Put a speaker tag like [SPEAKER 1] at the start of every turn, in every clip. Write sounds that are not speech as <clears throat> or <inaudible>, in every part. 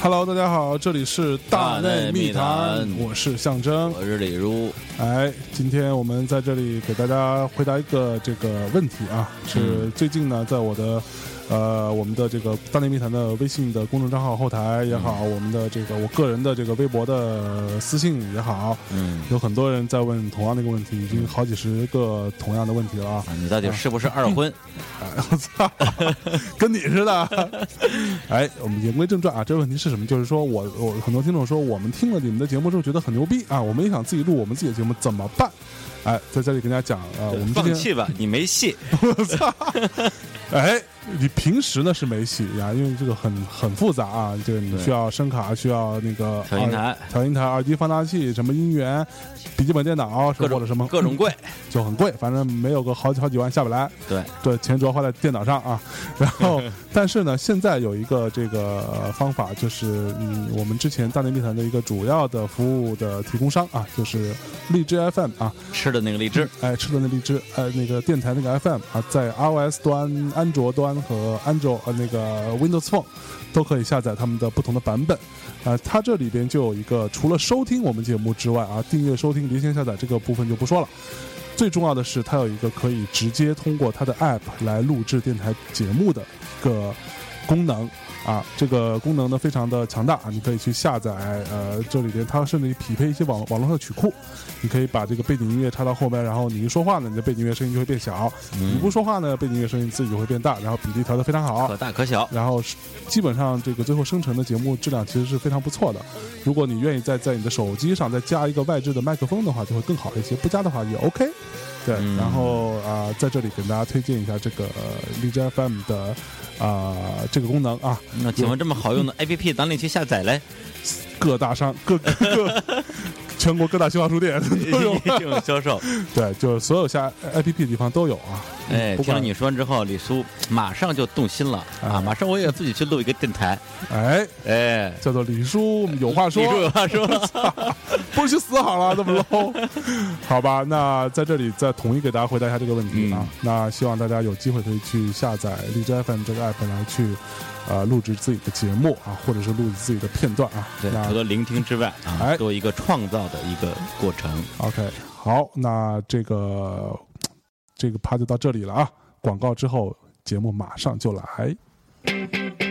[SPEAKER 1] Hello，大家好，这里是大内密
[SPEAKER 2] 大内
[SPEAKER 1] 谈
[SPEAKER 2] 密，谈
[SPEAKER 1] 我是象征。
[SPEAKER 2] 我是李如，
[SPEAKER 1] 哎，今天我们在这里给大家回答一个这个问题啊，是
[SPEAKER 2] 嗯
[SPEAKER 1] 最近呢，在我的呃我们的这个大内密谈的微信的公众账号后台也好，
[SPEAKER 2] 嗯
[SPEAKER 1] 我们的这个我个人的这个微博的私信也好，
[SPEAKER 2] 嗯，
[SPEAKER 1] 有很多人在问同样的一个问题，已经好几十个同样的问题了啊。
[SPEAKER 2] 你到底是不是二婚？
[SPEAKER 1] 我操，跟你似的。 <laughs> 哎，我们言归正传啊，这个问题是什么？就是说我我很多听众说，我们听了你们的节目之后觉得很牛逼啊，我们也想自己录我们自己的节目，怎么办？哎，在这里跟大家讲啊、呃我们之
[SPEAKER 2] 放
[SPEAKER 1] 前
[SPEAKER 2] 弃吧，你没戏。
[SPEAKER 1] 我操！ <laughs> 哎，你平时呢是没戏呀，因为这个很很复杂啊，这个你
[SPEAKER 2] 对
[SPEAKER 1] 需要声卡，需要那个
[SPEAKER 2] 调音台、
[SPEAKER 1] 调音台、耳机放大器、什么音源、笔记本电脑，
[SPEAKER 2] 各
[SPEAKER 1] 或
[SPEAKER 2] 种
[SPEAKER 1] 者什么嗯
[SPEAKER 2] 各种贵，
[SPEAKER 1] 就很贵，反正没有个好几好几万下不来。
[SPEAKER 2] 对，
[SPEAKER 1] 对，钱主要花在电脑上啊。然后，但是呢，现在有一个这个呃方法，就是嗯，我们之前大内密谈的一个主要的服务的提供商啊，就是荔枝 FM 啊，
[SPEAKER 2] 吃的那个荔枝，
[SPEAKER 1] 哎，吃的那荔枝，呃，那个电台那个 FM 啊，在 iOS 端、安卓端和安卓呃那个 Windows Phone 都可以下载他们的不同的版本。啊、它这里边就有一个，除了收听我们节目之外啊，订阅、收听、离线下载这个部分就不说了。最重要的是，它有一个可以直接通过它的 App 来录制电台节目的一个功能啊，这个功能呢非常的强大啊，你可以去下载呃，这里边它甚至匹配一些网网络上的曲库，你可以把这个背景音乐插到后边，然后你一说话呢，你的背景音乐声音就会变小；
[SPEAKER 2] 嗯
[SPEAKER 1] 嗯你不说话呢，背景音乐声音自己就会变大，然后比例调得非常好
[SPEAKER 2] 可。大可小。
[SPEAKER 1] 然后是基本上这个最后生成的节目质量其实是非常不错的。如果你愿意再在你的手机上再加一个外置的麦克风的话，就会更好一些；不加的话也 OK。对，
[SPEAKER 2] 嗯
[SPEAKER 1] 然后啊、在这里给大家推荐一下这个荔枝 FM 的啊、这个功能啊，
[SPEAKER 2] 那请问这么好用的 APP 哪里去下载嘞？
[SPEAKER 1] 各大商各各各全国各大新华书店都
[SPEAKER 2] <laughs>
[SPEAKER 1] 有。
[SPEAKER 2] 这种销
[SPEAKER 1] <laughs>
[SPEAKER 2] 售，
[SPEAKER 1] 对，就是所有下 APP 的地方都有啊。
[SPEAKER 2] 哎，
[SPEAKER 1] 不
[SPEAKER 2] 听了
[SPEAKER 1] 管
[SPEAKER 2] 你说完之后，李叔马上就动心了啊！
[SPEAKER 1] 哎
[SPEAKER 2] 马上我也自己去录一个电台，
[SPEAKER 1] 哎，
[SPEAKER 2] 哎，
[SPEAKER 1] 叫做李叔有话说
[SPEAKER 2] 李，叔有话
[SPEAKER 1] <laughs>
[SPEAKER 2] 说，
[SPEAKER 1] 不许死好了，这么
[SPEAKER 2] <laughs>
[SPEAKER 1] low，好吧？那在这里再统一给大家回答一下这个问题啊。
[SPEAKER 2] 嗯
[SPEAKER 1] 那希望大家有机会可以去下载荔枝 FM 这个 app 来去呃录制自己的节目啊，或者是录制自己的片段啊。
[SPEAKER 2] 对，除
[SPEAKER 1] 那
[SPEAKER 2] 了聆听之外啊，
[SPEAKER 1] 哎
[SPEAKER 2] 多一个创造的一个过程。
[SPEAKER 1] OK，好，那这个这个趴就到这里了啊。广告之后，节目马上就来。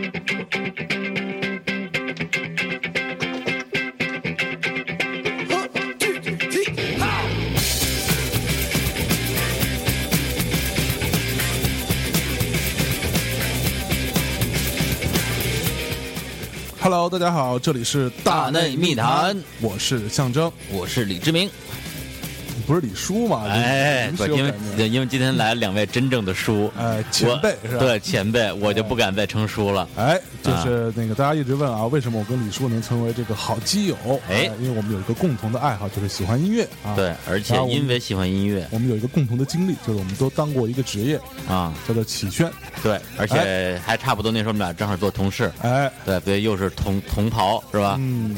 [SPEAKER 1] Hello，大家好，这里是
[SPEAKER 2] 大内密谈，
[SPEAKER 1] 我是象征，
[SPEAKER 2] 我是李志明，
[SPEAKER 1] 你不是李叔吗？
[SPEAKER 2] 哎，
[SPEAKER 1] 临
[SPEAKER 2] 不是
[SPEAKER 1] 时有
[SPEAKER 2] 因为
[SPEAKER 1] 改名
[SPEAKER 2] 对因为今天来两位真正的叔，
[SPEAKER 1] <laughs> 呃前辈
[SPEAKER 2] 我
[SPEAKER 1] 是吧？，
[SPEAKER 2] 对前辈，我就不敢再称叔了。
[SPEAKER 1] 哎，
[SPEAKER 2] 啊
[SPEAKER 1] 就是那个大家一直问啊，为什么我跟李叔能成为这个好基友？啊
[SPEAKER 2] 哎
[SPEAKER 1] 因为我们有一个共同的爱好，就是喜欢音乐啊。，
[SPEAKER 2] 对，而且
[SPEAKER 1] 然后我们
[SPEAKER 2] 因为喜欢音乐
[SPEAKER 1] 我们有一个共同的经历，就是我们都当过一个职业，
[SPEAKER 2] 啊，
[SPEAKER 1] 叫做启宣。
[SPEAKER 2] 对，而且还差不多那时候我们俩正好做同事，
[SPEAKER 1] 哎，
[SPEAKER 2] 对，所以又是同同袍是吧？
[SPEAKER 1] 嗯，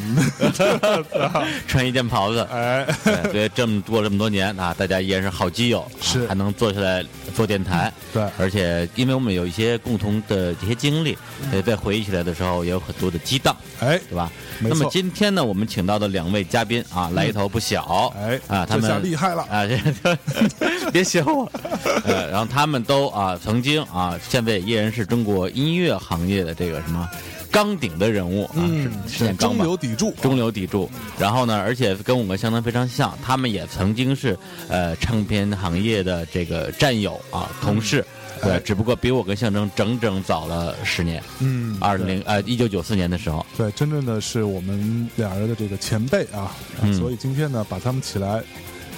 [SPEAKER 2] <laughs> 穿一件袍子，
[SPEAKER 1] <laughs> 哎，
[SPEAKER 2] 对，所以这么过了这么多年啊，大家依然是好基友，啊
[SPEAKER 1] 是嗯
[SPEAKER 2] 还能坐下来做电台，
[SPEAKER 1] 对，
[SPEAKER 2] 而且因为我们有一些共同的一些经历，
[SPEAKER 1] 嗯
[SPEAKER 2] 所以在回忆起来的时候也有很多的激荡，
[SPEAKER 1] 哎，
[SPEAKER 2] 对吧？
[SPEAKER 1] 没
[SPEAKER 2] 那么
[SPEAKER 1] 错嗯
[SPEAKER 2] 今天呢，我们请到的两位嘉宾啊，来头不小，
[SPEAKER 1] 哎，
[SPEAKER 2] 啊，他
[SPEAKER 1] 这下
[SPEAKER 2] 们
[SPEAKER 1] 厉害了，
[SPEAKER 2] 啊， <laughs> 这别学我。呃，然后他们都啊，曾经啊，现在依然是中国音乐行业的这个什么钢顶的人物啊，
[SPEAKER 1] 嗯
[SPEAKER 2] 是是，念钢
[SPEAKER 1] 中
[SPEAKER 2] 吧？
[SPEAKER 1] 流砥柱，啊
[SPEAKER 2] 中流砥柱。然后呢，而且跟我们相当非常像，他们也曾经是呃唱片行业的这个战友啊，同事。对，只不过比我跟象征整整早了十年，
[SPEAKER 1] 哎嗯，
[SPEAKER 2] 二零呃一九九四年的时候，
[SPEAKER 1] 对，真正的是我们俩人的这个前辈啊，啊
[SPEAKER 2] 嗯
[SPEAKER 1] 所以今天呢，把他们起来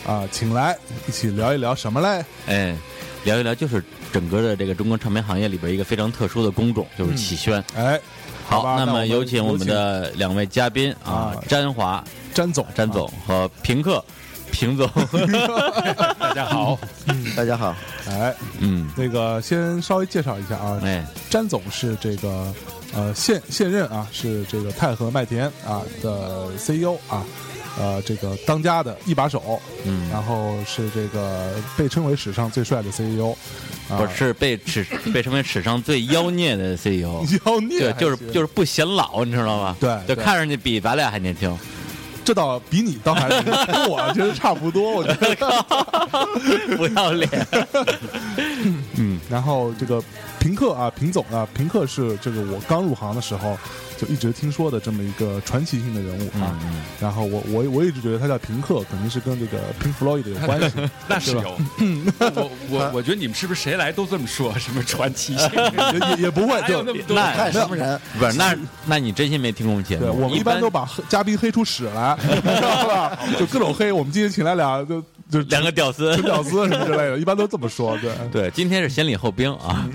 [SPEAKER 1] 啊，请来一起聊一聊什么嘞？
[SPEAKER 2] 哎，聊一聊就是整个的这个中国唱片行业里边一个非常特殊的工种，就是启宣。
[SPEAKER 1] 哎，
[SPEAKER 2] 好，
[SPEAKER 1] 吧，
[SPEAKER 2] 那
[SPEAKER 1] 那
[SPEAKER 2] 么有
[SPEAKER 1] 请
[SPEAKER 2] 请我们的两位嘉宾啊
[SPEAKER 1] 啊，
[SPEAKER 2] 詹华、
[SPEAKER 1] 詹总，
[SPEAKER 2] 詹总和平克。平
[SPEAKER 1] <laughs>
[SPEAKER 2] 总，大家好，
[SPEAKER 3] 大家好，
[SPEAKER 1] 哎，
[SPEAKER 2] 嗯，
[SPEAKER 1] 那个先稍微介绍一下啊，
[SPEAKER 2] 哎，
[SPEAKER 1] 詹总是这个呃现现任啊是这个泰和麦田啊的 CEO 啊，呃这个当家的一把手，
[SPEAKER 2] 嗯，
[SPEAKER 1] 然后是这个被称为史上最帅的 CEO，啊
[SPEAKER 2] 不是被史被称为史上最妖孽的 CEO，
[SPEAKER 1] <laughs> 妖孽
[SPEAKER 2] 对，
[SPEAKER 1] 还
[SPEAKER 2] 就是
[SPEAKER 1] 行
[SPEAKER 2] 就是不显老，你知道吗？
[SPEAKER 1] 对
[SPEAKER 2] 就
[SPEAKER 1] 对
[SPEAKER 2] 看上去比咱俩还年轻。 <laughs>
[SPEAKER 1] 这倒比你倒还跟我觉得差不多，我觉得。
[SPEAKER 2] <laughs> 不要
[SPEAKER 1] <laughs>
[SPEAKER 2] 脸。
[SPEAKER 1] 然后这个平克啊，平总啊，平克是这个我刚入行的时候就一直听说的这么一个传奇性的人物啊。然后我我我一直觉得他叫平克，肯定是跟这个 Pink Floyd 有关系。
[SPEAKER 3] 那是
[SPEAKER 1] 对
[SPEAKER 3] 有，我我我觉得你们是不是谁来都这么说，什么传奇性，
[SPEAKER 1] 也也也不会，
[SPEAKER 3] 还
[SPEAKER 1] 就
[SPEAKER 3] 有那么多
[SPEAKER 2] 那
[SPEAKER 4] 看什么人？
[SPEAKER 2] 不是那那你真心没听过我们节目？
[SPEAKER 1] 对我们
[SPEAKER 2] 一
[SPEAKER 1] 一般都把黑嘉宾黑出屎来，你知道吧？就各种黑。我们今天请来俩，就就
[SPEAKER 2] 两个屌丝
[SPEAKER 1] 陈。屌丝什么之类的，一般都这么说。对，
[SPEAKER 2] <laughs> 对，今天是先礼后兵啊。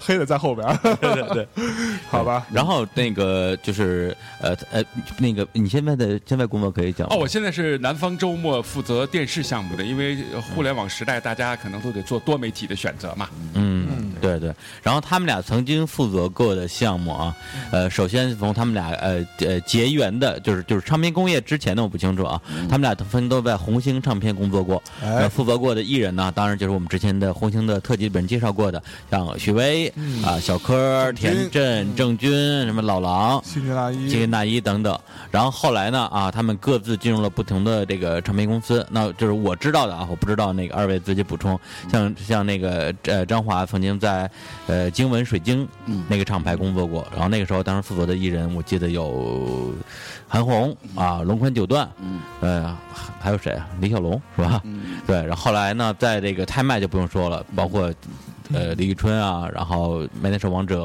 [SPEAKER 1] 黑的在后边儿。
[SPEAKER 2] 对对对，
[SPEAKER 1] <laughs> 好吧。
[SPEAKER 2] 然后那个就是呃呃，那个你现在的现在工作可以讲吗
[SPEAKER 3] 哦，我现在是南方周末负责电视项目的，因为呃互联网时代，大家可能都得做多媒体的选择嘛。
[SPEAKER 2] 嗯，对对。然后他们俩曾经负责过的项目啊，呃，首先从他们俩呃呃结缘的，就是就是唱片工业之前的我不清楚啊，他们俩分都在红星唱片工作过，
[SPEAKER 1] 哎
[SPEAKER 2] 呃，负责过的艺人呢，当然就是我们之前的红星的特辑里边介绍过的，像许巍啊、小柯、田震、郑钧、什么老狼、
[SPEAKER 1] 新年大
[SPEAKER 2] 金
[SPEAKER 1] 衣，
[SPEAKER 2] 银大衣等等。然后后来呢，啊，他们各自进入了不同的这个唱片公司。那就是我知道的啊，我不知道那个二位自己补充。
[SPEAKER 4] 嗯
[SPEAKER 2] 像像那个呃张华曾经在呃经文水晶
[SPEAKER 4] 嗯
[SPEAKER 2] 那个厂牌工作过，然后那个时候当时负责的艺人，我记得有韩红啊、龙宽九段，
[SPEAKER 4] 嗯
[SPEAKER 2] 呃还有谁啊？李小龙是吧？
[SPEAKER 4] 嗯，
[SPEAKER 2] 对，然后后来呢，在这个拍卖就不用说了，包括
[SPEAKER 4] 嗯
[SPEAKER 2] 呃李宇春啊，然后《麦田守望者》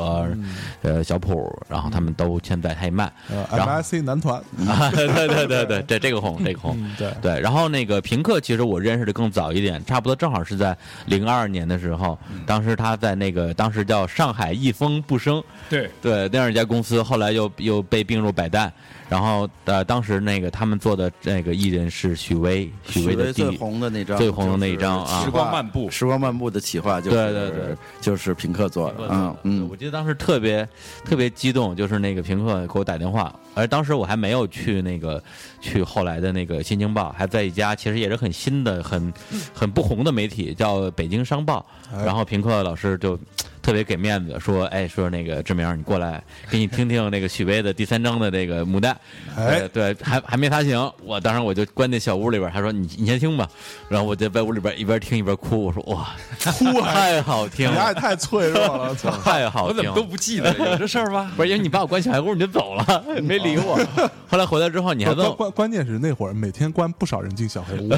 [SPEAKER 2] 呃小普，然后他们都现在拍卖。
[SPEAKER 1] 呃
[SPEAKER 2] 然后
[SPEAKER 1] ，MSC 男团，
[SPEAKER 2] 啊， <laughs> 对对对对，这这个红，这个红。
[SPEAKER 1] 嗯，对，
[SPEAKER 2] 对，然后那个平克，其实我认识的更早一点，差不多正好是在零二年的时候，当时他在那个当时叫上海一风不生，
[SPEAKER 3] 对，
[SPEAKER 2] 对那样一家公司，后来又又被并入百代，然后呃，当时那个他们做的那个艺人是许巍，许巍的弟
[SPEAKER 4] 最，红的那张，
[SPEAKER 2] 最红的那一张啊
[SPEAKER 4] 就是
[SPEAKER 3] 时光漫步
[SPEAKER 4] 时光漫步的企划就是
[SPEAKER 2] 对对对，
[SPEAKER 4] 就是平克做的，嗯
[SPEAKER 2] 嗯，我
[SPEAKER 4] 嗯，
[SPEAKER 2] 记得当时特别特别激动，就是那个平克给我打电话，而当时我还没有去那个去后来的那个《新京报》，还在一家其实也是很新的、很很不红的媒体叫《北京商报》，
[SPEAKER 1] 哎
[SPEAKER 2] 然后平克老师就。特别给面子，说，哎，说那个志明，你过来，给你听听那个许巍的第三张的这个母带，
[SPEAKER 1] 哎
[SPEAKER 2] 呃对，还还没发行，我当时我就关那小屋里边，他说你你先听吧，然后我就在屋里边一边听一边哭，我说哇，
[SPEAKER 1] 哭啊还
[SPEAKER 2] 太好听
[SPEAKER 1] 你
[SPEAKER 2] 了
[SPEAKER 1] 爱，太脆弱
[SPEAKER 2] <laughs>
[SPEAKER 1] 了，操！
[SPEAKER 2] 太好
[SPEAKER 3] 我
[SPEAKER 2] 听
[SPEAKER 3] 怎
[SPEAKER 2] 了
[SPEAKER 3] 么都不记得有这事
[SPEAKER 2] <laughs>
[SPEAKER 3] 儿吗？
[SPEAKER 2] 不是因为你把我关小黑屋你就走了，
[SPEAKER 1] <laughs>
[SPEAKER 2] 没理我。后来回来之后，你还
[SPEAKER 1] 关
[SPEAKER 2] 问
[SPEAKER 1] 关
[SPEAKER 2] 我，
[SPEAKER 1] 关关键是那会儿每天关不少人进小黑
[SPEAKER 2] <laughs>
[SPEAKER 1] 屋，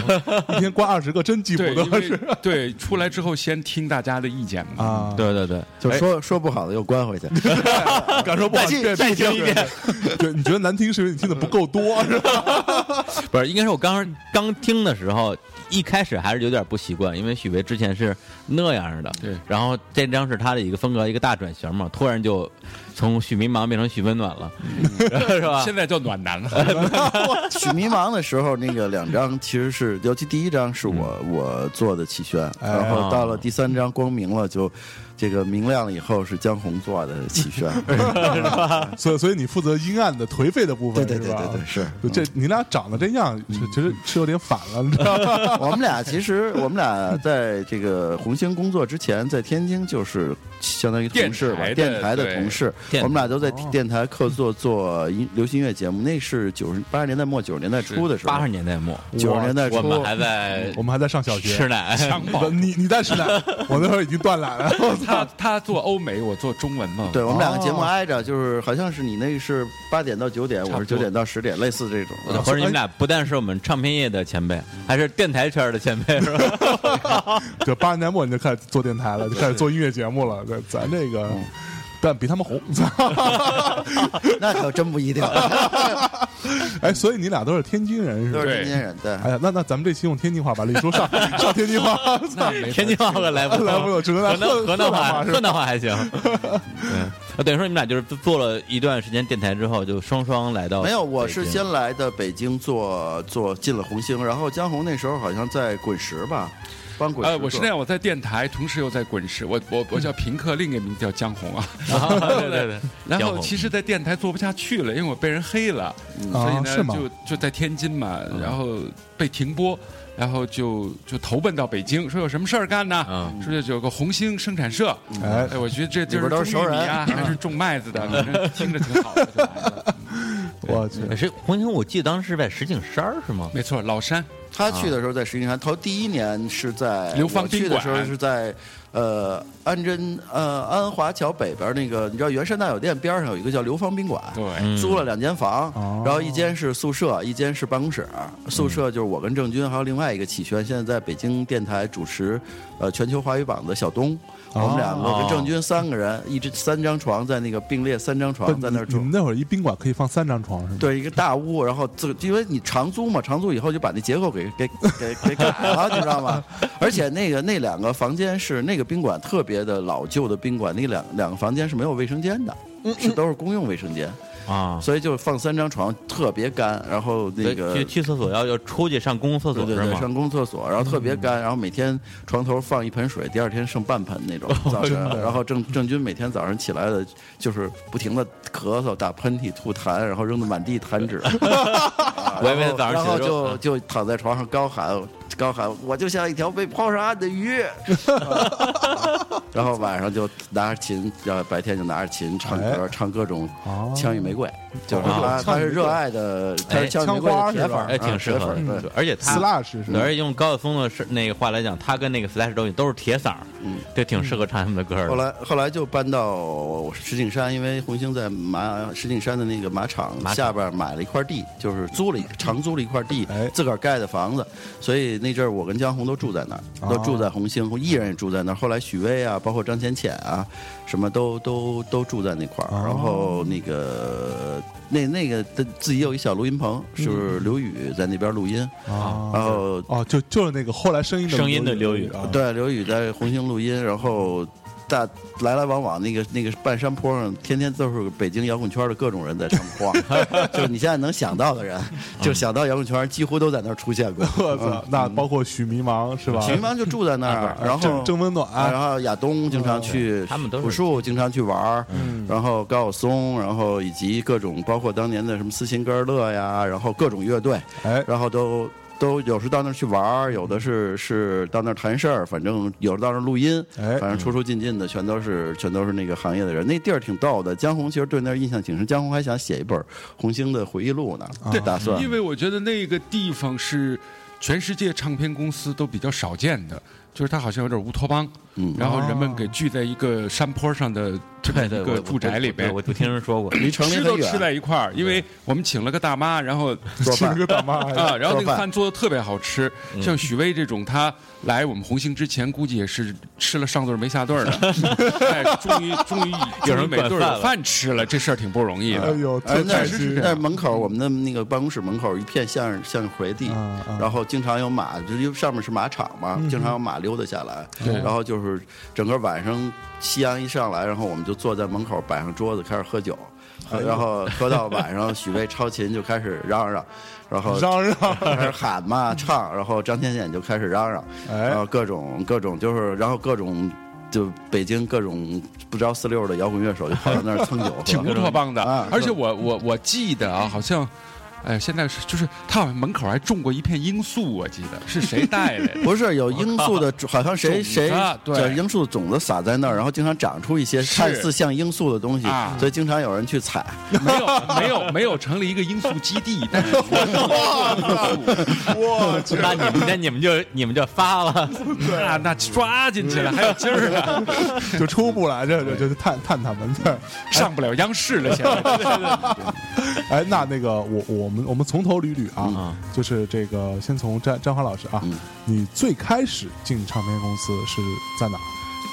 [SPEAKER 1] 一天关二十个，真记不
[SPEAKER 3] 对，因
[SPEAKER 1] 得
[SPEAKER 3] 为
[SPEAKER 1] 是
[SPEAKER 3] <laughs> 对出来之后先听大家的意见嘛。
[SPEAKER 1] 啊。，
[SPEAKER 2] 对对对，
[SPEAKER 4] 就说说不好的又关回去， <laughs>
[SPEAKER 1] 敢说不好
[SPEAKER 2] 再
[SPEAKER 1] 听
[SPEAKER 2] 进再听一遍。
[SPEAKER 1] <laughs> 对，你觉得难听是因为你听的不
[SPEAKER 2] <laughs>
[SPEAKER 1] 够多，是吧？
[SPEAKER 2] 不是，应该是我刚刚听的时候，一开始还是有点不习惯，因为许巍之前是那样的，
[SPEAKER 3] 对
[SPEAKER 2] 然后这张是他的一个风格，一个大转型嘛，突然就从许迷茫变成许温暖了，
[SPEAKER 1] 嗯
[SPEAKER 2] <laughs> 是吧？
[SPEAKER 3] 现在叫暖男了，
[SPEAKER 4] 许迷茫的时候，那个两张其实是，尤其第一张是我、
[SPEAKER 2] 嗯
[SPEAKER 4] 我做的启轩，
[SPEAKER 1] 哎
[SPEAKER 4] 然后到了第三张光明了就，这个明亮了以后是江红做的启轩，
[SPEAKER 1] 所以所以你负责阴暗的颓废的部
[SPEAKER 4] 对
[SPEAKER 1] 分，
[SPEAKER 4] 对对
[SPEAKER 1] 是吧
[SPEAKER 4] 对对，是。
[SPEAKER 1] 就这你俩长得这样，是其实是有点反了，你知道吗？
[SPEAKER 4] 我们俩其实我们俩在这个红星工作之前，在天津就是相当于同事吧，
[SPEAKER 3] 电台的
[SPEAKER 4] 电台的
[SPEAKER 3] 对
[SPEAKER 4] 同事，
[SPEAKER 2] 电台
[SPEAKER 4] 我们俩都在
[SPEAKER 1] 哦
[SPEAKER 4] 电台客座做音流行音乐节目，那是九十八十年代末九十年代初的时候，
[SPEAKER 2] 八十年代末，
[SPEAKER 4] 九十年代初
[SPEAKER 2] 我们还在
[SPEAKER 1] 我们还在上小
[SPEAKER 2] 吃
[SPEAKER 1] 学，
[SPEAKER 2] 奶，
[SPEAKER 3] 强
[SPEAKER 1] 不
[SPEAKER 3] 暴。
[SPEAKER 1] 你你在吃奶， <laughs> 我那会儿已经断奶了。 <laughs> 我操
[SPEAKER 3] 他他做欧美，我做中文嘛。
[SPEAKER 4] 对，我们两个节目
[SPEAKER 1] 哦
[SPEAKER 4] 挨着，就是好像是你那个是八点到九点，
[SPEAKER 3] 差
[SPEAKER 4] 我
[SPEAKER 3] 不
[SPEAKER 4] 是
[SPEAKER 3] 多
[SPEAKER 4] 九点到十点，类似这种。
[SPEAKER 2] 或者你们俩不但是我们唱片业的前辈，还是电台圈的前辈，是吧？
[SPEAKER 1] 就八十年代末你就开始做电台了，就开始做音乐节目了。对，咱这个，
[SPEAKER 2] 嗯
[SPEAKER 1] 但比他们红。
[SPEAKER 4] 那可真不一定，
[SPEAKER 1] 哎，所以你俩都是天津人是
[SPEAKER 4] 都
[SPEAKER 1] 吧？
[SPEAKER 4] 是天津人。对，
[SPEAKER 1] 哎呀，那那咱们这期用天津话吧，李叔上上天津话，
[SPEAKER 3] 那没法
[SPEAKER 2] 天津话我
[SPEAKER 1] <laughs>
[SPEAKER 2] 来不
[SPEAKER 1] 来不了只
[SPEAKER 4] <laughs>
[SPEAKER 1] 能来
[SPEAKER 2] 河南
[SPEAKER 1] 河
[SPEAKER 2] 河南
[SPEAKER 1] 河南话
[SPEAKER 2] 话，
[SPEAKER 1] 是吧
[SPEAKER 2] 河南话还行。对，啊等于说你们俩就是做了一段时间电台之后，就双双来到
[SPEAKER 4] 没有，我
[SPEAKER 2] 北京
[SPEAKER 4] 是先来的北京做做进了红星，然后江红那时候好像在滚石吧，帮滚石
[SPEAKER 3] 呃，我是
[SPEAKER 4] 做
[SPEAKER 3] 那样，我在电台，同时又在滚石，我我我叫平克，另一个名字叫江红啊。
[SPEAKER 2] 对
[SPEAKER 4] <laughs>
[SPEAKER 2] 对对，
[SPEAKER 3] 然
[SPEAKER 2] 江
[SPEAKER 3] 后
[SPEAKER 2] 红
[SPEAKER 3] 其实，在电台做不下去了，因为我被人黑了，
[SPEAKER 2] 嗯
[SPEAKER 3] 所以
[SPEAKER 1] 啊是
[SPEAKER 3] 呢
[SPEAKER 1] 吗
[SPEAKER 3] 就就在天津嘛，然后被停播，然后就就投奔到北京，说有什么事儿干呢？
[SPEAKER 2] 嗯
[SPEAKER 3] 说这有个红星生产社，
[SPEAKER 1] 哎
[SPEAKER 3] 哎，我觉得这地
[SPEAKER 4] 里边
[SPEAKER 3] 儿
[SPEAKER 4] 都是熟
[SPEAKER 3] 种玉米
[SPEAKER 4] 人
[SPEAKER 3] 啊，
[SPEAKER 2] 嗯
[SPEAKER 3] <laughs> 还是种麦子的，反正听着挺好的，就来
[SPEAKER 2] <laughs>
[SPEAKER 3] 了。
[SPEAKER 1] 我去，
[SPEAKER 2] 哎是红星，我记得当时是在石景山儿是吗？
[SPEAKER 3] 没错，老山
[SPEAKER 4] 他去的时候在石景山，头第一年是在
[SPEAKER 3] 啊流芳
[SPEAKER 4] 我去
[SPEAKER 3] 宾
[SPEAKER 4] 的
[SPEAKER 3] 馆
[SPEAKER 4] 时候是在呃安贞呃安华桥北边那个，你知道圆山大酒店边上有一个叫流芳宾馆，
[SPEAKER 3] 对，嗯
[SPEAKER 2] 嗯
[SPEAKER 4] 租了两间房
[SPEAKER 1] 哦，
[SPEAKER 4] 然后一间是宿舍，一间是办公室。宿舍就是我跟郑钧还有另外一个启轩，现在在北京电台主持呃全球华语榜的小东，我们两
[SPEAKER 3] 哦
[SPEAKER 4] 个跟郑钧三个人，一只三张床在那个并列三张
[SPEAKER 1] 不
[SPEAKER 4] 床在那儿
[SPEAKER 1] 你
[SPEAKER 4] 住
[SPEAKER 1] 你。们那会儿一宾馆可以放三张床是吗？
[SPEAKER 4] 对，一个大屋，然后自因为你长租嘛，长租以后就把那结构给给给给改了，你知道吗？而且那个那两个房间是那个宾馆特别的老旧的宾馆，那两两个房间是没有卫生间的，是都是公用卫生间，
[SPEAKER 2] 啊，
[SPEAKER 4] 所以就放三张床，特别干。然后那个
[SPEAKER 2] 去去厕所要要出去上公共厕所
[SPEAKER 4] 对对
[SPEAKER 2] 是
[SPEAKER 4] 对，
[SPEAKER 2] 吗？嗯
[SPEAKER 4] 上公共厕所，然后特别干，然后每天床头放一盆水，第二天剩半盆那
[SPEAKER 2] <laughs>
[SPEAKER 4] 种早晨。
[SPEAKER 2] 哦
[SPEAKER 4] 然后郑郑钧每天早上起来的，就是不停的咳嗽、打喷嚏、吐痰，然后扔的满地
[SPEAKER 2] <laughs>
[SPEAKER 4] 弹指。啊
[SPEAKER 2] 我以为
[SPEAKER 4] 然后
[SPEAKER 2] 早上
[SPEAKER 4] 然
[SPEAKER 2] 起来
[SPEAKER 4] 后
[SPEAKER 2] 之后
[SPEAKER 4] 就就躺在床上高喊高喊，我就像一条被抛上岸
[SPEAKER 2] <laughs>
[SPEAKER 4] 的鱼。啊然后晚上就拿着琴，然后白天就拿着琴唱
[SPEAKER 2] 哎
[SPEAKER 4] 歌，唱各种
[SPEAKER 1] 哦
[SPEAKER 4] 《枪与玫瑰》，就是
[SPEAKER 1] 哦
[SPEAKER 4] 他
[SPEAKER 1] 枪
[SPEAKER 4] 他
[SPEAKER 1] 与
[SPEAKER 4] 是
[SPEAKER 1] 玫瑰
[SPEAKER 4] 热爱的，他
[SPEAKER 2] 哎
[SPEAKER 4] 是《枪与玫瑰》
[SPEAKER 1] 枪花
[SPEAKER 4] 的
[SPEAKER 1] 是
[SPEAKER 4] 铁
[SPEAKER 1] 吧
[SPEAKER 4] 粉儿，
[SPEAKER 2] 哎，挺适合
[SPEAKER 4] 啊铁粉儿
[SPEAKER 2] 的
[SPEAKER 4] 对，
[SPEAKER 2] 而且他
[SPEAKER 1] Slash 是吧
[SPEAKER 2] 而且用高晓松的是那个话来讲，他跟那个 Slash 都都是铁嗓儿，就挺适合唱他们的歌儿
[SPEAKER 4] 嗯后
[SPEAKER 2] 的。
[SPEAKER 4] 来后来就搬到石景山，因为红星在马石景山的那个马场
[SPEAKER 2] 马场
[SPEAKER 4] 下边买了一块地，就是租了一长租了一块地
[SPEAKER 1] 哎，
[SPEAKER 4] 自个儿盖的房子。所以那阵儿我跟江红都住在那儿，
[SPEAKER 1] 哦
[SPEAKER 4] 都住在红星，艺人也住在那儿。后来许巍啊，包括张浅浅啊，什么都都都住在那块儿。
[SPEAKER 1] 哦
[SPEAKER 4] 然后那个那那个他自己有一小录音棚，是刘宇在那边录音，然
[SPEAKER 1] 啊
[SPEAKER 4] 后
[SPEAKER 1] 哦，就就是那个后来声音的
[SPEAKER 2] 声音的刘宇
[SPEAKER 1] 宇啊，
[SPEAKER 4] 对，刘宇在红星录音，然后大来来往往那个那个半山坡上，天天都是北京摇滚圈的各种人在上面晃， <laughs> 就是你现在能想到的人，就想到摇滚圈，几乎都在那儿出现过。
[SPEAKER 1] 我操，那包括许迷茫是吧？
[SPEAKER 4] 嗯许云芳就住在那儿，然后
[SPEAKER 1] 郑郑温暖
[SPEAKER 4] 啊然后亚东经常去，
[SPEAKER 2] 嗯他们都是嗯
[SPEAKER 4] 朴树经常去玩儿，
[SPEAKER 1] 嗯
[SPEAKER 4] 然后高晓松，然后以及各种包括当年的什么斯琴格尔勒呀，然后各种乐队，
[SPEAKER 1] 哎，
[SPEAKER 4] 然后都都有时到那儿去玩儿，有的是
[SPEAKER 3] 嗯
[SPEAKER 4] 是到那儿谈事儿，反正有时到那儿录音，
[SPEAKER 1] 哎
[SPEAKER 4] 反正
[SPEAKER 3] 嗯
[SPEAKER 4] 出出进进的全都是全都是那个行业的人。那地儿挺逗的，江红其实对那儿印象挺深，江红还想写一本红星的回忆录呢，
[SPEAKER 3] 对
[SPEAKER 4] 打算
[SPEAKER 3] 啊因为我觉得那个地方是全世界唱片公司都比较少见的，就是它好像有点乌托邦，
[SPEAKER 2] 哦
[SPEAKER 4] 嗯
[SPEAKER 3] 然后人们给聚在一个山坡上的这
[SPEAKER 2] 对
[SPEAKER 3] 么一
[SPEAKER 2] 对，
[SPEAKER 3] 个
[SPEAKER 2] 我
[SPEAKER 3] 住宅里边
[SPEAKER 2] 我我，我就听人
[SPEAKER 4] <laughs>
[SPEAKER 2] 说过，
[SPEAKER 4] 离城里
[SPEAKER 3] 吃
[SPEAKER 4] 很
[SPEAKER 3] 都吃
[SPEAKER 4] 远，
[SPEAKER 3] 在一块儿，因为我们请了个大妈，然后
[SPEAKER 4] <laughs>
[SPEAKER 1] <laughs>
[SPEAKER 4] 做
[SPEAKER 1] 是
[SPEAKER 4] 饭哎
[SPEAKER 1] 个大妈呀
[SPEAKER 3] 啊，然后那
[SPEAKER 4] 做
[SPEAKER 3] 个
[SPEAKER 4] 饭嗯
[SPEAKER 3] 饭做的特别好吃，像许巍这种，他来我们红星之前，估计也是吃了上顿儿没下顿儿
[SPEAKER 4] <laughs>
[SPEAKER 3] 的，哎，终于终于
[SPEAKER 2] 有人
[SPEAKER 3] 终于每
[SPEAKER 2] 管
[SPEAKER 3] 顿
[SPEAKER 2] 饭
[SPEAKER 3] 儿
[SPEAKER 2] 了
[SPEAKER 3] 有饭吃了，这事儿挺不容易
[SPEAKER 1] 哎
[SPEAKER 3] 的。
[SPEAKER 1] 呦，
[SPEAKER 4] 哎
[SPEAKER 1] 特，
[SPEAKER 4] 那
[SPEAKER 1] 开
[SPEAKER 3] 哦确实是
[SPEAKER 1] 心
[SPEAKER 3] 这
[SPEAKER 4] 那
[SPEAKER 3] 样
[SPEAKER 1] <laughs>
[SPEAKER 4] 门口，我们的那个办公室门口一片向向回地，
[SPEAKER 1] 啊啊
[SPEAKER 4] 然后经常有马，就是因为上面是马场嘛，经常有马溜达下来。
[SPEAKER 3] 嗯对
[SPEAKER 4] 然后就是整个晚上夕阳一上来，然后我们就坐在门口摆上桌子开始喝酒，
[SPEAKER 3] 哎
[SPEAKER 4] 喝然后喝到晚上，许巍超琴就开始嚷嚷，然后
[SPEAKER 1] 嚷嚷，
[SPEAKER 4] 开始喊嘛唱，然后张浅浅就开始嚷嚷，
[SPEAKER 1] 哎
[SPEAKER 4] 然后各种各种就是，然后各种就北京各种不着四六的摇滚乐手就跑到那儿蹭酒
[SPEAKER 3] <laughs>
[SPEAKER 4] 喝，
[SPEAKER 3] 挺乌托邦的
[SPEAKER 4] 啊。？
[SPEAKER 3] 而且我我我记得啊，好像，哎，现在是就是他好像门口还种过一片罂粟，我记得是谁带的 <laughs>
[SPEAKER 4] <laughs> 不是有罂粟的，好像谁
[SPEAKER 3] 种子
[SPEAKER 4] 谁
[SPEAKER 3] 对
[SPEAKER 4] 把罂粟种子撒在那儿，然后经常长出一些
[SPEAKER 3] 是
[SPEAKER 4] 看似像罂粟的东西
[SPEAKER 3] 啊，
[SPEAKER 4] 所以经常有人去采。
[SPEAKER 3] 没有没有没有成立一个罂粟基地，但是有
[SPEAKER 4] <laughs>
[SPEAKER 3] 罂粟
[SPEAKER 1] 我去，
[SPEAKER 2] 那你们 <laughs> 那你们就你们就发了，
[SPEAKER 3] <laughs> 那那抓
[SPEAKER 2] <laughs>
[SPEAKER 3] 进去了，还有劲儿呢，
[SPEAKER 1] 就出不来，这就就探探他们对。
[SPEAKER 3] 上不了央视了，现在。
[SPEAKER 1] 哎，那那个我我们我们从头捋捋啊，
[SPEAKER 4] 嗯
[SPEAKER 1] 就是这个先从张张华老师啊，你最开始进唱片公司是在哪？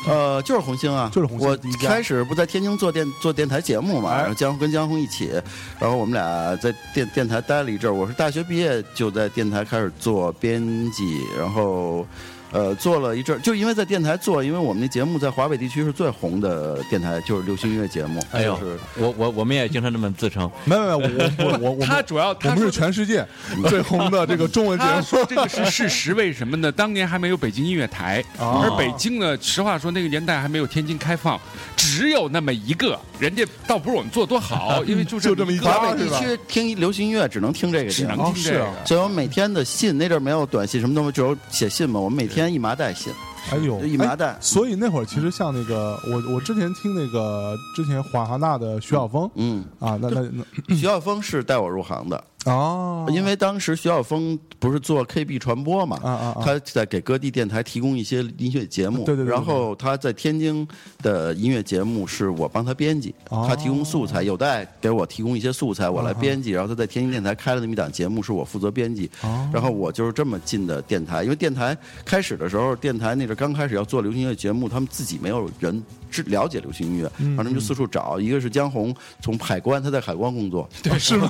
[SPEAKER 4] 呃，就是红星啊，
[SPEAKER 1] 就是红星
[SPEAKER 4] 我
[SPEAKER 1] 第一家
[SPEAKER 4] 开始不在天津做电做电台节目嘛，
[SPEAKER 1] 哎
[SPEAKER 4] 然后江跟江红一起，然后我们俩在电电台待了一阵儿。我是大学毕业就在电台开始做编辑，然后。呃，做了一阵儿，就因为在电台做，因为我们那节目在华北地区是最红的电台，就是流行音乐节目。
[SPEAKER 2] 哎呦
[SPEAKER 4] 就是，
[SPEAKER 2] 我我我们也经常这么自称，
[SPEAKER 1] 没有没有，我我我我
[SPEAKER 3] 他
[SPEAKER 1] 们
[SPEAKER 3] 主要
[SPEAKER 1] 我
[SPEAKER 3] 他
[SPEAKER 1] 们
[SPEAKER 3] 说
[SPEAKER 1] 是全世界最红的这个中
[SPEAKER 3] <laughs>
[SPEAKER 1] 文节
[SPEAKER 3] 他
[SPEAKER 1] 目。
[SPEAKER 3] 说这个是事实，为什么呢？当年还没有北京音乐台，
[SPEAKER 1] 哦
[SPEAKER 3] 而北京呢，实话说那个年代还没有天津开放，只有那么一个。人家倒不是我们做多好，因为就
[SPEAKER 1] 就这么一
[SPEAKER 3] 个
[SPEAKER 1] 家
[SPEAKER 4] 华北
[SPEAKER 1] 是
[SPEAKER 4] 地
[SPEAKER 1] 吧
[SPEAKER 4] 区听流行音乐只能听这个
[SPEAKER 3] 只
[SPEAKER 4] 节
[SPEAKER 3] 能
[SPEAKER 4] 目。
[SPEAKER 1] 哦
[SPEAKER 3] 听这
[SPEAKER 1] 是
[SPEAKER 3] 个
[SPEAKER 1] 啊。
[SPEAKER 4] 所以我们每天的信，那阵儿没有短信什么东西，只有写信嘛。我们每天一麻袋信，
[SPEAKER 1] 哎呦，
[SPEAKER 4] 就一麻袋
[SPEAKER 1] 哎所以那会儿其实像那个我我之前听那个之前华纳的徐晓峰
[SPEAKER 4] 嗯，
[SPEAKER 1] 啊，那那那
[SPEAKER 4] 徐晓峰是带我入行的，
[SPEAKER 1] 哦，
[SPEAKER 4] 因为当时徐晓峰不是做 KB 传播嘛，
[SPEAKER 1] 啊啊啊
[SPEAKER 4] 他在给各地电台提供一些音乐节目，
[SPEAKER 1] 对对对对
[SPEAKER 4] 然后他在天津的音乐节目是我帮他编辑，
[SPEAKER 1] 哦啊
[SPEAKER 4] 他提供素材，有待给我提供一些素材，我来编辑。然后他在天津电台开了那么一档节目，是我负责编辑。
[SPEAKER 1] 哦
[SPEAKER 4] 然后我就是这么进的电台，因为电台开始的时候，电台那阵刚开始要做流行音乐节目，他们自己没有人知了解流行音乐，
[SPEAKER 1] 嗯
[SPEAKER 4] 然后他们就四处找。一个是江红从海关，他在海关工作，
[SPEAKER 1] 哦
[SPEAKER 4] 对，是吗？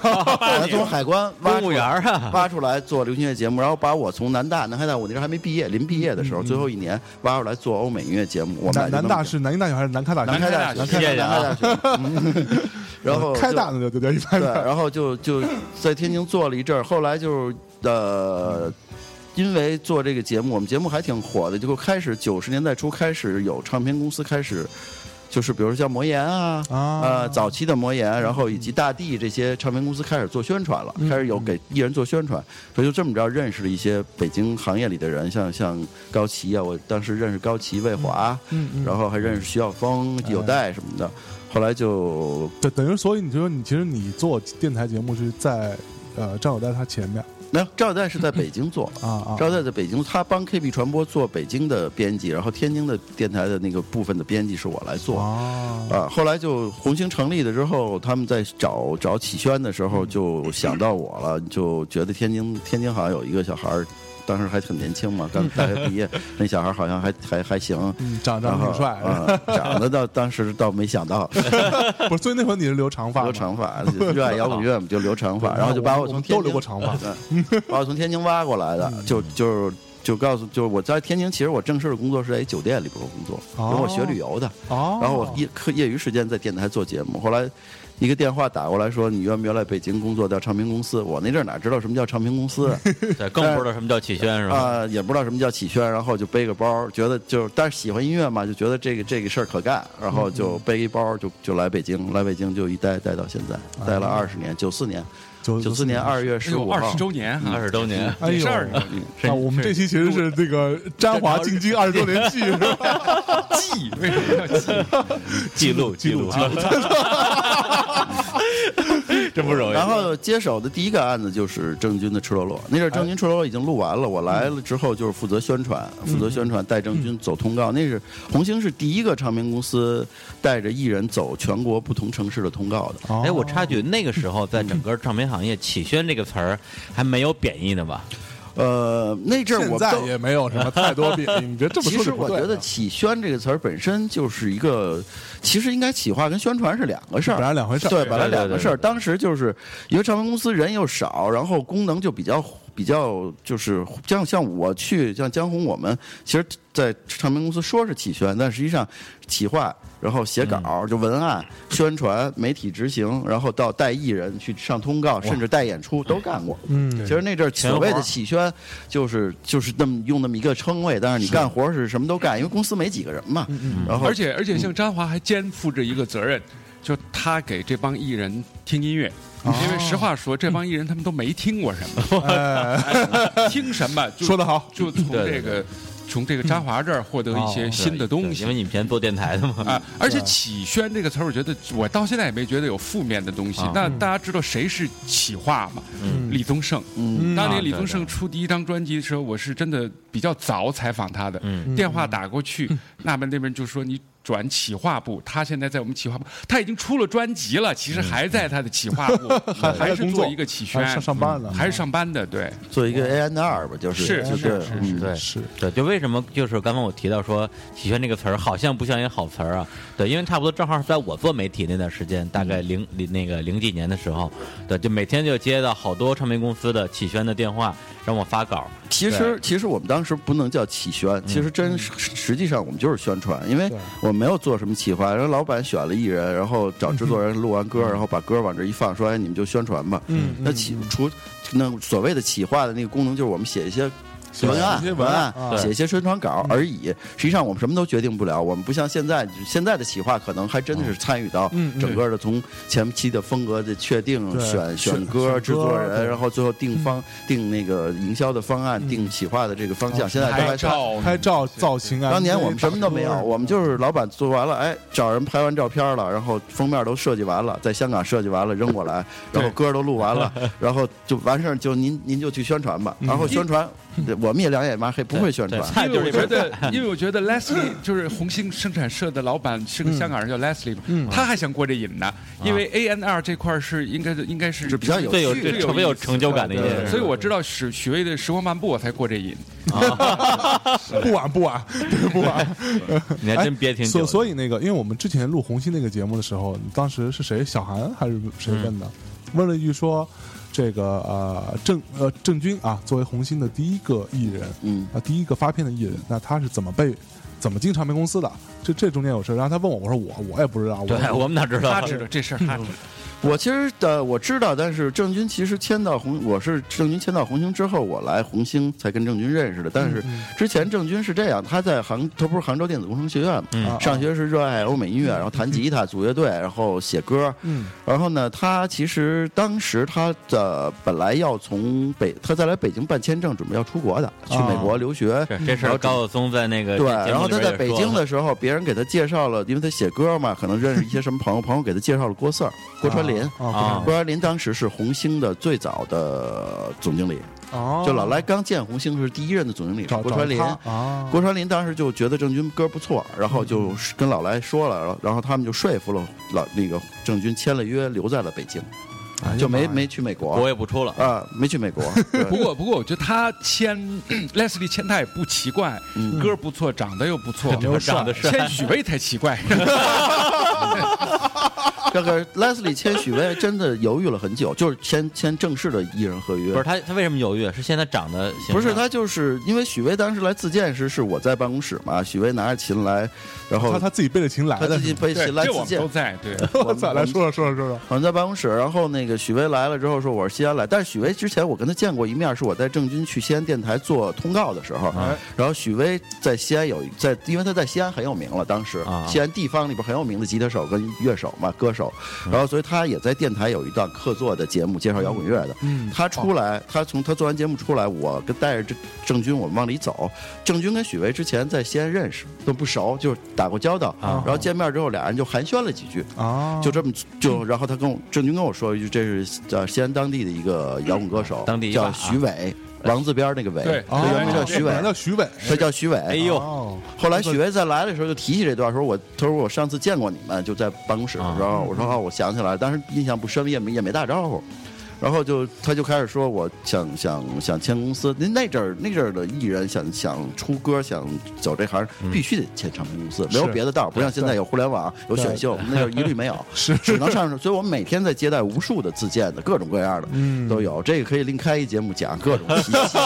[SPEAKER 4] 从海关挖出来
[SPEAKER 2] 公务员儿啊
[SPEAKER 4] <laughs> 挖出来做流行音乐节目，然后把我从南大，南开大我那时候还没毕业，临毕业的
[SPEAKER 2] 嗯
[SPEAKER 4] 时候，最后一年挖出来做欧美音乐节目。我们俩
[SPEAKER 1] 南
[SPEAKER 4] 就
[SPEAKER 1] 南
[SPEAKER 4] 那么
[SPEAKER 1] 大是南京大学还是南开大学？
[SPEAKER 4] 南开
[SPEAKER 3] 大
[SPEAKER 4] 大
[SPEAKER 3] 学
[SPEAKER 4] 学，
[SPEAKER 2] 谢谢啊
[SPEAKER 4] 南开大学，嗯 <laughs> 然后
[SPEAKER 1] 开
[SPEAKER 4] 就
[SPEAKER 1] 大的就就就一般
[SPEAKER 4] 对，然后就就在天津做了一阵儿，后来就是呃。因为做这个节目，我们节目还挺火的，就开始九十年代初开始有唱片公司开始，就是比如说像魔岩啊，
[SPEAKER 1] 啊
[SPEAKER 4] 呃，早期的魔岩，然后以及大地这些唱片公司开始做宣传了，
[SPEAKER 1] 嗯
[SPEAKER 4] 开始有给艺人做宣传，所以就这么着认识了一些北京行业里的人，像像高旗啊，我当时认识高旗、魏华，
[SPEAKER 1] 嗯嗯
[SPEAKER 4] 然后还认识徐晓峰、有代什么的，后来就
[SPEAKER 1] 对，等于所以你就说你其实你做电台节目是在呃张友代他前面
[SPEAKER 4] 没有赵代是在北京做。
[SPEAKER 1] 啊啊，
[SPEAKER 4] 赵代在北京，他帮 KB 传播做北京的编辑，然后天津的电台的那个部分的编辑是我来做。
[SPEAKER 1] 啊
[SPEAKER 4] 啊，后来就红星成立了之后，他们在找找启轩的时
[SPEAKER 1] 嗯
[SPEAKER 4] 候，就想到我了，就觉得天津天津好像有一个小孩儿，当时还很年
[SPEAKER 1] <laughs>
[SPEAKER 4] 轻嘛，刚大学毕业，那小孩儿好像还还还行。
[SPEAKER 1] 嗯，长
[SPEAKER 4] 然
[SPEAKER 1] 长得
[SPEAKER 4] 后
[SPEAKER 1] 挺帅，
[SPEAKER 4] 啊、长得倒当时倒没
[SPEAKER 1] <laughs>
[SPEAKER 4] 想到
[SPEAKER 1] 不是？所以那会儿你是留长发吗，
[SPEAKER 4] 留长发，热爱摇滚乐嘛就留长发，然后就把
[SPEAKER 1] 我
[SPEAKER 4] 从
[SPEAKER 1] 们
[SPEAKER 4] 天
[SPEAKER 1] 都
[SPEAKER 4] 津
[SPEAKER 1] 留过长发，
[SPEAKER 4] <laughs>
[SPEAKER 1] 嗯
[SPEAKER 4] 对，把我从天津挖过来的，就就就告诉，就是我在天津，其实我正式的工作是在一酒店里边工作，因为我学旅游的，
[SPEAKER 1] 哦，
[SPEAKER 4] 然后我业课业余时间在电台做节目，后来。一个电话打过来说你愿不愿来北京工作到唱片公司？我那阵儿哪知道什么叫唱片公
[SPEAKER 3] <laughs>
[SPEAKER 4] 司啊
[SPEAKER 2] 对，更不知道什么叫启轩是吧？
[SPEAKER 4] 啊，也不知道什么叫启轩，然后就背个包，觉得就是但是喜欢音乐嘛，就觉得这个这个事儿可干，然后
[SPEAKER 3] 嗯
[SPEAKER 4] 就背一包就就来北京，来北京就一待待到现在，待了二十年，九四年，
[SPEAKER 1] 九
[SPEAKER 4] 九四年二月
[SPEAKER 3] 哎
[SPEAKER 4] 十
[SPEAKER 3] 呦，
[SPEAKER 4] 五
[SPEAKER 3] 二
[SPEAKER 4] 号嗯
[SPEAKER 3] 十，周年哈
[SPEAKER 2] 二，十周
[SPEAKER 3] <laughs>
[SPEAKER 2] 年，
[SPEAKER 1] 哎
[SPEAKER 3] 也
[SPEAKER 1] 呦
[SPEAKER 3] 是二十周年。
[SPEAKER 1] 啊，我们这期其实是这个沾华进京二十周年记，是
[SPEAKER 4] <laughs>
[SPEAKER 1] 吧？
[SPEAKER 3] 记为什么要记？
[SPEAKER 2] 记录
[SPEAKER 1] 记录
[SPEAKER 2] 记录， <laughs> 真不容易。
[SPEAKER 4] 然后接手的第一个案子就是郑钧的《赤裸裸》，那阵儿郑钧《赤裸裸》已经录完了，我来了之后就是负责宣传，负责宣传带郑钧走通告。那是红星是第一个唱片公司带着艺人走全国不同城市的通告的。
[SPEAKER 2] 哎，
[SPEAKER 1] 哦
[SPEAKER 2] 我插句，那个时候在整个唱片行业，“启轩”这个词儿还没有贬义呢吧？
[SPEAKER 4] 呃，那阵儿
[SPEAKER 1] 现
[SPEAKER 4] 我
[SPEAKER 1] 在
[SPEAKER 4] 都
[SPEAKER 1] 也没有什么太多贬
[SPEAKER 4] <laughs>
[SPEAKER 1] 义，你别这么
[SPEAKER 4] 其
[SPEAKER 1] 说
[SPEAKER 4] 实
[SPEAKER 1] 就不
[SPEAKER 4] 我
[SPEAKER 1] 对了。
[SPEAKER 4] 觉得“启宣”这个词儿本身就是一个，其实应该企划跟宣传是两个事儿，
[SPEAKER 1] 本来两回事儿
[SPEAKER 4] 对，本来
[SPEAKER 2] 对对
[SPEAKER 4] 两个
[SPEAKER 2] 对
[SPEAKER 4] 事儿。
[SPEAKER 2] 对
[SPEAKER 4] 当时就是因为唱片公司人又少，然后功能就比较比较，就是像像我去像江红我们，其实，在唱片公司说是企宣，但实际上企划，然后写稿、
[SPEAKER 1] 嗯
[SPEAKER 4] 就文案、宣传、媒体执行，然后到带艺人去上通告，甚至带演出都干过。
[SPEAKER 1] 嗯
[SPEAKER 4] 其实那阵儿所谓的企宣，就是就是那么用那么一个称谓，但是你干活是什么都干，因为公司没几个人嘛。
[SPEAKER 1] 嗯
[SPEAKER 4] 然后
[SPEAKER 3] 而且而且，像张华还肩负着一个责任，就他给这帮艺人听音乐。
[SPEAKER 1] 哦
[SPEAKER 3] 因为实话说，这帮艺人他们都没听过什么，
[SPEAKER 1] 哎， <laughs>
[SPEAKER 3] 听什么就
[SPEAKER 1] 说得
[SPEAKER 4] <laughs>
[SPEAKER 1] 好，
[SPEAKER 3] 就从
[SPEAKER 2] 对
[SPEAKER 3] 这
[SPEAKER 2] 对
[SPEAKER 3] 个从这个张华这儿获得一些
[SPEAKER 1] 哦
[SPEAKER 3] 新的东
[SPEAKER 2] 对因
[SPEAKER 3] 西
[SPEAKER 2] 为你以前做电台的嘛，
[SPEAKER 3] 啊。而且“启轩”这个词儿，我觉得我到现在也没觉得有负面的东西
[SPEAKER 2] 啊。
[SPEAKER 3] 那大家知道谁是企划吗？李宗盛。
[SPEAKER 4] 嗯，
[SPEAKER 3] 当
[SPEAKER 2] 啊
[SPEAKER 3] 年李
[SPEAKER 2] 对对
[SPEAKER 3] 宗盛出第一张专辑的时候，我是真的比较早采访他的，
[SPEAKER 2] 嗯
[SPEAKER 3] 电话打过去，那边那边就说你转企划部，他现在在我们企划部，他已经出了专辑了，其实还在他的企划部，还是做一个企宣
[SPEAKER 1] 哎还，是上上班呢
[SPEAKER 3] 还是上班的，对，
[SPEAKER 4] 做一个 A N R 吧，就是
[SPEAKER 3] 是
[SPEAKER 4] 就是是
[SPEAKER 3] 是
[SPEAKER 4] 嗯对。
[SPEAKER 1] 是
[SPEAKER 2] 对，就为什么就是刚刚我提到说“体圈”这个词儿，好像不像一个好词儿啊？对，因为差不多正好是在我做媒体那段时间，大
[SPEAKER 4] 嗯
[SPEAKER 2] 概零零那个零几年的时候，对，就每天就接到好多唱片公司的企宣的电话，让我发稿。
[SPEAKER 4] 其实，其实我们当时不能叫企宣，其实真实实际上我们就是宣传，因为
[SPEAKER 1] 对
[SPEAKER 4] 我没有做什么企划，然后老板选了艺人，然后找制作人录完歌，然后把歌往这一放，说哎你们就宣传吧。
[SPEAKER 1] 嗯
[SPEAKER 4] 那企除那所谓的企划的那个功能，就是我们写一些
[SPEAKER 1] 写
[SPEAKER 4] 文案
[SPEAKER 1] 一些、文
[SPEAKER 4] 文
[SPEAKER 1] 案
[SPEAKER 4] 案
[SPEAKER 1] 啊，
[SPEAKER 4] 写一些宣传稿而已。实际上我们什么都决定不了，我们不像现在现在的企划，可能还真的是参与到
[SPEAKER 1] 嗯嗯
[SPEAKER 4] 整个的从前期的风格的确定、
[SPEAKER 1] 对
[SPEAKER 4] 选
[SPEAKER 1] 选
[SPEAKER 4] 歌、
[SPEAKER 1] 选
[SPEAKER 4] 制作
[SPEAKER 1] 歌对嗯
[SPEAKER 4] 人，然后最后定方、定那个营销的方案、定企划的这个
[SPEAKER 1] 哦
[SPEAKER 4] 方向。现在大概
[SPEAKER 3] 拍
[SPEAKER 4] 是。
[SPEAKER 3] 照
[SPEAKER 1] 拍照造型啊。
[SPEAKER 4] 当年我们什么都没有，我们
[SPEAKER 2] 啊
[SPEAKER 4] 就是老板做完了，哎，找人拍完照片了，然后封面都设计完了，在香港设计完了扔过来，然后歌都录完
[SPEAKER 2] <laughs>
[SPEAKER 4] 了，然后就完事儿，就您您就去宣传吧。然后宣传，对我们也两眼抹黑，不会宣传
[SPEAKER 2] 嗯
[SPEAKER 4] 哎
[SPEAKER 2] 对。 <laughs>
[SPEAKER 3] 因为我觉得，因为我觉得 Leslie 就是红星生产社的老板是个香
[SPEAKER 2] 嗯
[SPEAKER 3] 港人，叫 Leslie 嘛，他还想过这瘾呢。
[SPEAKER 2] 啊
[SPEAKER 3] 因为 A N R 这块儿是应该应该是
[SPEAKER 4] 是比较有
[SPEAKER 2] 最有
[SPEAKER 4] 趣
[SPEAKER 2] 这
[SPEAKER 3] 的
[SPEAKER 2] 特别有成就感的一件
[SPEAKER 3] 对
[SPEAKER 2] 事。
[SPEAKER 3] 所以我知道许许巍的《时光漫步》，啊我才过这瘾。
[SPEAKER 1] 不晚不晚，对不
[SPEAKER 4] <laughs>
[SPEAKER 1] 晚。
[SPEAKER 2] 你还真别挺久
[SPEAKER 1] 所
[SPEAKER 2] 的。
[SPEAKER 1] 所
[SPEAKER 4] 哎
[SPEAKER 1] 以那个，因为我们之前录红星那个节目的时候，当时是谁？小韩还是谁
[SPEAKER 4] 嗯
[SPEAKER 1] 问的？问了一句说，这个呃郑呃郑钧啊，作为红星的第一个艺人，
[SPEAKER 4] 嗯
[SPEAKER 1] 啊第一个发片的艺人，那他是怎么被怎么进唱片公司的？这这中间有事，然后他问我，我说我我也不知道，
[SPEAKER 2] 对，我们哪知道？
[SPEAKER 3] 他知道
[SPEAKER 2] <laughs>
[SPEAKER 3] 这事儿，他知道。
[SPEAKER 4] 我其实呃我知道，但是郑钧其实签到红，我是郑钧签到红星之后，我来红星才跟郑钧认识的。但
[SPEAKER 2] 嗯
[SPEAKER 4] 是
[SPEAKER 1] 嗯啊
[SPEAKER 4] 之前郑钧是这样，他在杭，他不是杭州电子工程学院嘛，
[SPEAKER 2] 嗯
[SPEAKER 1] 啊
[SPEAKER 4] 嗯上学时热爱欧美音乐，然后弹吉他、组乐队，然后写歌。
[SPEAKER 1] 嗯
[SPEAKER 4] 然后呢，他其实当时他的本来要从北，他在来北京办签证，准备要出国的，去美国留学。
[SPEAKER 2] 啊是这事
[SPEAKER 4] 然后
[SPEAKER 2] 儿高晓松在那个
[SPEAKER 4] 对，
[SPEAKER 2] 节
[SPEAKER 4] 然
[SPEAKER 2] 目
[SPEAKER 4] 后
[SPEAKER 2] 里
[SPEAKER 4] 他
[SPEAKER 2] 边
[SPEAKER 4] 在
[SPEAKER 2] 也
[SPEAKER 4] 北
[SPEAKER 2] 说
[SPEAKER 4] 京
[SPEAKER 2] 了
[SPEAKER 4] 的时候，别人给他介绍了，因为他写歌嘛，可能认识一些什么朋友，朋友给他介绍了郭 Sir 郭川林。
[SPEAKER 1] 啊
[SPEAKER 4] 郭川林当时是红星的最早的总经理，
[SPEAKER 1] 哦，
[SPEAKER 4] 就老来刚建红星是第一任的总经理是
[SPEAKER 1] 找
[SPEAKER 4] 郭川林。
[SPEAKER 1] 啊，
[SPEAKER 4] 郭川林当时就觉得郑钧歌不错，然后就
[SPEAKER 2] 嗯
[SPEAKER 4] 跟老来说了，然后然后他们就说服了老那个郑钧签了约，留在了北京，
[SPEAKER 1] 哎
[SPEAKER 4] 就没没去美
[SPEAKER 2] 我
[SPEAKER 4] 国
[SPEAKER 2] 也不出了。
[SPEAKER 4] 啊，没去美国。
[SPEAKER 3] 不
[SPEAKER 4] 对
[SPEAKER 3] 过不过，我觉得他签 <coughs> Leslie 签他也不奇怪，
[SPEAKER 4] 嗯
[SPEAKER 3] 歌不错，长得又不错，
[SPEAKER 1] 没有事儿
[SPEAKER 2] 长得帅
[SPEAKER 3] 签许巍才
[SPEAKER 2] <laughs>
[SPEAKER 3] 奇怪。
[SPEAKER 4] 这个 Leslie 签许巍真的犹豫了很久，就是签签正式的艺人合约
[SPEAKER 2] 不是。他，他为什么犹豫？是现在长得
[SPEAKER 4] 不是他，就是因为许巍当时来自荐时是我在办公室嘛，许巍拿着琴来，然后
[SPEAKER 1] 他他自己背着琴来
[SPEAKER 4] 他
[SPEAKER 1] 的
[SPEAKER 4] 自，己背
[SPEAKER 3] 对，
[SPEAKER 4] 琴来
[SPEAKER 3] 这
[SPEAKER 4] 自
[SPEAKER 3] 我们
[SPEAKER 4] 荐
[SPEAKER 3] 都，在。
[SPEAKER 2] <laughs>
[SPEAKER 3] 对，
[SPEAKER 1] 我操，来说说说说说，
[SPEAKER 4] 我们在办公室，然后那个许巍来了之后说我是西安来，但是许巍之前我跟他见过一面，是我在郑钧去西安电台做通告的时候，
[SPEAKER 1] 哎
[SPEAKER 4] 然后许巍在西安有一在，因为他在西安很有名了，当时、
[SPEAKER 2] 啊
[SPEAKER 4] 西安地方里边很有名的吉他手跟乐手嘛，歌手，
[SPEAKER 2] 嗯
[SPEAKER 4] 然后所以他也在电台有一段客座的节目，介绍摇滚乐的。
[SPEAKER 1] 嗯，
[SPEAKER 4] 他出来，他从他做完节目出来，我跟带着郑郑钧，我们往里走。郑钧跟许巍之前在西安认识，都不熟，就是打过交道。
[SPEAKER 2] 啊
[SPEAKER 4] 然后见面之后，俩人就寒暄了几句。
[SPEAKER 1] 啊，
[SPEAKER 4] 就这么就，然后他跟我郑钧跟我说一句，这是叫西安当地的一个摇滚歌手，
[SPEAKER 2] 当地一把
[SPEAKER 4] 叫
[SPEAKER 2] 啊
[SPEAKER 4] 徐伟，王字边那个伟，
[SPEAKER 3] 对
[SPEAKER 1] 哦
[SPEAKER 4] 他原名叫徐伟
[SPEAKER 1] 原来，叫徐伟，
[SPEAKER 4] 他叫徐
[SPEAKER 2] 哎
[SPEAKER 4] 伟。
[SPEAKER 2] 呦，
[SPEAKER 1] 哦
[SPEAKER 4] 后来许巍再来的时候就提起这段，说我他说我上次见过你们，就在办公室，
[SPEAKER 2] 啊
[SPEAKER 4] 然后我说啊，我想起来了，当时印象不深，也没也没打招呼。然后就他就开始说，我想想想签公司。那那阵儿那阵儿的艺人想想出歌，想走这行，必须得签唱片公司，没有
[SPEAKER 1] 是
[SPEAKER 4] 别的道儿，不像现在有互联网有选秀，那阵儿一律没有，
[SPEAKER 1] <laughs> 是
[SPEAKER 4] 只能上。所以我们每天在接待无数的自荐的各种各样的。
[SPEAKER 1] 嗯
[SPEAKER 4] 都有，这个可以另开一节目讲
[SPEAKER 1] <laughs>
[SPEAKER 4] 各种奇奇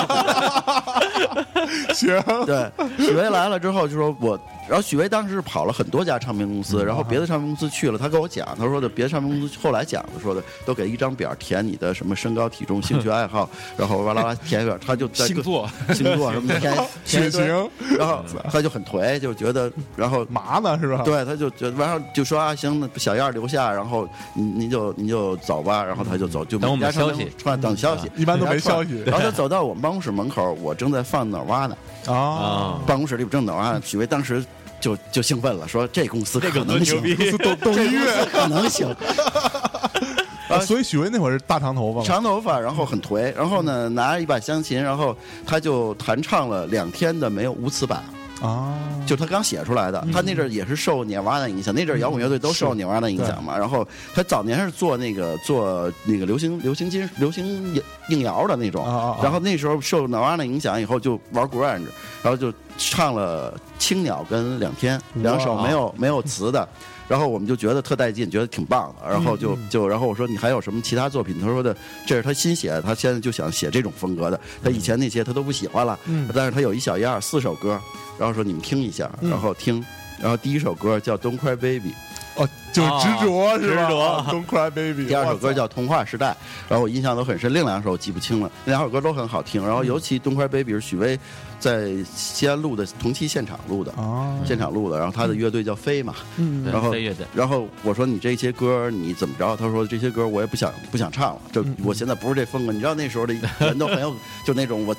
[SPEAKER 1] 行，
[SPEAKER 4] 对，许巍来了之后就说我，然后许巍当时是跑了很多家唱片公
[SPEAKER 1] 嗯
[SPEAKER 4] 司，然后别的唱片公司去了，他跟我讲，他说的别的唱片公司后来讲的说的都给一张表填你的什么身高体重兴趣爱好，然后哇啦啦填一表，他就在各
[SPEAKER 3] 星座
[SPEAKER 4] 星座什么的填填
[SPEAKER 1] <laughs> 血
[SPEAKER 4] 一堆
[SPEAKER 1] 型
[SPEAKER 4] 然后他就很颓，就觉得然后。
[SPEAKER 1] 麻呢是吧？
[SPEAKER 4] 对，他就觉得，然后就说啊，行，那小样儿留下，然后您您就您就走吧，然后他就走，就
[SPEAKER 2] 等我们
[SPEAKER 4] 加上
[SPEAKER 2] 消息嗯
[SPEAKER 4] 串等消息， <laughs>
[SPEAKER 1] 一般都没消息
[SPEAKER 4] 然后他走到我们办公室门口，我正在放哪儿挖呢，
[SPEAKER 1] 啊，
[SPEAKER 4] 办公室里边正等啊，许巍当时就就兴奋了，说这公司可
[SPEAKER 2] 多
[SPEAKER 4] 能行， <laughs> 这
[SPEAKER 1] 是懂懂音
[SPEAKER 4] 公司
[SPEAKER 1] 乐，
[SPEAKER 4] 可
[SPEAKER 2] <laughs>
[SPEAKER 4] 能行。
[SPEAKER 1] 啊所以许巍那会儿是大长头发嘛，
[SPEAKER 4] 长头发，然后很颓，然后呢拿着一把香琴，然后他就弹唱了两天的没有无词版，
[SPEAKER 1] 啊，
[SPEAKER 4] 就他刚写出来的，他那阵儿也是受涅瓦的影响，那阵儿摇滚乐队都
[SPEAKER 1] 嗯
[SPEAKER 4] 受
[SPEAKER 1] 是
[SPEAKER 4] 涅瓦的影响嘛。然后他早年是做那个做那个流行流行金流行硬摇的那种
[SPEAKER 1] 啊啊啊，
[SPEAKER 4] 然后那时候受涅瓦的影响以后就玩 grunge，然后就唱了《青鸟》跟《两天》两首
[SPEAKER 1] 哇
[SPEAKER 4] 没有没有词的。然后我们就觉得特带劲，觉得挺棒
[SPEAKER 1] 嗯
[SPEAKER 4] 的。然后就就然后我说你还有什么其他作品？他说的这是他新写的，他现在就想写这种风格的。他以前那些他都不喜欢了，
[SPEAKER 1] 嗯
[SPEAKER 4] 但是他有一小样四首歌，然后说你们听一下，
[SPEAKER 1] 嗯
[SPEAKER 4] 然后听。然后第一首歌叫《Don't Cry Baby》，
[SPEAKER 1] 哦，就是执着是吧？
[SPEAKER 2] 执着
[SPEAKER 1] 啊 Don't cry baby。
[SPEAKER 4] 第二首歌
[SPEAKER 1] 哇塞
[SPEAKER 4] 叫《童话时代》，然后我印象都很深。另两首我记不清了，那两首歌都很好听。然后尤其《Don't Cry Baby》是许巍在西安录的，同期现场录的，
[SPEAKER 1] 啊，
[SPEAKER 4] 现场录的。然后他的乐队叫飞嘛，
[SPEAKER 1] 嗯
[SPEAKER 2] 对
[SPEAKER 4] 然后
[SPEAKER 2] 飞乐队，
[SPEAKER 4] 然后我说你这些歌你怎么着？他说这些歌我也不想不想唱了，这
[SPEAKER 1] 嗯嗯
[SPEAKER 4] 我现在不是这风格。你知道那时候的人都很有，就那种我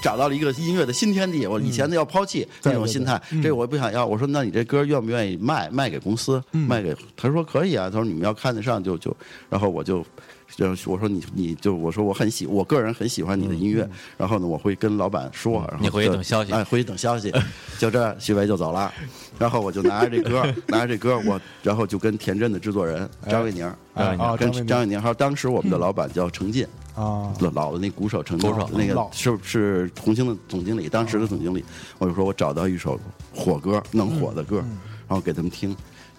[SPEAKER 4] 找到了一个音乐的新天地，我以前的要抛弃
[SPEAKER 1] 对
[SPEAKER 4] 那种心态
[SPEAKER 1] 对对嗯，
[SPEAKER 4] 这我也不想要。我说那你这歌愿不愿意卖卖给公司？
[SPEAKER 1] 嗯
[SPEAKER 4] 卖给他说可以啊，他说你们要看得上就就，然后我就。就呃我说你你就我说我很喜我个人很喜欢你的音乐，然后呢我会跟老板说，然后
[SPEAKER 2] 你回去
[SPEAKER 4] 就
[SPEAKER 2] 等消息
[SPEAKER 4] 哎，回去等消息。就这，徐伟就走了，然后我就拿着这歌，拿着这歌，我然后就跟田震的制作人张卫宁，
[SPEAKER 1] 哎啊，
[SPEAKER 4] 跟
[SPEAKER 1] 张卫
[SPEAKER 4] 张
[SPEAKER 1] 宁
[SPEAKER 4] 卫宁，还有当时我们的老板叫程进，
[SPEAKER 1] 啊，
[SPEAKER 4] 老老的那鼓手程进
[SPEAKER 2] 鼓手，
[SPEAKER 4] 那个
[SPEAKER 1] 老
[SPEAKER 4] 是是红星的总经理，当时的总经理，我就说我找到一首火歌，能火的歌，
[SPEAKER 1] 嗯
[SPEAKER 4] 然后给他们听。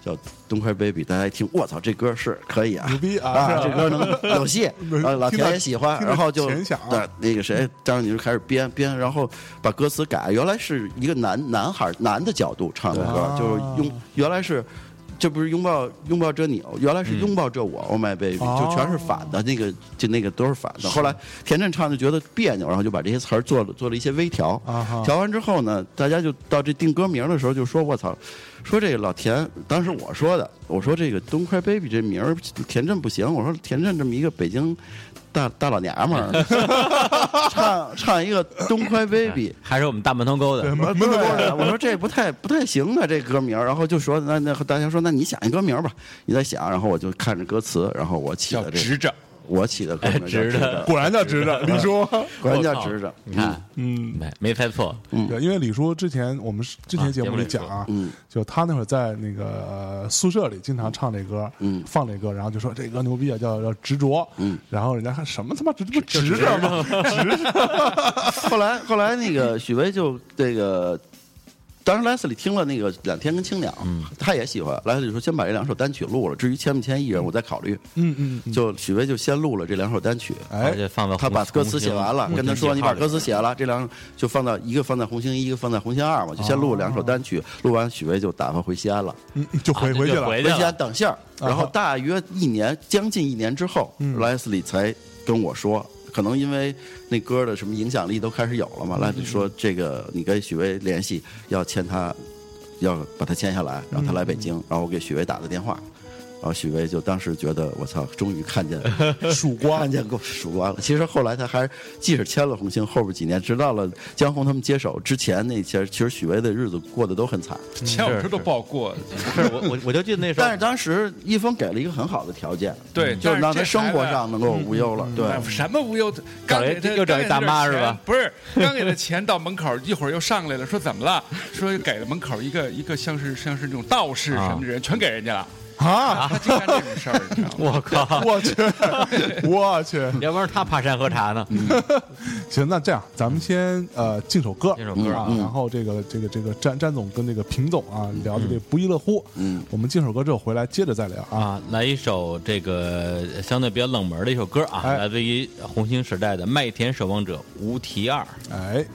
[SPEAKER 4] 叫《东快 baby》，大家一听，我操，这歌是可以啊，
[SPEAKER 1] 牛逼啊
[SPEAKER 4] 啊，
[SPEAKER 1] 是
[SPEAKER 4] 这
[SPEAKER 1] 吧
[SPEAKER 4] 歌能
[SPEAKER 1] <laughs>
[SPEAKER 4] 有戏，然后老田也喜欢，
[SPEAKER 1] 听着
[SPEAKER 4] 然后就
[SPEAKER 1] 浅显啊
[SPEAKER 4] 对那个谁，张宁就开始编编，然后把歌词改，原来是一个男男孩男的角度唱的歌
[SPEAKER 1] 对，
[SPEAKER 4] 就是拥，原来是。这不是拥抱拥抱着你，原来是拥抱着我、o h my baby，
[SPEAKER 1] 嗯哦
[SPEAKER 4] 就全是反的，那个就那个都是反的。后来田震唱就觉得别扭，然后就把这些词儿做了做了一些微调，
[SPEAKER 1] 啊哈
[SPEAKER 4] 调完之后呢，大家就到这定歌名的时候就说：“我操，说这个老田，当时我说的，我说这个《东快 baby》这名儿田震不行，我说田震这么一个北京大大老娘们儿， <laughs> 唱唱一个《东快 baby》。”
[SPEAKER 2] 还是我们大门头沟
[SPEAKER 1] 啊 <laughs>
[SPEAKER 2] 的，
[SPEAKER 4] 我说对我说这不太不太行啊，这歌名儿。然后就说那那大家说，那你想一歌名儿吧，你再想。然后我就看着歌词，然后我起
[SPEAKER 3] 叫
[SPEAKER 4] 的这
[SPEAKER 3] 直着。
[SPEAKER 2] 嗯
[SPEAKER 4] 我起的歌名儿叫
[SPEAKER 2] 直着
[SPEAKER 4] 着，
[SPEAKER 2] <laughs>
[SPEAKER 1] 果然叫直
[SPEAKER 4] <laughs>
[SPEAKER 1] 着，李叔。
[SPEAKER 4] 果然
[SPEAKER 2] 我
[SPEAKER 4] 叫
[SPEAKER 2] 靠
[SPEAKER 4] 直着。
[SPEAKER 2] 你看，
[SPEAKER 1] 嗯，
[SPEAKER 2] 没没猜错，
[SPEAKER 1] 对，因为李叔之前我们是之前
[SPEAKER 2] 啊
[SPEAKER 1] 节目里
[SPEAKER 2] 节
[SPEAKER 1] 讲
[SPEAKER 2] 目里
[SPEAKER 1] 啊，
[SPEAKER 4] 嗯
[SPEAKER 1] 就他那会儿在那个呃宿舍里经常唱这歌，
[SPEAKER 4] 嗯
[SPEAKER 1] 放这歌，然后就说这歌牛逼啊，叫叫执着，
[SPEAKER 4] 嗯，
[SPEAKER 1] 然后人家看什么他妈执不执着吗？
[SPEAKER 4] 后来后来那个许巍就这个。当时莱斯里听了那个两天跟青鸟，
[SPEAKER 2] 嗯
[SPEAKER 4] 他也喜欢。莱斯里说先把这两首单曲录了，至于签不签艺人，我再考虑。
[SPEAKER 1] 嗯嗯，
[SPEAKER 2] <laughs>
[SPEAKER 1] 嗯
[SPEAKER 4] 就许巍就先录了这两首单曲，
[SPEAKER 2] 而
[SPEAKER 1] 哎，
[SPEAKER 2] 且放到
[SPEAKER 4] 他把
[SPEAKER 2] 哦红
[SPEAKER 4] 歌词写完了，
[SPEAKER 2] 红
[SPEAKER 4] 跟他
[SPEAKER 2] 星
[SPEAKER 4] 说
[SPEAKER 2] 记
[SPEAKER 4] 你
[SPEAKER 2] 号
[SPEAKER 4] 把
[SPEAKER 2] 里
[SPEAKER 4] 歌词写了，这两就放到一个放在红星一，一个放在红星二嘛，就先录了
[SPEAKER 2] 哦
[SPEAKER 4] 两首单曲，录完许巍就打发回西安了，
[SPEAKER 1] 嗯就回
[SPEAKER 2] 啊
[SPEAKER 1] 回去
[SPEAKER 2] 就
[SPEAKER 1] 了，
[SPEAKER 2] 回
[SPEAKER 4] 回
[SPEAKER 2] 去
[SPEAKER 4] 西
[SPEAKER 2] 了
[SPEAKER 4] 安等信儿。
[SPEAKER 1] 啊
[SPEAKER 4] 然后大约一年，将近一年之后
[SPEAKER 1] 嗯
[SPEAKER 4] ，Leslie 才跟我说。可能因为那歌的什么影响力都开始有了
[SPEAKER 2] 嗯
[SPEAKER 4] 嘛，来说这个你跟许巍联系，要签他，要把他签下来，然后他来北
[SPEAKER 2] 嗯
[SPEAKER 4] 京，然后我给许巍打的电话，然后许巍就当时觉得我操，终于看
[SPEAKER 2] <laughs>
[SPEAKER 4] 见
[SPEAKER 1] 曙光
[SPEAKER 4] 看见过曙光了。其实后来他还即使签了红星，后边几年，直到了江红他们接手之前那些，其实许巍的日子过得都很惨。
[SPEAKER 3] 前
[SPEAKER 2] 是
[SPEAKER 3] 我这都
[SPEAKER 2] 是
[SPEAKER 3] 报过，
[SPEAKER 2] 是我我我就记得那时候
[SPEAKER 4] 但是当时一峰给了一个很好的条件，
[SPEAKER 3] 对
[SPEAKER 4] 就是
[SPEAKER 3] 但
[SPEAKER 4] 让
[SPEAKER 3] 是
[SPEAKER 4] 他
[SPEAKER 3] 这
[SPEAKER 4] 生活
[SPEAKER 3] 孩子
[SPEAKER 4] 上能够无忧了。对
[SPEAKER 3] 哎，什么无忧？
[SPEAKER 2] 找
[SPEAKER 3] 刚
[SPEAKER 2] 一
[SPEAKER 3] 给他
[SPEAKER 2] 又找一
[SPEAKER 3] 刚给他
[SPEAKER 2] 大妈
[SPEAKER 3] 点
[SPEAKER 2] 是吧
[SPEAKER 3] 钱？不是，刚给他钱到门口，一会儿又上来了，说怎么了？说给了门口一个一个像是像是那种道士什么的人，全给人家了。
[SPEAKER 1] 啊！
[SPEAKER 3] 他经干这种事儿，你知道吗？
[SPEAKER 2] 我靠，
[SPEAKER 1] 我去， <laughs> 我去，
[SPEAKER 2] 要不然他爬山喝茶呢？
[SPEAKER 4] 嗯
[SPEAKER 1] 行，那这样咱们先呃进首歌，
[SPEAKER 2] 进首歌
[SPEAKER 1] 啊，
[SPEAKER 4] 嗯
[SPEAKER 1] 然后这个这个这个詹詹总跟这个平总啊聊的这不亦乐乎，
[SPEAKER 4] 嗯，
[SPEAKER 1] 我们进首歌之后回来接着再聊啊，
[SPEAKER 2] 啊，来一首这个相对比较冷门的一首歌啊，
[SPEAKER 1] 哎
[SPEAKER 2] 来自于红星时代的《麦田守望者》无题二。
[SPEAKER 1] 哎，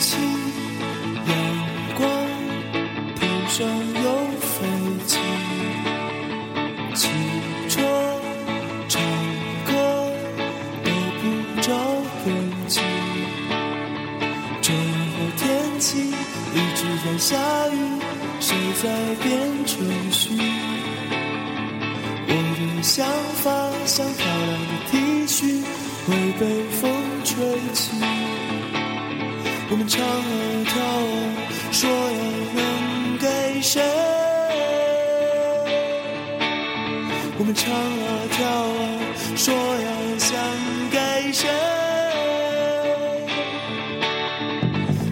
[SPEAKER 5] 我我的想法像漂亮的 T 恤会被风吹起。我们唱啊跳啊，说要能给谁？我们唱啊跳啊，说要想给谁？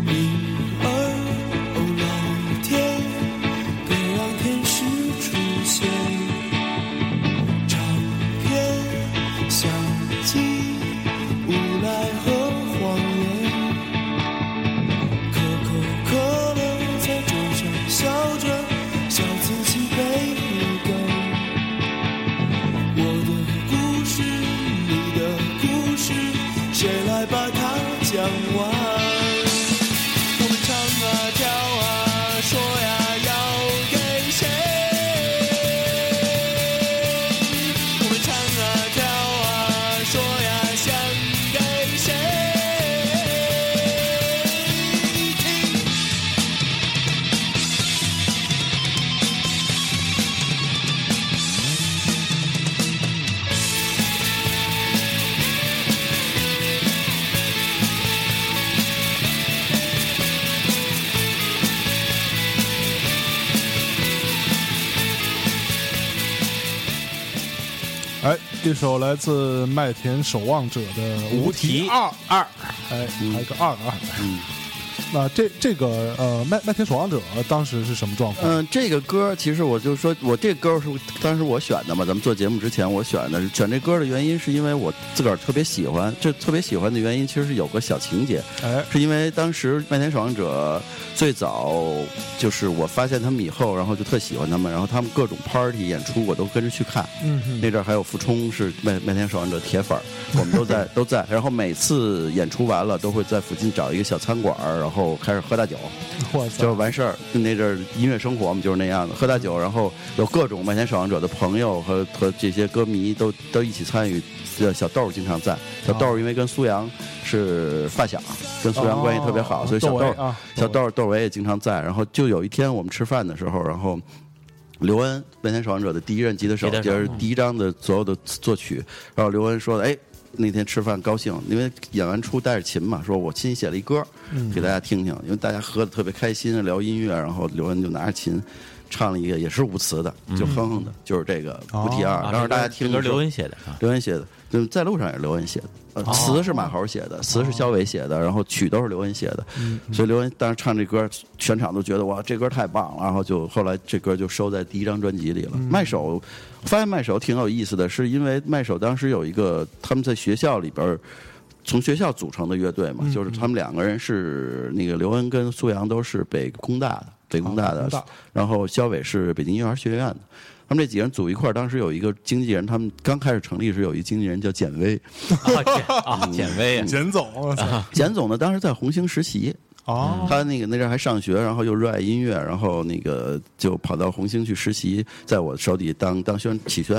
[SPEAKER 5] 你儿，哦，老天，别让天使出现。唱片响起，无赖和谎言。可口可乐在桌上笑着，笑自己被护根。我的故事，你的故事，谁来把它讲完？我们唱啊跳啊，说呀要给谁？我们唱啊跳啊，说呀想给谁听？
[SPEAKER 1] 哎，一首来自麦田守望者的《无题
[SPEAKER 2] 题
[SPEAKER 1] 二二》，
[SPEAKER 4] 嗯
[SPEAKER 1] 哎，还有个二啊。那这这个呃，麦麦田守望者当时是什么状况？
[SPEAKER 4] 嗯，这个歌其实我就说，我这歌是当时我选的嘛，咱们做节目之前我选的。选这歌的原因是因为我自个儿特别喜欢，这特别喜欢的原因其实是有个小情节，
[SPEAKER 1] 哎，
[SPEAKER 4] 是因为当时《麦田守望者》最早就是我发现他们以后，然后就特喜欢他们，然后他们各种 party 演出我都跟着去看。
[SPEAKER 1] 嗯哼，
[SPEAKER 4] 那阵儿还有傅冲是麦麦田守望者铁粉儿，我们
[SPEAKER 1] <laughs>
[SPEAKER 4] 都在都在。然后每次演出完了，都会在附近找一个小餐馆儿，然后开始喝大酒，
[SPEAKER 1] 我
[SPEAKER 4] 就是
[SPEAKER 1] 操，
[SPEAKER 4] 完事儿。那阵儿音乐生活嘛，就是那样的，喝大酒，然后有各种麦田守望者的朋友和和这些歌迷都都一起参与。这小豆儿经常在，小豆儿
[SPEAKER 1] 啊
[SPEAKER 4] 因为跟苏阳是发小，跟苏阳关系特别好，
[SPEAKER 1] 哦
[SPEAKER 4] 所以小
[SPEAKER 1] 窦
[SPEAKER 4] 豆
[SPEAKER 1] 唯
[SPEAKER 4] 儿
[SPEAKER 1] 啊，
[SPEAKER 4] 小豆儿豆儿也经常在。然后就有一天我们吃饭的时候，然后刘恩《麦田守望者》的第一任吉他手，
[SPEAKER 2] 吉他手嗯
[SPEAKER 4] 就是第一张的所有的作曲。然后刘恩说：“哎，那天吃饭高兴，因为演完出带着琴嘛，说我新写了一歌，给大家听听。因为大家喝的特别开心，聊音乐，然后刘恩就拿着琴。”唱了一个也是无词的，就哼哼的，就是这个
[SPEAKER 1] 哦
[SPEAKER 4] 无题二，
[SPEAKER 2] 嗯啊
[SPEAKER 4] 当时大家
[SPEAKER 2] 这
[SPEAKER 4] 听
[SPEAKER 2] 歌这歌
[SPEAKER 4] 的时
[SPEAKER 2] 刘
[SPEAKER 4] 候
[SPEAKER 2] 恩写的
[SPEAKER 4] <laughs>
[SPEAKER 2] 啊，
[SPEAKER 4] 刘恩写的，就是在路上也是刘恩写的，呃，
[SPEAKER 1] 哦
[SPEAKER 4] 词是马猴写的，词是肖伟写的，然后曲都是刘恩写的，
[SPEAKER 1] 嗯
[SPEAKER 4] 所以刘恩当时唱这歌，全场都觉得哇，这歌太棒了，然后就后来这歌就收在第一张专辑里了。
[SPEAKER 1] 嗯
[SPEAKER 4] 麦手发现麦手挺有意思的，是因为麦手当时有一个他们在学校里边儿。从学校组成的乐队嘛，
[SPEAKER 1] 嗯
[SPEAKER 4] 就是他们两个人是那个刘恩跟苏阳都是北工大的，北工大
[SPEAKER 1] 哦
[SPEAKER 4] 的，
[SPEAKER 1] 工大
[SPEAKER 4] 然后肖伟是北京音乐学院的。他们这几个人组一块儿，当时有一个经纪人，他们刚开始成立时有一经纪人叫简薇，
[SPEAKER 2] 啊简啊
[SPEAKER 4] 嗯
[SPEAKER 2] 简薇啊，
[SPEAKER 1] 简总，我操，
[SPEAKER 4] 简总呢当时在红星实习，
[SPEAKER 1] 哦，
[SPEAKER 4] 他那个那阵儿还上学，然后又热爱音乐，然后那个就跑到红星去实习，在我手底当当宣启宣。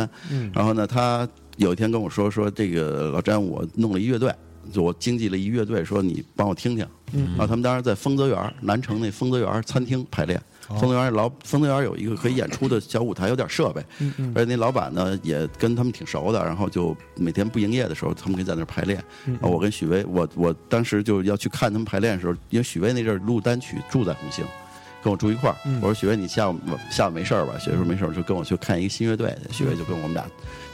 [SPEAKER 4] 然后呢，他有一天跟我说说这个老詹，我弄了一乐队，就我经济了一乐队，说你帮我听听。然后他们当时在丰泽园儿南城那丰泽园儿餐厅排练。丰泽园儿老丰泽园儿有一个可以演出的小舞台，有点设备，
[SPEAKER 1] 嗯
[SPEAKER 4] 而且那老板呢也跟他们挺熟的，然后就每天不营业的时候，他们可以在那儿排练。啊，我跟许巍，我我当时就要去看他们排练的时候，因为许巍那阵儿录单曲住在红星，跟我住一块儿。我说许巍，你下午下午没事儿吧？许巍说没事儿，就跟我去看一个新乐队去。许巍就跟我们俩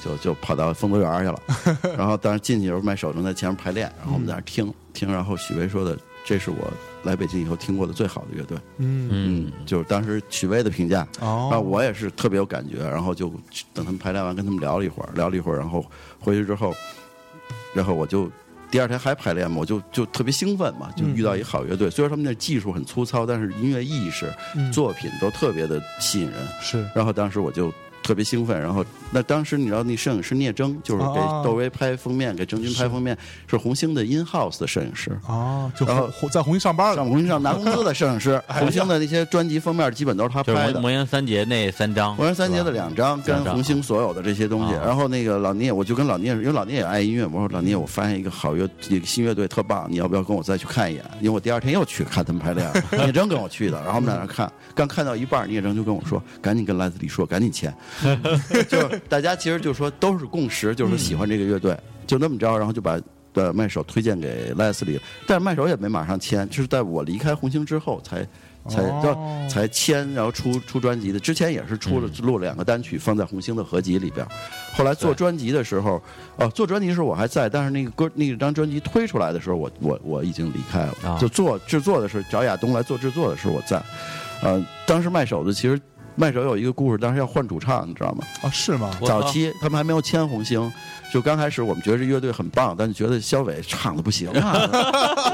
[SPEAKER 4] 就就跑到丰泽园儿去了。然后当时进去的时候，麦手正在前面排练，然后我们在那儿听听。然后许巍说的，这是我来北京以后听过的最好的乐队。
[SPEAKER 1] 嗯，
[SPEAKER 2] 嗯，
[SPEAKER 4] 就是当时许巍的评价。然后
[SPEAKER 1] 哦，
[SPEAKER 4] 啊我也是特别有感觉，然后就等他们排练完，跟他们聊了一会儿，聊了一会儿，然后回去之后，然后我就第二天还排练嘛，我就就特别兴奋嘛，就哎遇到一好乐队。虽然他们那技术很粗糙，但是音乐意识、作品都特别的吸引人。
[SPEAKER 1] 嗯是，
[SPEAKER 4] 然后当时我就特别兴奋，然后那当时你知道那摄影师聂征，就是给
[SPEAKER 1] 啊
[SPEAKER 4] 窦唯拍封面，给郑钧拍封面，是红星的 in house 的摄影师。
[SPEAKER 1] 哦，就
[SPEAKER 4] 然后
[SPEAKER 1] 红在红星上班了，
[SPEAKER 4] 上红星上拿工资的摄影师，红星的那些专辑封面基本都是他
[SPEAKER 2] 就是
[SPEAKER 4] 拍
[SPEAKER 2] 魔
[SPEAKER 4] 的。
[SPEAKER 2] 魔岩三杰那三张，
[SPEAKER 4] 我让三杰的
[SPEAKER 2] 是吧
[SPEAKER 4] 两张跟
[SPEAKER 2] 两张
[SPEAKER 4] 红星所有的这些东西，
[SPEAKER 2] 啊
[SPEAKER 4] 然后那个老聂，我就跟老聂，因为老聂也爱音乐，我说老聂，我发现一个好乐，一个新乐队特棒，你要不要跟我再去看一眼？因为我第二天又去看他们排练了，聂征跟我去的，然后我们俩人看，刚看到一半，聂征就跟我说，赶紧跟来自李硕赶紧签， <laughs> 就是大家其实就说都是共识，就是说喜欢这个乐队，就那么着，然后就把呃麦手推荐给 Leslie，但是麦手也没马上签，就是在我离开红星之后才。才
[SPEAKER 1] 哦
[SPEAKER 4] 到才签，然后出出专辑的。之前也是出了录了两个单曲，放在红星的合集里边。后来做专辑的时候，哦，做专辑的时候我还在，但是那个歌那张专辑推出来的时候，我我我已经离开了。
[SPEAKER 2] 啊
[SPEAKER 4] 就做制作的时候，找亚东来做制作的时候，我在。呃，当时卖手的其实卖手有一个故事，当时要换主唱，你知道吗？
[SPEAKER 1] 啊，是吗？
[SPEAKER 2] 我操
[SPEAKER 4] 早期他们还没有签红星，就刚开始我们觉得这乐队很棒，但是觉得肖伟唱的不行
[SPEAKER 2] <laughs>
[SPEAKER 4] 啊，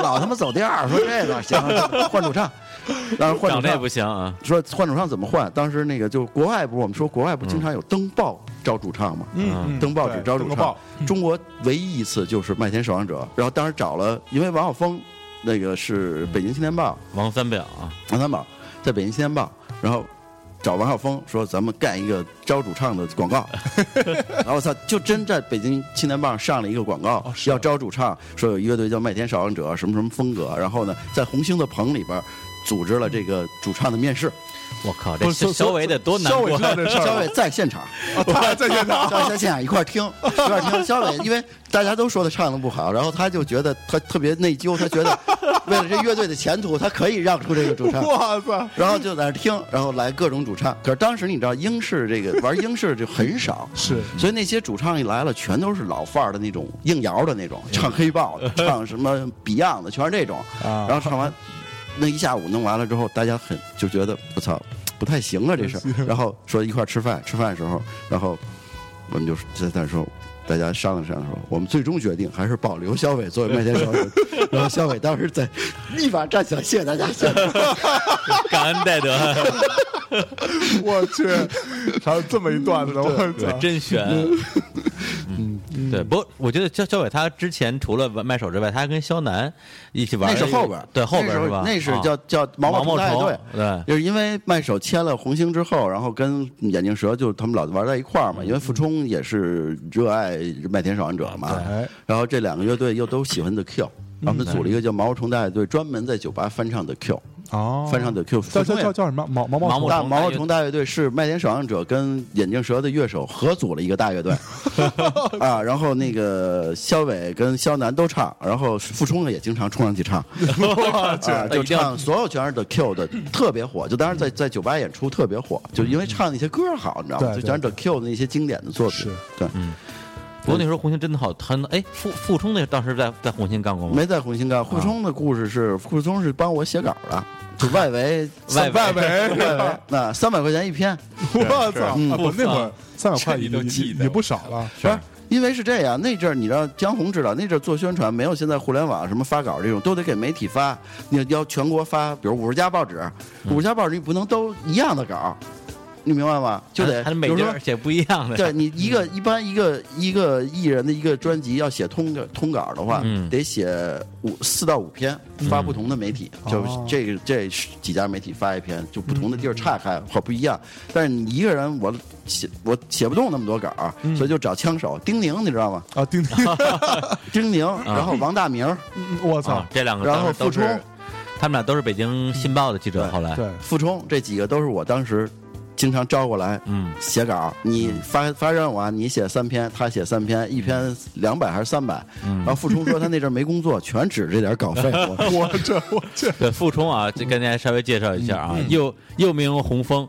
[SPEAKER 4] 老他妈走调儿，说这个行，
[SPEAKER 2] <laughs>
[SPEAKER 4] 换主唱，当时换
[SPEAKER 2] 长得
[SPEAKER 4] 主
[SPEAKER 2] 也
[SPEAKER 4] 唱
[SPEAKER 2] 不行啊，
[SPEAKER 4] 说换主唱怎么换？当时那个就国外不是我们说国外不经常有登报招主唱吗？
[SPEAKER 2] 嗯
[SPEAKER 4] 登报只
[SPEAKER 1] 对
[SPEAKER 4] 招主
[SPEAKER 1] 登个
[SPEAKER 4] 唱
[SPEAKER 1] 报，
[SPEAKER 4] 中国唯一一次就是麦田守望者，然后当时找了，因为王晓峰那个是北京青年报，
[SPEAKER 2] 王三表啊，
[SPEAKER 4] 王三宝在北京青年报，然后找王晓峰说咱们干一个招主唱的广告，然后我操，就真在北京青年报上了一个广告，
[SPEAKER 1] 哦是
[SPEAKER 4] 要招主唱，说有一乐队叫麦田守望者，什么什么风格，然后呢，在红星的棚里边组织了这个主唱的面试，
[SPEAKER 2] 我靠，哎这
[SPEAKER 1] 不是
[SPEAKER 2] 小小伟得多难
[SPEAKER 1] 肖
[SPEAKER 2] 过
[SPEAKER 1] 伟知道这事儿
[SPEAKER 4] 肖
[SPEAKER 1] 了
[SPEAKER 4] 伟在现场，
[SPEAKER 1] 啊，他还在现场。
[SPEAKER 4] 肖伟哦 <laughs> 在现场一块儿听，一块儿听。肖伟因为大家都说他唱的不好，然后他就觉得他特别内疚，他觉得为了这乐队的前途，他可以让出这个主唱。
[SPEAKER 1] 哇塞！
[SPEAKER 4] 然后就在那儿听，然后来各种主唱。可是当时你知道，英式这个玩英式就很少，
[SPEAKER 1] 是
[SPEAKER 4] 所以那些主唱一来了，全都是老范儿的那种硬摇的那种，唱黑豹的，唱什么 Beyond 的，全是这种。
[SPEAKER 1] 啊
[SPEAKER 4] 然后唱完那一下午弄完了之后，大家很就觉得我操，不太行啊这事儿。然后说一块儿吃饭，吃饭的时候，然后我们就在那儿说。大家商量商量说，我们最终决定还是保留肖伟作为麦田手。然后肖伟当时在立马站起来，谢谢大家，谢谢大家。
[SPEAKER 2] 感恩
[SPEAKER 4] <laughs>
[SPEAKER 2] 戴德，
[SPEAKER 1] 我去，还有这么一段子，我
[SPEAKER 2] 对，
[SPEAKER 1] 操！
[SPEAKER 2] 真悬。嗯，对，不过我觉得肖肖伟他之前除了卖手之外，他还跟肖楠一起玩
[SPEAKER 4] 那
[SPEAKER 2] 儿一
[SPEAKER 4] 是
[SPEAKER 2] 个，
[SPEAKER 4] 后边儿，
[SPEAKER 2] 对后
[SPEAKER 4] 那
[SPEAKER 2] 边
[SPEAKER 4] 时
[SPEAKER 2] 儿
[SPEAKER 4] 候
[SPEAKER 2] 是吧？
[SPEAKER 4] 那是
[SPEAKER 2] 啊
[SPEAKER 4] 叫叫毛
[SPEAKER 2] 毛毛
[SPEAKER 4] 虫派
[SPEAKER 2] 虫
[SPEAKER 4] 对，
[SPEAKER 2] 对
[SPEAKER 4] 就是因为麦手签了红星之后，然后跟眼镜蛇就他们老玩在一块儿嘛，因为傅冲也是热爱麦田守望者嘛，
[SPEAKER 2] 嗯
[SPEAKER 1] 哎，
[SPEAKER 4] 然后这两个乐队又都喜欢 The Q。然后他们组了一个叫毛毛虫大乐队，专门在酒吧翻唱 The Q，
[SPEAKER 1] 哦，
[SPEAKER 4] 翻唱 The Q。傅
[SPEAKER 1] 叫叫
[SPEAKER 4] 冲也
[SPEAKER 1] 叫叫什么？毛毛
[SPEAKER 2] 毛
[SPEAKER 1] 毛虫
[SPEAKER 2] 毛
[SPEAKER 4] 大
[SPEAKER 2] 虫
[SPEAKER 4] 毛毛虫大乐队是麦田守望者跟眼镜蛇的乐手合组了一个大乐队啊，然后那个肖伟跟肖楠都唱，然后傅冲也经常冲上去唱，啊，就
[SPEAKER 2] 一定要
[SPEAKER 4] 唱所有全是 The Q 的，特别火。就当时在在酒吧演出特别火，就因为唱那些歌好，你知道吗？
[SPEAKER 1] 对
[SPEAKER 4] 就
[SPEAKER 1] 对
[SPEAKER 4] 全是 The Q 的那些经典的作品
[SPEAKER 1] 是。
[SPEAKER 4] 对，
[SPEAKER 2] 不过那时候红星真的好，很哎，傅傅冲那当时在在红星干过吗？
[SPEAKER 4] 没在红星干。傅冲的故事是傅冲是帮我写稿的，就外围
[SPEAKER 2] 外围
[SPEAKER 1] 外围，
[SPEAKER 4] 外围那三百块钱一篇，
[SPEAKER 1] 我操！
[SPEAKER 4] 嗯
[SPEAKER 1] 啊不那会儿
[SPEAKER 2] 啊
[SPEAKER 1] 三百块也
[SPEAKER 3] 这你都
[SPEAKER 1] 也
[SPEAKER 3] 记得
[SPEAKER 1] 也不少了，
[SPEAKER 4] 不是，因为是这样，那阵儿你让江红知道，那阵儿做宣传没有现在互联网什么发稿这种，都得给媒体发，你要全国发，比如五十家报纸，五十家报纸你不能都一样的稿，你明白吗？就得
[SPEAKER 2] 还得
[SPEAKER 4] 比
[SPEAKER 2] 每
[SPEAKER 4] 如
[SPEAKER 2] 地
[SPEAKER 4] 说
[SPEAKER 2] 儿写不一样 <laughs> 的，
[SPEAKER 4] 对你一个一般一个一个艺人的一个专辑要写通个通稿的话，
[SPEAKER 2] 嗯
[SPEAKER 4] 得写五四到五篇，发不同的媒体，就
[SPEAKER 1] 哦
[SPEAKER 4] 这个这几家媒体发一篇，就不同的地儿岔开或不一样。但是你一个人我写我写不动那么多稿，所以就找枪手丁宁，你知道吗？
[SPEAKER 1] 啊，丁丁，
[SPEAKER 4] 丁宁，然后王大明，
[SPEAKER 1] <laughs> 我
[SPEAKER 2] 啊
[SPEAKER 1] 操！，
[SPEAKER 2] 这两个
[SPEAKER 4] 然
[SPEAKER 2] 当
[SPEAKER 4] 后
[SPEAKER 2] 时
[SPEAKER 4] 傅
[SPEAKER 2] 都
[SPEAKER 4] 冲
[SPEAKER 2] 是，他们俩都是北京新报的记者，
[SPEAKER 4] 对
[SPEAKER 2] 后来，
[SPEAKER 1] 对，
[SPEAKER 4] 傅冲这几个都是我当时经常招过来，
[SPEAKER 2] 嗯，
[SPEAKER 4] 写稿，你发发任务啊，你写三篇，他写三篇，一篇两百还是三百？然后傅冲说他那阵儿没工作，全指这点稿费。我
[SPEAKER 1] 我这我这
[SPEAKER 2] 对，傅冲啊，就跟大家稍微介绍一下啊，
[SPEAKER 4] 嗯
[SPEAKER 2] 又又名洪峰，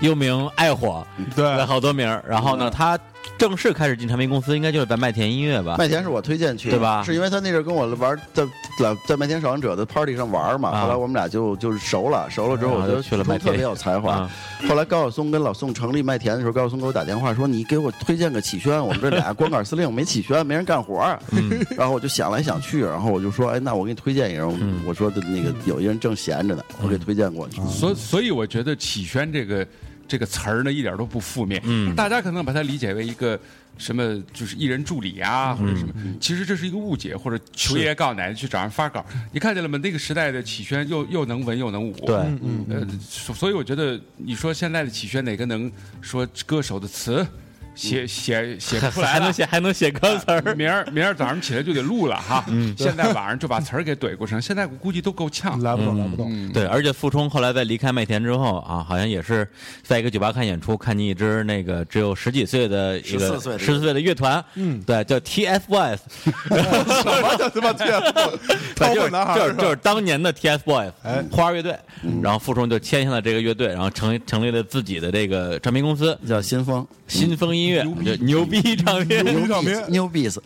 [SPEAKER 2] 又名爱火，
[SPEAKER 4] 嗯
[SPEAKER 1] 对
[SPEAKER 2] 好多名儿。然后呢，他正式开始进唱片公司，应该就是在麦田音乐吧？
[SPEAKER 4] 麦田是我推荐去
[SPEAKER 2] 啊
[SPEAKER 4] 的，
[SPEAKER 2] 对吧
[SPEAKER 4] 是因为他那阵儿跟我玩在在在麦田守望者的 party 上玩嘛，
[SPEAKER 2] 啊
[SPEAKER 4] 后来我们俩就就是熟了，熟了之后
[SPEAKER 2] 然
[SPEAKER 4] 我
[SPEAKER 2] 后
[SPEAKER 4] 觉得
[SPEAKER 2] 就去了
[SPEAKER 4] 傅冲
[SPEAKER 2] 麦田
[SPEAKER 4] 特别有才华
[SPEAKER 2] 啊。
[SPEAKER 4] 后来高晓松跟老宋成立麦田的时候，高晓松给我打电话说：“你给我推荐个启轩，我们这俩光杆司令没启轩，没人干活儿。”
[SPEAKER 2] 嗯
[SPEAKER 4] 然后我就想来想去，然后我就说：“哎，那我给你推荐一人。我”我说：“那
[SPEAKER 2] 嗯
[SPEAKER 4] 个有一人正闲着呢，我给推荐过
[SPEAKER 2] 啊
[SPEAKER 4] 去。”
[SPEAKER 3] <laughs> 所所以我觉得“启轩”这个这个词儿呢，一点都不负面。嗯，大家可能把它理解为一个什么，就是艺人助理啊，或者什么。其实这是一个误解，或者求爷爷告奶奶去找人发稿。你看见了吗？那个时代的启轩又又能文又能武。
[SPEAKER 2] 对，。
[SPEAKER 4] 嗯
[SPEAKER 3] 呃，所所以我觉得你说现在的启轩哪个能说歌手的词，
[SPEAKER 4] 嗯
[SPEAKER 3] 写写写不
[SPEAKER 2] 还
[SPEAKER 3] 出来
[SPEAKER 2] 还能
[SPEAKER 3] 了。啊
[SPEAKER 2] 写还能写歌词儿，
[SPEAKER 3] 明儿明儿早上起来就得录了哈，
[SPEAKER 4] 嗯
[SPEAKER 3] 现在晚上就把词儿给怼过上，现在我估计都够呛。
[SPEAKER 1] 来不动，来不动。
[SPEAKER 2] 对，而且傅冲后来在离开麦田之后啊，好像也是在一个酒吧看演出，看见一支那个只有十几岁的一个
[SPEAKER 4] 14岁的
[SPEAKER 2] 十四岁的乐团，嗯，对，叫
[SPEAKER 3] <laughs>
[SPEAKER 2] TFBOYS，
[SPEAKER 1] 什么叫他妈这样？
[SPEAKER 2] 对，
[SPEAKER 1] 超
[SPEAKER 2] 就
[SPEAKER 1] 过
[SPEAKER 2] 是
[SPEAKER 1] 男孩
[SPEAKER 2] 就
[SPEAKER 1] 儿
[SPEAKER 2] 是
[SPEAKER 1] 是吧
[SPEAKER 2] 就是当年的 TFBOYS，花儿乐队，然后傅冲就签下了这个乐队，然后成成立了自己的这个唱片公司
[SPEAKER 4] 叫新风。
[SPEAKER 2] 新风音乐，就牛逼唱 <laughs> 片，
[SPEAKER 1] 牛逼唱片
[SPEAKER 4] New Beats，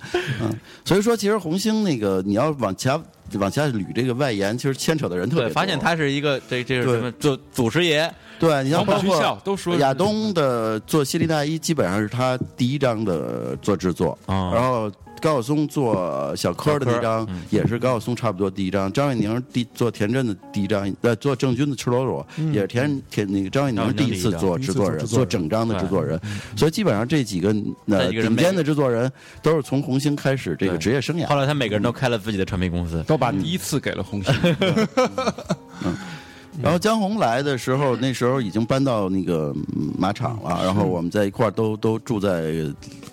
[SPEAKER 4] 嗯，所以说其实红星那个你要往前往下捋这个外延，其实牵扯的人特别
[SPEAKER 2] 对，
[SPEAKER 4] 多
[SPEAKER 2] 发现他是一个这这是什么？就祖师爷，
[SPEAKER 4] 对，你像包
[SPEAKER 3] 黄埔军校
[SPEAKER 4] 括
[SPEAKER 3] 都说是
[SPEAKER 4] 亚东的做《犀利大衣》，基本上是他第一章的做制作，
[SPEAKER 2] 哦
[SPEAKER 4] 然后高晓松做小柯的那张也是高晓松差不多第一章，张伟宁第做田震的第一章，呃，做郑钧的《赤裸裸》也是田田那个张伟宁第一次做制作人，
[SPEAKER 1] 第一次做制作人
[SPEAKER 4] 做整张的制作人，所以基本上这几个
[SPEAKER 2] 这
[SPEAKER 4] 呃
[SPEAKER 2] 几个人
[SPEAKER 4] 顶尖的制作人都是从红星开始这个职业生涯
[SPEAKER 2] 后。来他每个人都开了自己的唱片公司，
[SPEAKER 3] 都把
[SPEAKER 4] 嗯
[SPEAKER 3] 第一次给了红星，
[SPEAKER 4] <laughs>
[SPEAKER 3] 嗯
[SPEAKER 4] 然后江红来的时候，那时候已经搬到那个嗯马场了，然后我们在一块儿都都住在，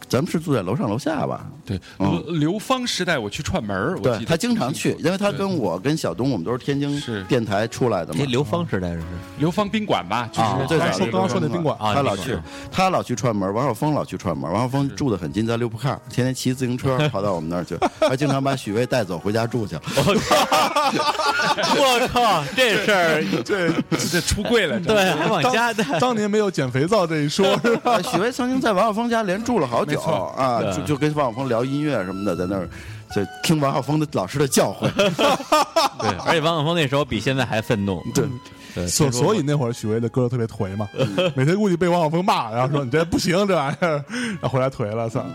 [SPEAKER 4] 咱们是住在楼上楼下吧？
[SPEAKER 3] 对，
[SPEAKER 4] 嗯
[SPEAKER 3] 刘刘芳时代我去串门儿，我
[SPEAKER 4] 对
[SPEAKER 3] 记得
[SPEAKER 4] 他经常去，因为他跟我跟小东，我们都是天津
[SPEAKER 3] 是
[SPEAKER 4] 电台出来的嘛
[SPEAKER 2] 哎，。刘芳时代是
[SPEAKER 3] 刘芳宾馆吧，就
[SPEAKER 2] 啊
[SPEAKER 3] 是
[SPEAKER 4] 最
[SPEAKER 1] 刚刚
[SPEAKER 4] 早是
[SPEAKER 1] 说刚刚说那宾馆，
[SPEAKER 2] 啊
[SPEAKER 4] 他
[SPEAKER 2] 你
[SPEAKER 4] 老
[SPEAKER 2] 说
[SPEAKER 4] 去，他老去串门。王晓峰老去串门，王晓峰住的很近，在六铺炕，天天骑自行车
[SPEAKER 3] <laughs>
[SPEAKER 4] 跑到我们那儿去，还经常把许巍带走回家住去。
[SPEAKER 2] 我靠！我靠！这事儿
[SPEAKER 1] 这
[SPEAKER 3] 这 <laughs> 出柜了，这
[SPEAKER 2] 对，还往家带。
[SPEAKER 1] 当当年没有减肥皂这一说，是吧？
[SPEAKER 4] 啊许巍曾经在王晓峰家连住了好久
[SPEAKER 3] 没错
[SPEAKER 4] 啊，就就跟王晓峰聊音乐什么的，在那儿就听王晓峰的老师的教诲。
[SPEAKER 2] <laughs> 对，而且王晓峰那时候比现在还愤怒。嗯
[SPEAKER 4] 对。
[SPEAKER 2] 对，
[SPEAKER 1] 所
[SPEAKER 2] 听说
[SPEAKER 1] 所以那会儿许巍的歌特别颓嘛，每天估计被王晓峰骂，然后说你这不行这玩意儿，然后回来颓了，操！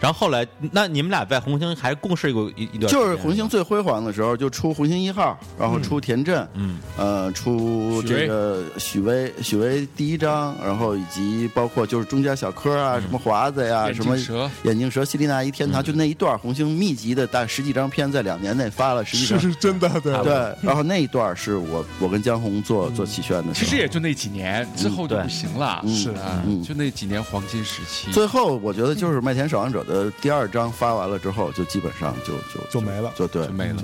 [SPEAKER 2] 然后后来，那你们俩在红星还共事过一一段时间，
[SPEAKER 4] 就是红星最辉煌的时候，就出红星一号，然后出田震，
[SPEAKER 2] 嗯，
[SPEAKER 4] 呃，出这个许巍，许巍第一章，然后以及包括就是中间小柯啊，什么华子呀、
[SPEAKER 3] 眼
[SPEAKER 4] 什
[SPEAKER 3] 镜
[SPEAKER 4] 么
[SPEAKER 3] 蛇
[SPEAKER 4] 眼镜蛇、西丽娜一天堂，就那一段红星密集的，大十几张片，在两年内发了十几
[SPEAKER 1] 是
[SPEAKER 4] 张。
[SPEAKER 1] 是真的，对
[SPEAKER 4] 对，然后那一段是我我跟江红做做齐宣的时
[SPEAKER 3] 其
[SPEAKER 4] 候，
[SPEAKER 3] 实也就那几年，之后就
[SPEAKER 2] 对
[SPEAKER 3] 不行了，
[SPEAKER 1] 是
[SPEAKER 3] 啊
[SPEAKER 4] 嗯，
[SPEAKER 3] 就那几年黄金时期。
[SPEAKER 4] 最后我觉得就是《麦田守望者》的第二章发完了之后，就基本上就就
[SPEAKER 1] 就没了
[SPEAKER 4] 就对
[SPEAKER 3] 就没了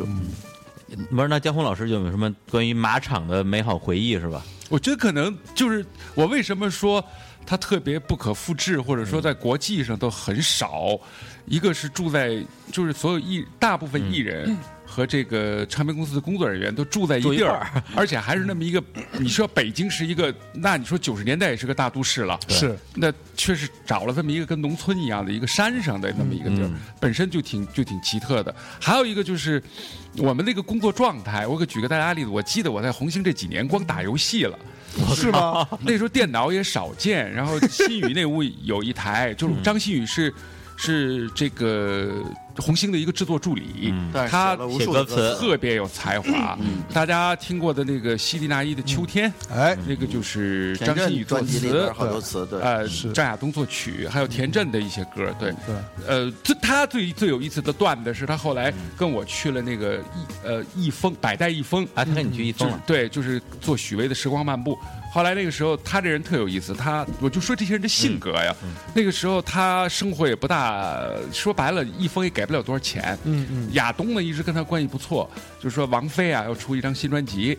[SPEAKER 2] 不是？那江红老师有没有什么关于马场的美好回忆是吧？
[SPEAKER 3] 我觉得可能就是我为什么说它特别不可复制，或者说在国际上都很少。一个是住在就是所有艺大部分艺人和这个唱片公司的工作人员都住在一
[SPEAKER 2] 嗯住一
[SPEAKER 3] 地
[SPEAKER 2] 块
[SPEAKER 3] 儿， <laughs> 而且还是那么一个，你说北京是一个，那你说九十年代也是个大都市了，
[SPEAKER 1] 是
[SPEAKER 3] 那确实找了这么一个跟农村一样的一个山上的那么一个地儿，
[SPEAKER 1] 嗯
[SPEAKER 3] 本身就挺就挺奇特的。还有一个就是我们那个工作状态，我给举个大家例子，我记得我在红星这几年光打游戏了。
[SPEAKER 1] 哦是吗？
[SPEAKER 3] <laughs> 那时候电脑也少见，然后新宇那屋有一台，就是
[SPEAKER 1] 嗯
[SPEAKER 3] 张新宇是是这个红星的一个制作助理，
[SPEAKER 1] 嗯
[SPEAKER 4] 但是
[SPEAKER 3] 他
[SPEAKER 4] 写了无
[SPEAKER 2] 写
[SPEAKER 4] 数
[SPEAKER 2] 歌
[SPEAKER 4] 的
[SPEAKER 2] 词
[SPEAKER 3] 特别有才华。
[SPEAKER 4] 嗯
[SPEAKER 3] 大家听过的那个西丽娜伊的《秋天》，
[SPEAKER 1] 哎，
[SPEAKER 3] 那个就是
[SPEAKER 4] 田
[SPEAKER 3] 张
[SPEAKER 4] 震
[SPEAKER 3] 馨予作
[SPEAKER 4] 专辑里
[SPEAKER 3] 词
[SPEAKER 4] 边，好多词，对，嗯
[SPEAKER 3] 呃，
[SPEAKER 1] 是
[SPEAKER 3] 张亚东作曲，还有田震的一些歌，对，
[SPEAKER 1] 对，
[SPEAKER 3] 呃，最他最最有意思的段子是他后来跟我去了那个艺呃艺风百代艺风，
[SPEAKER 2] 啊，他跟你去一
[SPEAKER 3] 就
[SPEAKER 2] 峰
[SPEAKER 3] 是
[SPEAKER 2] 了，
[SPEAKER 3] 对，就是做许巍的《时光漫步》。后来那个时候，他这人特有意思，他我就说这些人的性格呀。
[SPEAKER 4] 嗯
[SPEAKER 3] 那个时候他生活也不大，说白了，一封也给不了多少钱。
[SPEAKER 1] 嗯嗯，
[SPEAKER 3] 亚东呢一直跟他关系不错，就是说王菲啊要出一张新专辑，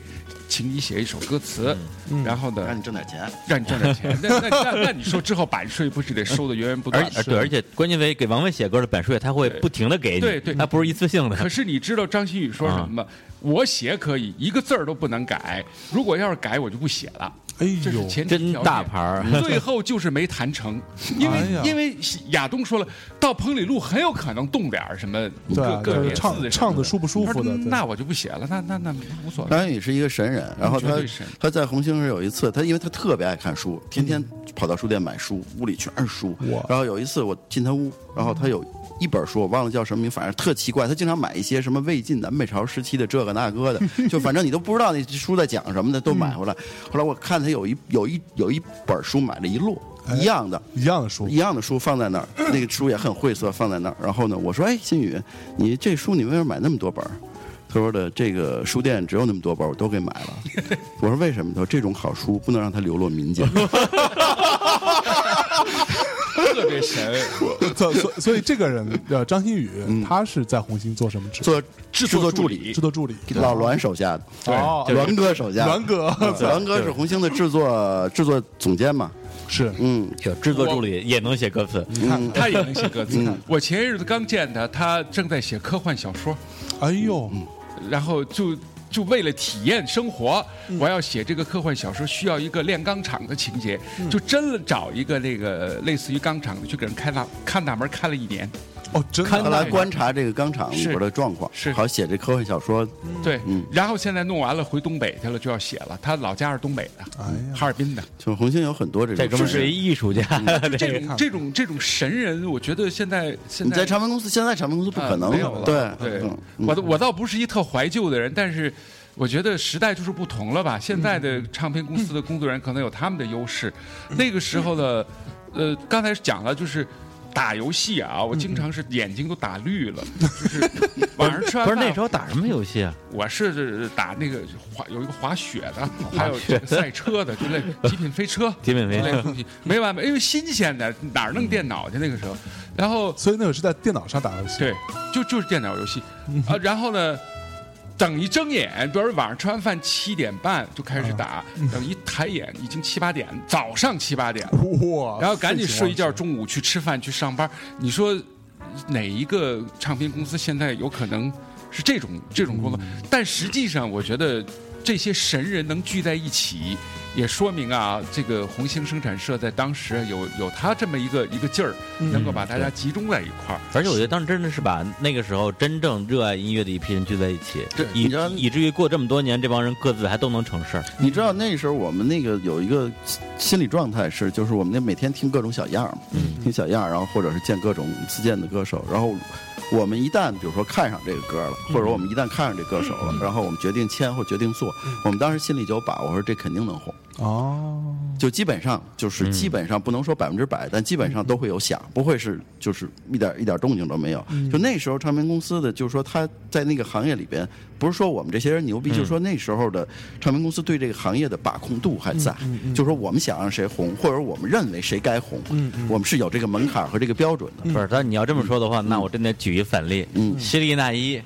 [SPEAKER 3] 请你写一首歌词，
[SPEAKER 1] 嗯
[SPEAKER 3] 然后
[SPEAKER 4] 让
[SPEAKER 3] 呢
[SPEAKER 4] 你挣点钱。
[SPEAKER 3] 让你挣点
[SPEAKER 1] <laughs>
[SPEAKER 3] 钱。那那那那你说之后版税不嗯是得收的源源不断
[SPEAKER 1] 哎
[SPEAKER 2] 而？且对，而且关键为给王菲写歌的版税，他会不停的给你，
[SPEAKER 3] 对对
[SPEAKER 2] 他不是一次性的。
[SPEAKER 3] 可是你知道张馨予说什么
[SPEAKER 1] 啊
[SPEAKER 3] 吗？我写可以，一个字儿都不能改。如果要是改，我就不写了。
[SPEAKER 1] 哎
[SPEAKER 3] 这是
[SPEAKER 1] 呦，
[SPEAKER 3] 前提
[SPEAKER 2] 真
[SPEAKER 3] 条件
[SPEAKER 2] 大牌儿，
[SPEAKER 1] <laughs>
[SPEAKER 3] 最后就是没谈成，因为、
[SPEAKER 1] 哎呀
[SPEAKER 3] 因为亚东说了，到彭里路很有可能动点儿什么
[SPEAKER 1] 对
[SPEAKER 3] 个
[SPEAKER 1] 啊，
[SPEAKER 3] 个
[SPEAKER 1] 就
[SPEAKER 3] 别
[SPEAKER 1] 是
[SPEAKER 3] 字什么
[SPEAKER 1] 唱唱的舒不舒
[SPEAKER 3] 他
[SPEAKER 1] 服
[SPEAKER 3] 说嗯
[SPEAKER 1] 的，对
[SPEAKER 3] 那我就不写了，那那那无所谓。
[SPEAKER 4] 张馨予是一个神人，然后
[SPEAKER 3] 绝
[SPEAKER 4] 他
[SPEAKER 3] 对神
[SPEAKER 4] 他在红星是有一次，他因为他特别爱看书，天天跑到书店买书，屋里全是书
[SPEAKER 1] 哇。
[SPEAKER 4] 然后有一次我进他屋，然后他有一本书，我忘了叫什么名，反正特奇怪。他经常买一些什么魏晋南北朝时期的这个那个的，就反正你都不知道那书在讲什么的，都买回来。后来我看他有一有一有一本书买了一摞一样的，
[SPEAKER 1] 一样的书
[SPEAKER 4] 一，样的书放在
[SPEAKER 3] <clears throat>
[SPEAKER 4] 那儿，那个书也很晦涩，放在那儿。然后呢，我说：“哎，新宇，你这书你为什么买那么多本儿？”他说的：“这个书店只有那么多本儿，我都给买
[SPEAKER 3] <laughs>
[SPEAKER 4] 了。”我
[SPEAKER 3] <laughs>
[SPEAKER 4] 说：“为什么？”他说：“这种好书不能让它流落民间。”
[SPEAKER 3] 特别神，
[SPEAKER 1] <laughs> 所所所以这个人呃张馨予，他是在红星做什么职？
[SPEAKER 4] 嗯做
[SPEAKER 3] 制
[SPEAKER 4] 作
[SPEAKER 3] 作
[SPEAKER 4] 助
[SPEAKER 3] 助
[SPEAKER 4] 理
[SPEAKER 3] 理
[SPEAKER 1] 制作助理。
[SPEAKER 4] 老栾手下的，
[SPEAKER 3] 对
[SPEAKER 1] 哦，
[SPEAKER 2] 就是
[SPEAKER 4] 栾哥手下的，
[SPEAKER 1] 栾哥
[SPEAKER 4] 嗯栾哥是红星的制作制作总监嘛，
[SPEAKER 1] <laughs> 是
[SPEAKER 4] 嗯，
[SPEAKER 2] 有制作助理也能写歌词，
[SPEAKER 3] 他也能写歌词。我前些日子刚见他，他正在写科幻小说，
[SPEAKER 1] 哎呦，
[SPEAKER 4] 嗯
[SPEAKER 3] 然后就就为了体验生活，我要写这个科幻小说，需要一个炼钢厂的情节，就真的找一个那个类似于钢厂的，去给人开大看大门，看了一年。
[SPEAKER 1] 哦，真
[SPEAKER 4] 后
[SPEAKER 1] 的
[SPEAKER 4] 来观察这个钢厂里边的状况，
[SPEAKER 3] 是是
[SPEAKER 4] 好写这科幻小说，
[SPEAKER 3] 对
[SPEAKER 4] 嗯，
[SPEAKER 3] 然后现在弄完了回东北去了，就要写了。他老家是东北
[SPEAKER 1] 哎
[SPEAKER 3] 的，哈尔滨的。
[SPEAKER 4] 就是红星有很多这
[SPEAKER 2] 这哥
[SPEAKER 4] 种事
[SPEAKER 2] 们
[SPEAKER 4] 情。
[SPEAKER 2] 是一艺术家，
[SPEAKER 3] 这
[SPEAKER 1] 看
[SPEAKER 3] 种这种这种神人，我觉得现在现
[SPEAKER 4] 你
[SPEAKER 3] 在
[SPEAKER 4] 在唱片公司，现在唱片公司不
[SPEAKER 3] 啊
[SPEAKER 4] 可能
[SPEAKER 3] 没有了。
[SPEAKER 4] 对
[SPEAKER 3] 对
[SPEAKER 4] 嗯，
[SPEAKER 3] 我倒我倒不是一特怀旧的人，但是我觉得时代就是不同了吧。现在的唱片公司的工作人员可能有他们的优势，那个时候的，呃，刚才讲了就是。打游戏啊，我经常是眼睛都打绿了，就是晚上吃完
[SPEAKER 2] 不
[SPEAKER 3] 饭
[SPEAKER 2] 是那时候打什么游戏啊？
[SPEAKER 3] 我是打那个滑有一个滑雪的，还有这个赛车的，就类极品飞车，
[SPEAKER 2] 极品飞车 <laughs>
[SPEAKER 3] 之类的东西没完没，因为新鲜的哪儿弄电脑去那个时候，然后
[SPEAKER 1] 所以那会儿是在电脑上打游戏。
[SPEAKER 3] 对，就就是电脑游戏啊。然后呢，等一睁眼，比如说晚上吃完饭七点半就开始打，等一抬眼已经七八点，早上七八点了，
[SPEAKER 1] 哇，
[SPEAKER 3] 然后赶紧哦睡一觉，
[SPEAKER 1] 废寝
[SPEAKER 3] 中午去吃饭去上班。你说哪一个唱片公司现在有可能是这种这种工作？但实际上，我觉得这些神人能聚在一起，也说明啊，这个红星生产社在当时有有他这么一个一个劲儿，能够把大家集中在一块儿。
[SPEAKER 2] 而且我觉得当时真的是把那个时候真正热爱音乐的一批人聚在一起
[SPEAKER 3] 对，
[SPEAKER 2] 以
[SPEAKER 4] 你知道
[SPEAKER 2] 以至于过这么多年，这帮人各自还都能成事儿。
[SPEAKER 4] 你知道那时候我们那个有一个心理状态是，就是我们那每天听各种小样儿，
[SPEAKER 2] 嗯
[SPEAKER 4] 听小样儿，然后或者是见各种自荐的歌手，然后我们一旦比如说看上这个歌了，或者
[SPEAKER 2] 嗯
[SPEAKER 4] 我们一旦看上这歌手了，然后我们决定签或决定做，
[SPEAKER 2] 嗯
[SPEAKER 4] 我们当时心里就有把握，说这肯定能红。
[SPEAKER 1] 忘哦，
[SPEAKER 4] 就基本上就是
[SPEAKER 2] 嗯
[SPEAKER 4] 基本上不能说百分之百，但基本上都会有响，不会是就是一点一点动静都没有。
[SPEAKER 2] 嗯
[SPEAKER 4] 就那时候唱片公司的，就是说他在那个行业里边，不是说我们这些人牛逼，
[SPEAKER 2] 嗯
[SPEAKER 4] 就是说那时候的唱片公司对这个行业的把控度还在，
[SPEAKER 2] 嗯
[SPEAKER 4] 就是说我们想让谁红，或者我们认为谁该红，
[SPEAKER 2] 嗯
[SPEAKER 4] 我们是有这个门槛和这个标准的。
[SPEAKER 2] 不是，但你要这么说的话，那我真得举一反例。
[SPEAKER 4] 嗯
[SPEAKER 2] 希利娜依，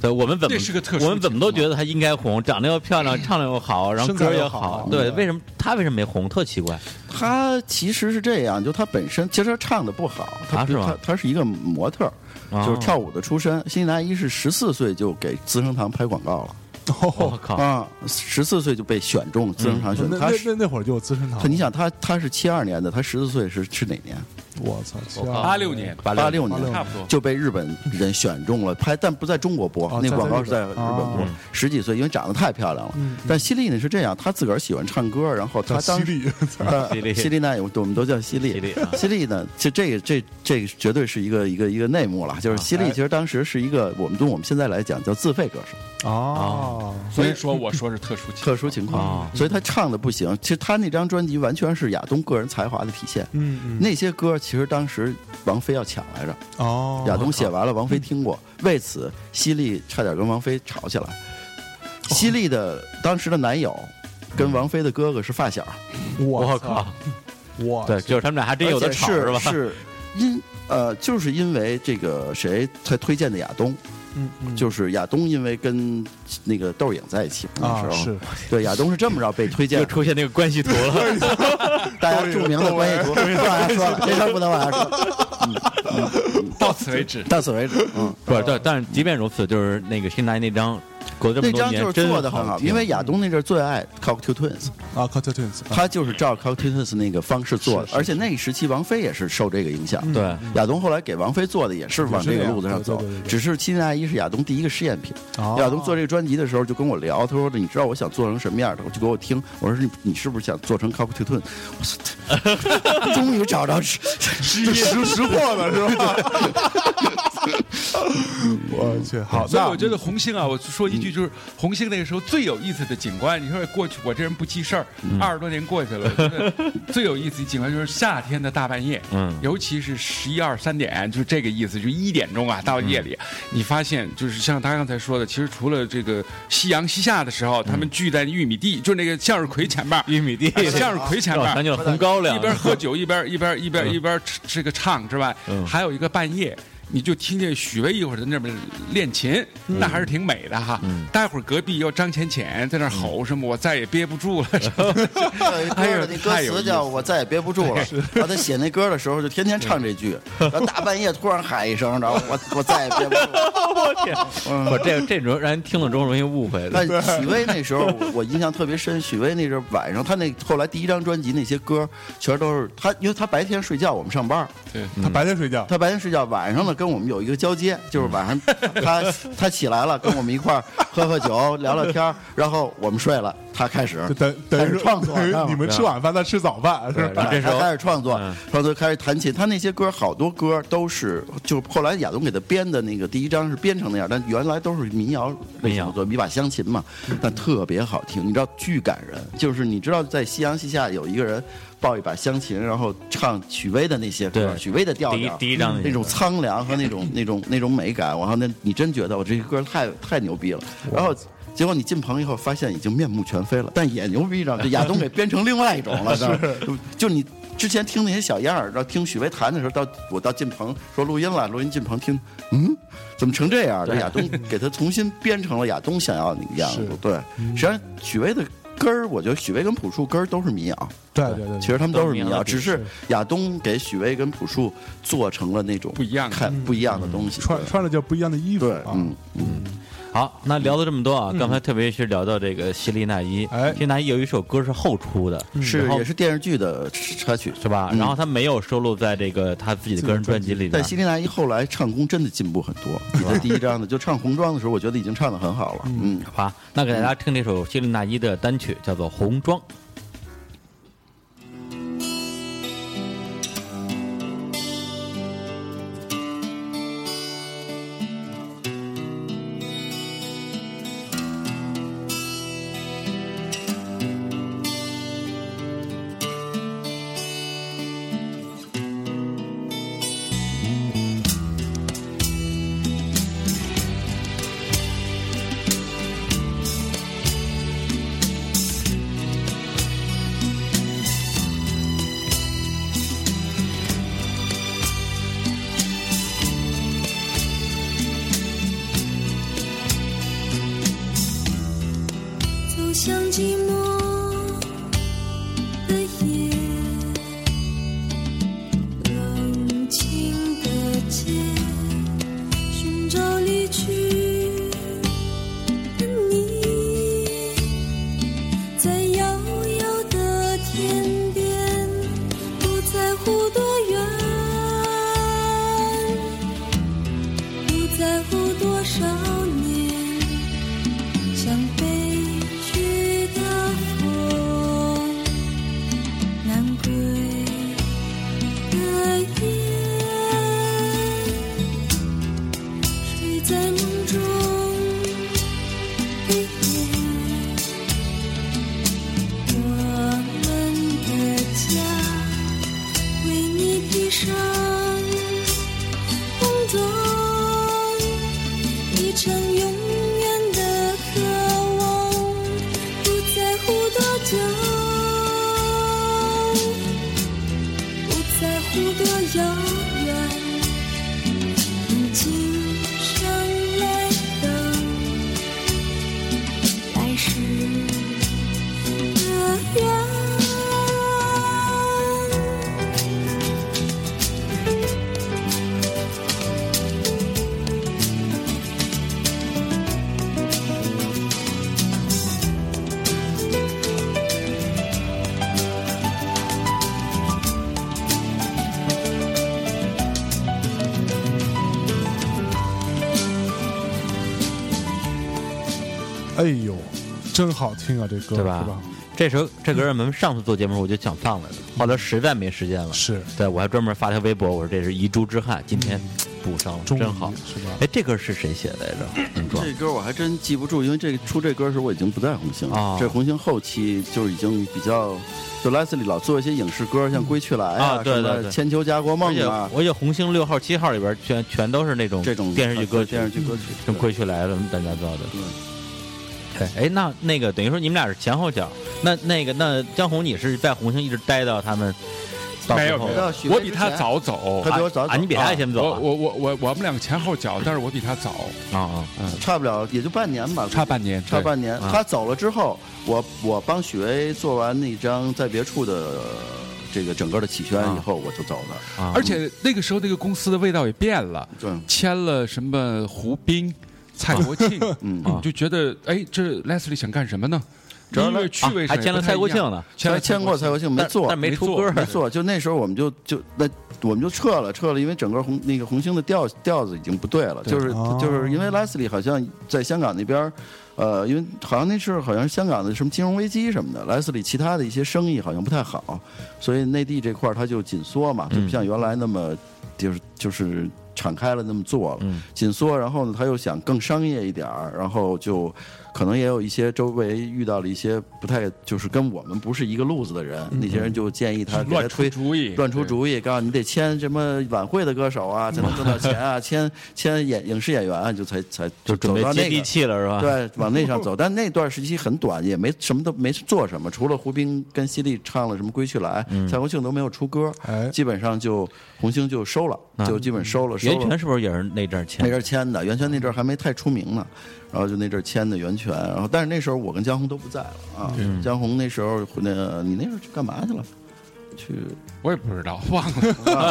[SPEAKER 2] 对，我们怎么
[SPEAKER 3] 这是个特殊
[SPEAKER 2] 我们怎么都觉得她应该红，长得又漂
[SPEAKER 4] 嗯
[SPEAKER 2] 亮，唱的又好，然后
[SPEAKER 1] 身材
[SPEAKER 2] 歌
[SPEAKER 1] 又
[SPEAKER 2] 也
[SPEAKER 1] 好
[SPEAKER 2] 对，
[SPEAKER 1] 对
[SPEAKER 2] 为什么她为什么没红？特奇怪。
[SPEAKER 4] 他其实是这样，就他本身其实他唱的不好，他、
[SPEAKER 2] 啊是吗
[SPEAKER 4] 他他是一个模特儿。
[SPEAKER 2] 哦
[SPEAKER 4] 就是跳舞的出身，辛达一是十四岁就给资生堂拍广告了，
[SPEAKER 2] 我靠，
[SPEAKER 4] 啊，十四岁就被选中资生堂选，
[SPEAKER 1] 那
[SPEAKER 4] 他
[SPEAKER 1] 嗯那
[SPEAKER 4] 是
[SPEAKER 1] 那那会儿就有资生堂
[SPEAKER 4] 他，你想他他是七二年的，他十四岁是是哪年？
[SPEAKER 1] 我操，
[SPEAKER 3] 哦八六年，
[SPEAKER 2] 八
[SPEAKER 4] 八六
[SPEAKER 1] 86
[SPEAKER 4] 年
[SPEAKER 3] 差不多
[SPEAKER 4] 就被日本人选中了，拍但不在中国播
[SPEAKER 1] 哦，
[SPEAKER 4] 那
[SPEAKER 1] 在
[SPEAKER 4] 广告
[SPEAKER 1] 日
[SPEAKER 4] 是在
[SPEAKER 1] 本
[SPEAKER 4] 日本播
[SPEAKER 2] 哦。
[SPEAKER 4] 十几岁，因为长得太漂亮了
[SPEAKER 1] 嗯。
[SPEAKER 4] 但犀利呢是这样，他自个儿喜欢唱歌，然后他
[SPEAKER 1] 叫
[SPEAKER 4] 当
[SPEAKER 1] 犀
[SPEAKER 4] <laughs>
[SPEAKER 1] 利，
[SPEAKER 4] 呃
[SPEAKER 2] 犀利
[SPEAKER 4] 犀利呢，我们都叫犀利。
[SPEAKER 2] 犀利啊
[SPEAKER 4] 犀利呢，这这个这这个绝对是一个一个一个内幕了。就是犀利，其实当时是一个我们用我们现在来讲叫自费歌手。
[SPEAKER 1] 哦，
[SPEAKER 4] 啊
[SPEAKER 3] 所以说我说是特殊情况
[SPEAKER 4] 特殊情况
[SPEAKER 2] 哦，
[SPEAKER 4] 所以他唱的不行。其实他那张专辑完全是亚东个人才华的体现。
[SPEAKER 1] 嗯嗯，
[SPEAKER 4] 那些歌其实当时王菲要抢来着，
[SPEAKER 1] 哦，
[SPEAKER 4] 亚东写完了，王菲听过，为此犀利差点跟王菲吵起来。犀利的当时的男友跟王菲的哥哥是发小，
[SPEAKER 2] <laughs>
[SPEAKER 1] 我
[SPEAKER 2] 我靠，，
[SPEAKER 1] 我
[SPEAKER 2] 对，就是他们俩还真有
[SPEAKER 4] 而
[SPEAKER 2] 的
[SPEAKER 4] 且
[SPEAKER 2] 吵吧
[SPEAKER 4] 是？是因呃，就是因为这个谁才推荐的亚东，
[SPEAKER 1] 嗯嗯，
[SPEAKER 4] 就是亚东因为跟那个窦颖在一起那时
[SPEAKER 1] 啊
[SPEAKER 4] 候，
[SPEAKER 1] 是
[SPEAKER 4] 对亚东是这么着被推荐
[SPEAKER 2] 又
[SPEAKER 4] 的。
[SPEAKER 2] 出现那个关系图了，
[SPEAKER 4] <laughs> 大家著名的关系图，不往下说 <laughs> 了，这事儿不能往下说，嗯
[SPEAKER 3] 到此为止。
[SPEAKER 4] 到此为止。嗯，
[SPEAKER 2] 不是？对，但是即便如此，就是那个新来那张，隔这么
[SPEAKER 4] 那
[SPEAKER 2] 多
[SPEAKER 4] 张
[SPEAKER 2] 年
[SPEAKER 4] 就是
[SPEAKER 2] 真
[SPEAKER 4] 做的很好，
[SPEAKER 2] 听
[SPEAKER 4] 因为亚东那阵儿最爱 Cocktail Twins，
[SPEAKER 1] 啊 c o t t Twins，
[SPEAKER 4] 他就是照 Cocktail Twins 那个方式做的
[SPEAKER 1] 是，是
[SPEAKER 4] 而且那个时期王菲也是受这个影响。
[SPEAKER 2] 对，
[SPEAKER 4] 嗯亚东后来给王菲做的也是往这个路子上走
[SPEAKER 1] 也是那样对对对，对
[SPEAKER 4] 只是《亲爱的一》是亚东第一个试验品。
[SPEAKER 1] 哦
[SPEAKER 4] 亚东做这个专辑的时候就跟我聊，他说：“你知道我想做成什么样的？”我就给我听，我说：“你你是不是想做成 Cocktail Twins？” <laughs> 我说：“终于找着是
[SPEAKER 3] <laughs>
[SPEAKER 1] 识识货了是吧？
[SPEAKER 4] 嗯
[SPEAKER 1] 我去，好，
[SPEAKER 3] 所以
[SPEAKER 1] 那
[SPEAKER 3] 我觉得红星啊，我说一句就是红星那个时候最有意思的景观。你说过去我这人不记事儿，二十多年过去了，我觉得最有意思的景观就是夏天的大半夜，
[SPEAKER 2] 嗯
[SPEAKER 3] 尤其是十一二三点，就是这个意思，就一点钟啊到夜里，你发现就是像他刚才说的，其实除了这个夕阳西下的时候，他们聚在玉米地，就是那个向日葵前面，
[SPEAKER 2] 玉米地，
[SPEAKER 3] 啊向日葵前
[SPEAKER 2] 让我
[SPEAKER 3] 面
[SPEAKER 2] 想。起了红高粱，
[SPEAKER 3] 一边喝酒一边一边一边
[SPEAKER 2] 嗯
[SPEAKER 3] 一边吃这个唱之外
[SPEAKER 2] 嗯，
[SPEAKER 3] 还有一个半夜。你就听见许巍一会儿在那边练琴，
[SPEAKER 2] 嗯
[SPEAKER 3] 那还是挺美的哈。待会儿隔壁又张浅浅在那儿吼什么，我再也憋不住了。什么的
[SPEAKER 4] 有一歌
[SPEAKER 3] 哎呦
[SPEAKER 4] 的那歌
[SPEAKER 3] 太有
[SPEAKER 4] 词
[SPEAKER 3] 意
[SPEAKER 4] 叫
[SPEAKER 3] 思
[SPEAKER 4] 我再也憋不住了。然后他写那歌的时候就天天唱这句，然后大半夜突然喊一声，然后我 <laughs> 我再也憋不住了。
[SPEAKER 2] 不，这这种让人听了之后容易误会的。
[SPEAKER 4] <laughs> 但许巍那时候我我印象特别深，许巍那阵儿晚上他那后来第一张专辑那些歌全都是他，因为他白天睡觉，我们上班儿，
[SPEAKER 1] 他白天睡觉，
[SPEAKER 4] 他白天睡觉，晚上呢跟我们有一个交接，就是晚上他他起来了，跟我们一块儿喝喝酒聊聊天儿，然后我们睡了，他开始
[SPEAKER 1] <laughs> 就等等
[SPEAKER 4] 开
[SPEAKER 1] 于
[SPEAKER 4] 始创作
[SPEAKER 1] 等于
[SPEAKER 4] 看吧
[SPEAKER 1] 你们吃晚饭，他吃早饭
[SPEAKER 4] 啊
[SPEAKER 1] 是
[SPEAKER 2] 对
[SPEAKER 1] 吧？
[SPEAKER 2] 然后这时候
[SPEAKER 4] 他开始创作
[SPEAKER 2] 嗯，
[SPEAKER 4] 创作开始弹琴。他那些歌好多歌都是，就后来亚东给他编的那个第一张是编成那样，但原来都是民谣
[SPEAKER 2] 民谣
[SPEAKER 4] 做一把乡琴嘛，但特别好听，你知道巨感人。就是你知道在夕阳西下有一个人抱一把乡琴，然后唱许巍的那些歌，
[SPEAKER 2] 对
[SPEAKER 4] 许巍的调
[SPEAKER 2] 第一
[SPEAKER 4] 调，嗯
[SPEAKER 2] 第一张那
[SPEAKER 4] 那
[SPEAKER 2] 种
[SPEAKER 4] 种苍凉和那种那种那种美感，然后那你真觉得我这歌太太牛逼了，然后。结果你进棚以后，发现已经面目全非了，但也牛逼着，这亚东给编成另外一种了， <laughs> 是吧就就你之前听那些小样儿，然后听许巍弹的时候，到我到进棚说录音了，录音进棚听，嗯，怎么成这样？这亚东给他重新编成了亚东想要的那个样子
[SPEAKER 1] 是。
[SPEAKER 4] 对，实际上许巍的根儿，我觉得许巍跟朴树根儿都是啊民谣，
[SPEAKER 1] <laughs> 对对
[SPEAKER 2] 嗯
[SPEAKER 1] 对
[SPEAKER 4] 其
[SPEAKER 1] 对，
[SPEAKER 4] 实他们都是
[SPEAKER 2] 都是
[SPEAKER 4] 民
[SPEAKER 2] 民
[SPEAKER 4] 谣，
[SPEAKER 2] 谣
[SPEAKER 4] 只是亚东给许巍跟朴树做成了那种
[SPEAKER 3] 不一样的
[SPEAKER 4] 看
[SPEAKER 2] 嗯
[SPEAKER 4] 不一样的东西。
[SPEAKER 1] 穿穿着就不一样的衣服
[SPEAKER 4] 对，
[SPEAKER 1] 啊，
[SPEAKER 4] 嗯，
[SPEAKER 2] 好，那聊了这么多啊，刚才特别是聊到这个希利娜伊，
[SPEAKER 1] 哎
[SPEAKER 2] 希利娜伊有一首歌是后出的，
[SPEAKER 4] 嗯是
[SPEAKER 2] 然后
[SPEAKER 4] 也是电视剧的插曲。
[SPEAKER 2] 是吧？
[SPEAKER 4] 嗯
[SPEAKER 2] 然后他没有收录在这个他自己的个人专辑里
[SPEAKER 4] 但
[SPEAKER 2] 边。
[SPEAKER 4] 希林娜依后来唱功真的进步很
[SPEAKER 2] <laughs>
[SPEAKER 4] 多，比这第一张的就唱红妆的时候，我觉得已经唱的很好了。嗯，
[SPEAKER 2] 好，那给大家听这首希利娜伊的单曲，叫做《红妆》。
[SPEAKER 6] 走向寂寞的夜，冷清的街，寻找离去的你，在遥遥的天边，不在乎多远，不在乎多少年。像北去的风，南归的夜，睡在梦中的夜，我们的家为你披上红妆。一场永远的渴望，不在乎多久，不在乎多遥远，用今生来等来世的缘。
[SPEAKER 1] 哎呦，真好听啊，这歌
[SPEAKER 2] 对吧
[SPEAKER 1] 吧？吧
[SPEAKER 2] 这首这歌我们上次做节目时候我就想放来着，后来实在没时间了。
[SPEAKER 1] 是
[SPEAKER 2] 对我还专门发条微博，我说这是遗珠之憾，今天补上了，
[SPEAKER 1] 终于
[SPEAKER 2] 真好。
[SPEAKER 1] 是吧？
[SPEAKER 2] 哎，这歌是谁写来着？ <clears throat> 嗯
[SPEAKER 4] 这歌我还真记不住，因为这个出这歌的时候我已经不在红星了。
[SPEAKER 2] 哦
[SPEAKER 4] 这红星后期就是已经比较，就 Leslie 老做一些影视歌，像《归去来》
[SPEAKER 2] 啊对
[SPEAKER 4] 什么
[SPEAKER 2] 对对
[SPEAKER 4] 千秋家国
[SPEAKER 2] 而
[SPEAKER 4] 梦》
[SPEAKER 2] 且
[SPEAKER 4] 啊，
[SPEAKER 2] 而且红星六号、七号里边全全都是那种
[SPEAKER 4] 这种呃啊
[SPEAKER 2] 电视剧歌曲，
[SPEAKER 4] 电视剧歌曲。
[SPEAKER 2] 这么归去来了，大家知道的。
[SPEAKER 4] 嗯
[SPEAKER 2] 对，哎，那那个等于说你们俩是前后脚，那那个那江红你是在红星一直待到他们 <laughs> 到
[SPEAKER 3] 没
[SPEAKER 2] 最
[SPEAKER 3] 有
[SPEAKER 2] 后
[SPEAKER 3] 没
[SPEAKER 4] 知道许巍
[SPEAKER 3] 我比他
[SPEAKER 4] 之前
[SPEAKER 3] 早走
[SPEAKER 4] 他。比我早
[SPEAKER 2] 啊，你比他还先
[SPEAKER 3] 我
[SPEAKER 2] 走
[SPEAKER 3] 我我我我们两个前后脚，但是我比他早，
[SPEAKER 2] 啊啊
[SPEAKER 4] 差不了也就半年吧，
[SPEAKER 3] 差半年，
[SPEAKER 4] 差
[SPEAKER 3] 对
[SPEAKER 4] 半年。
[SPEAKER 2] 啊
[SPEAKER 4] 他走了之后，我我帮许巍做完那张在别处的这个整个的起宣以后，我就走了。
[SPEAKER 2] 啊！
[SPEAKER 3] 而且那个时候那个公司的味道也变了，
[SPEAKER 4] 对，
[SPEAKER 3] 签了什么胡斌、蔡
[SPEAKER 2] <laughs>
[SPEAKER 3] 国庆，
[SPEAKER 4] 嗯
[SPEAKER 3] 你就觉得哎，这 Leslie 想干什么呢？
[SPEAKER 2] 啊主要啊
[SPEAKER 3] 音乐趣味
[SPEAKER 2] 还
[SPEAKER 3] 上
[SPEAKER 2] 签了
[SPEAKER 3] 也不太
[SPEAKER 2] 蔡国
[SPEAKER 3] 一样
[SPEAKER 2] 庆，呢，
[SPEAKER 3] 签了
[SPEAKER 4] 签过蔡国庆没
[SPEAKER 2] 但
[SPEAKER 4] 做，
[SPEAKER 2] 但没出
[SPEAKER 3] 没
[SPEAKER 2] 歌
[SPEAKER 3] 做
[SPEAKER 2] 儿
[SPEAKER 4] 没错， <laughs> 就那时候我们就就那我们就撤了，撤了，因为整个红那个红星的调调子已经不对了，就是
[SPEAKER 1] 哦
[SPEAKER 4] 就是因为 Leslie 好像在香港那边儿，呃，因为好像那是好像是香港的什么金融危机什么的，Leslie 其他的一些生意好像不太好，所以内地这块儿它就紧缩嘛，就不像原来那么就是就是敞开了那么做了，
[SPEAKER 2] 嗯
[SPEAKER 4] 紧缩，然后呢，他又想更商业一点儿，然后就可能也有一些周围遇到了一些不太就是跟我们不是一个路子的人，
[SPEAKER 2] 嗯
[SPEAKER 4] 那些人就建议他给他
[SPEAKER 3] 乱出
[SPEAKER 4] 推。
[SPEAKER 3] 主意，
[SPEAKER 4] 乱出
[SPEAKER 3] 对
[SPEAKER 4] 主意，告诉你得签什么晚会的歌手啊，才能挣到
[SPEAKER 2] <laughs>
[SPEAKER 4] 钱啊，签签演影视演员啊，就才才
[SPEAKER 2] 就准
[SPEAKER 4] 走
[SPEAKER 2] 备
[SPEAKER 4] 到
[SPEAKER 2] 接
[SPEAKER 4] 那
[SPEAKER 2] 地
[SPEAKER 4] 个。
[SPEAKER 2] 气了是吧？
[SPEAKER 4] 对，往那上走，但那段时期很短，也没什么都没做什么，除了胡兵跟犀利唱了什么《归去来》，
[SPEAKER 2] 嗯
[SPEAKER 4] 蔡国庆都没有出歌，
[SPEAKER 1] 哎
[SPEAKER 4] 基本上就红星就收了，就基本收了，收
[SPEAKER 2] 袁
[SPEAKER 4] 了。
[SPEAKER 2] 泉是不是啊也是那阵儿签
[SPEAKER 4] 那？阵儿签的，袁泉那阵儿还没太出名呢，然后就那阵儿签的袁泉，然后但是那时候我跟江红都不在了啊，江红那时候那你那时候去干嘛去了？去，
[SPEAKER 3] 我也不知道，忘 了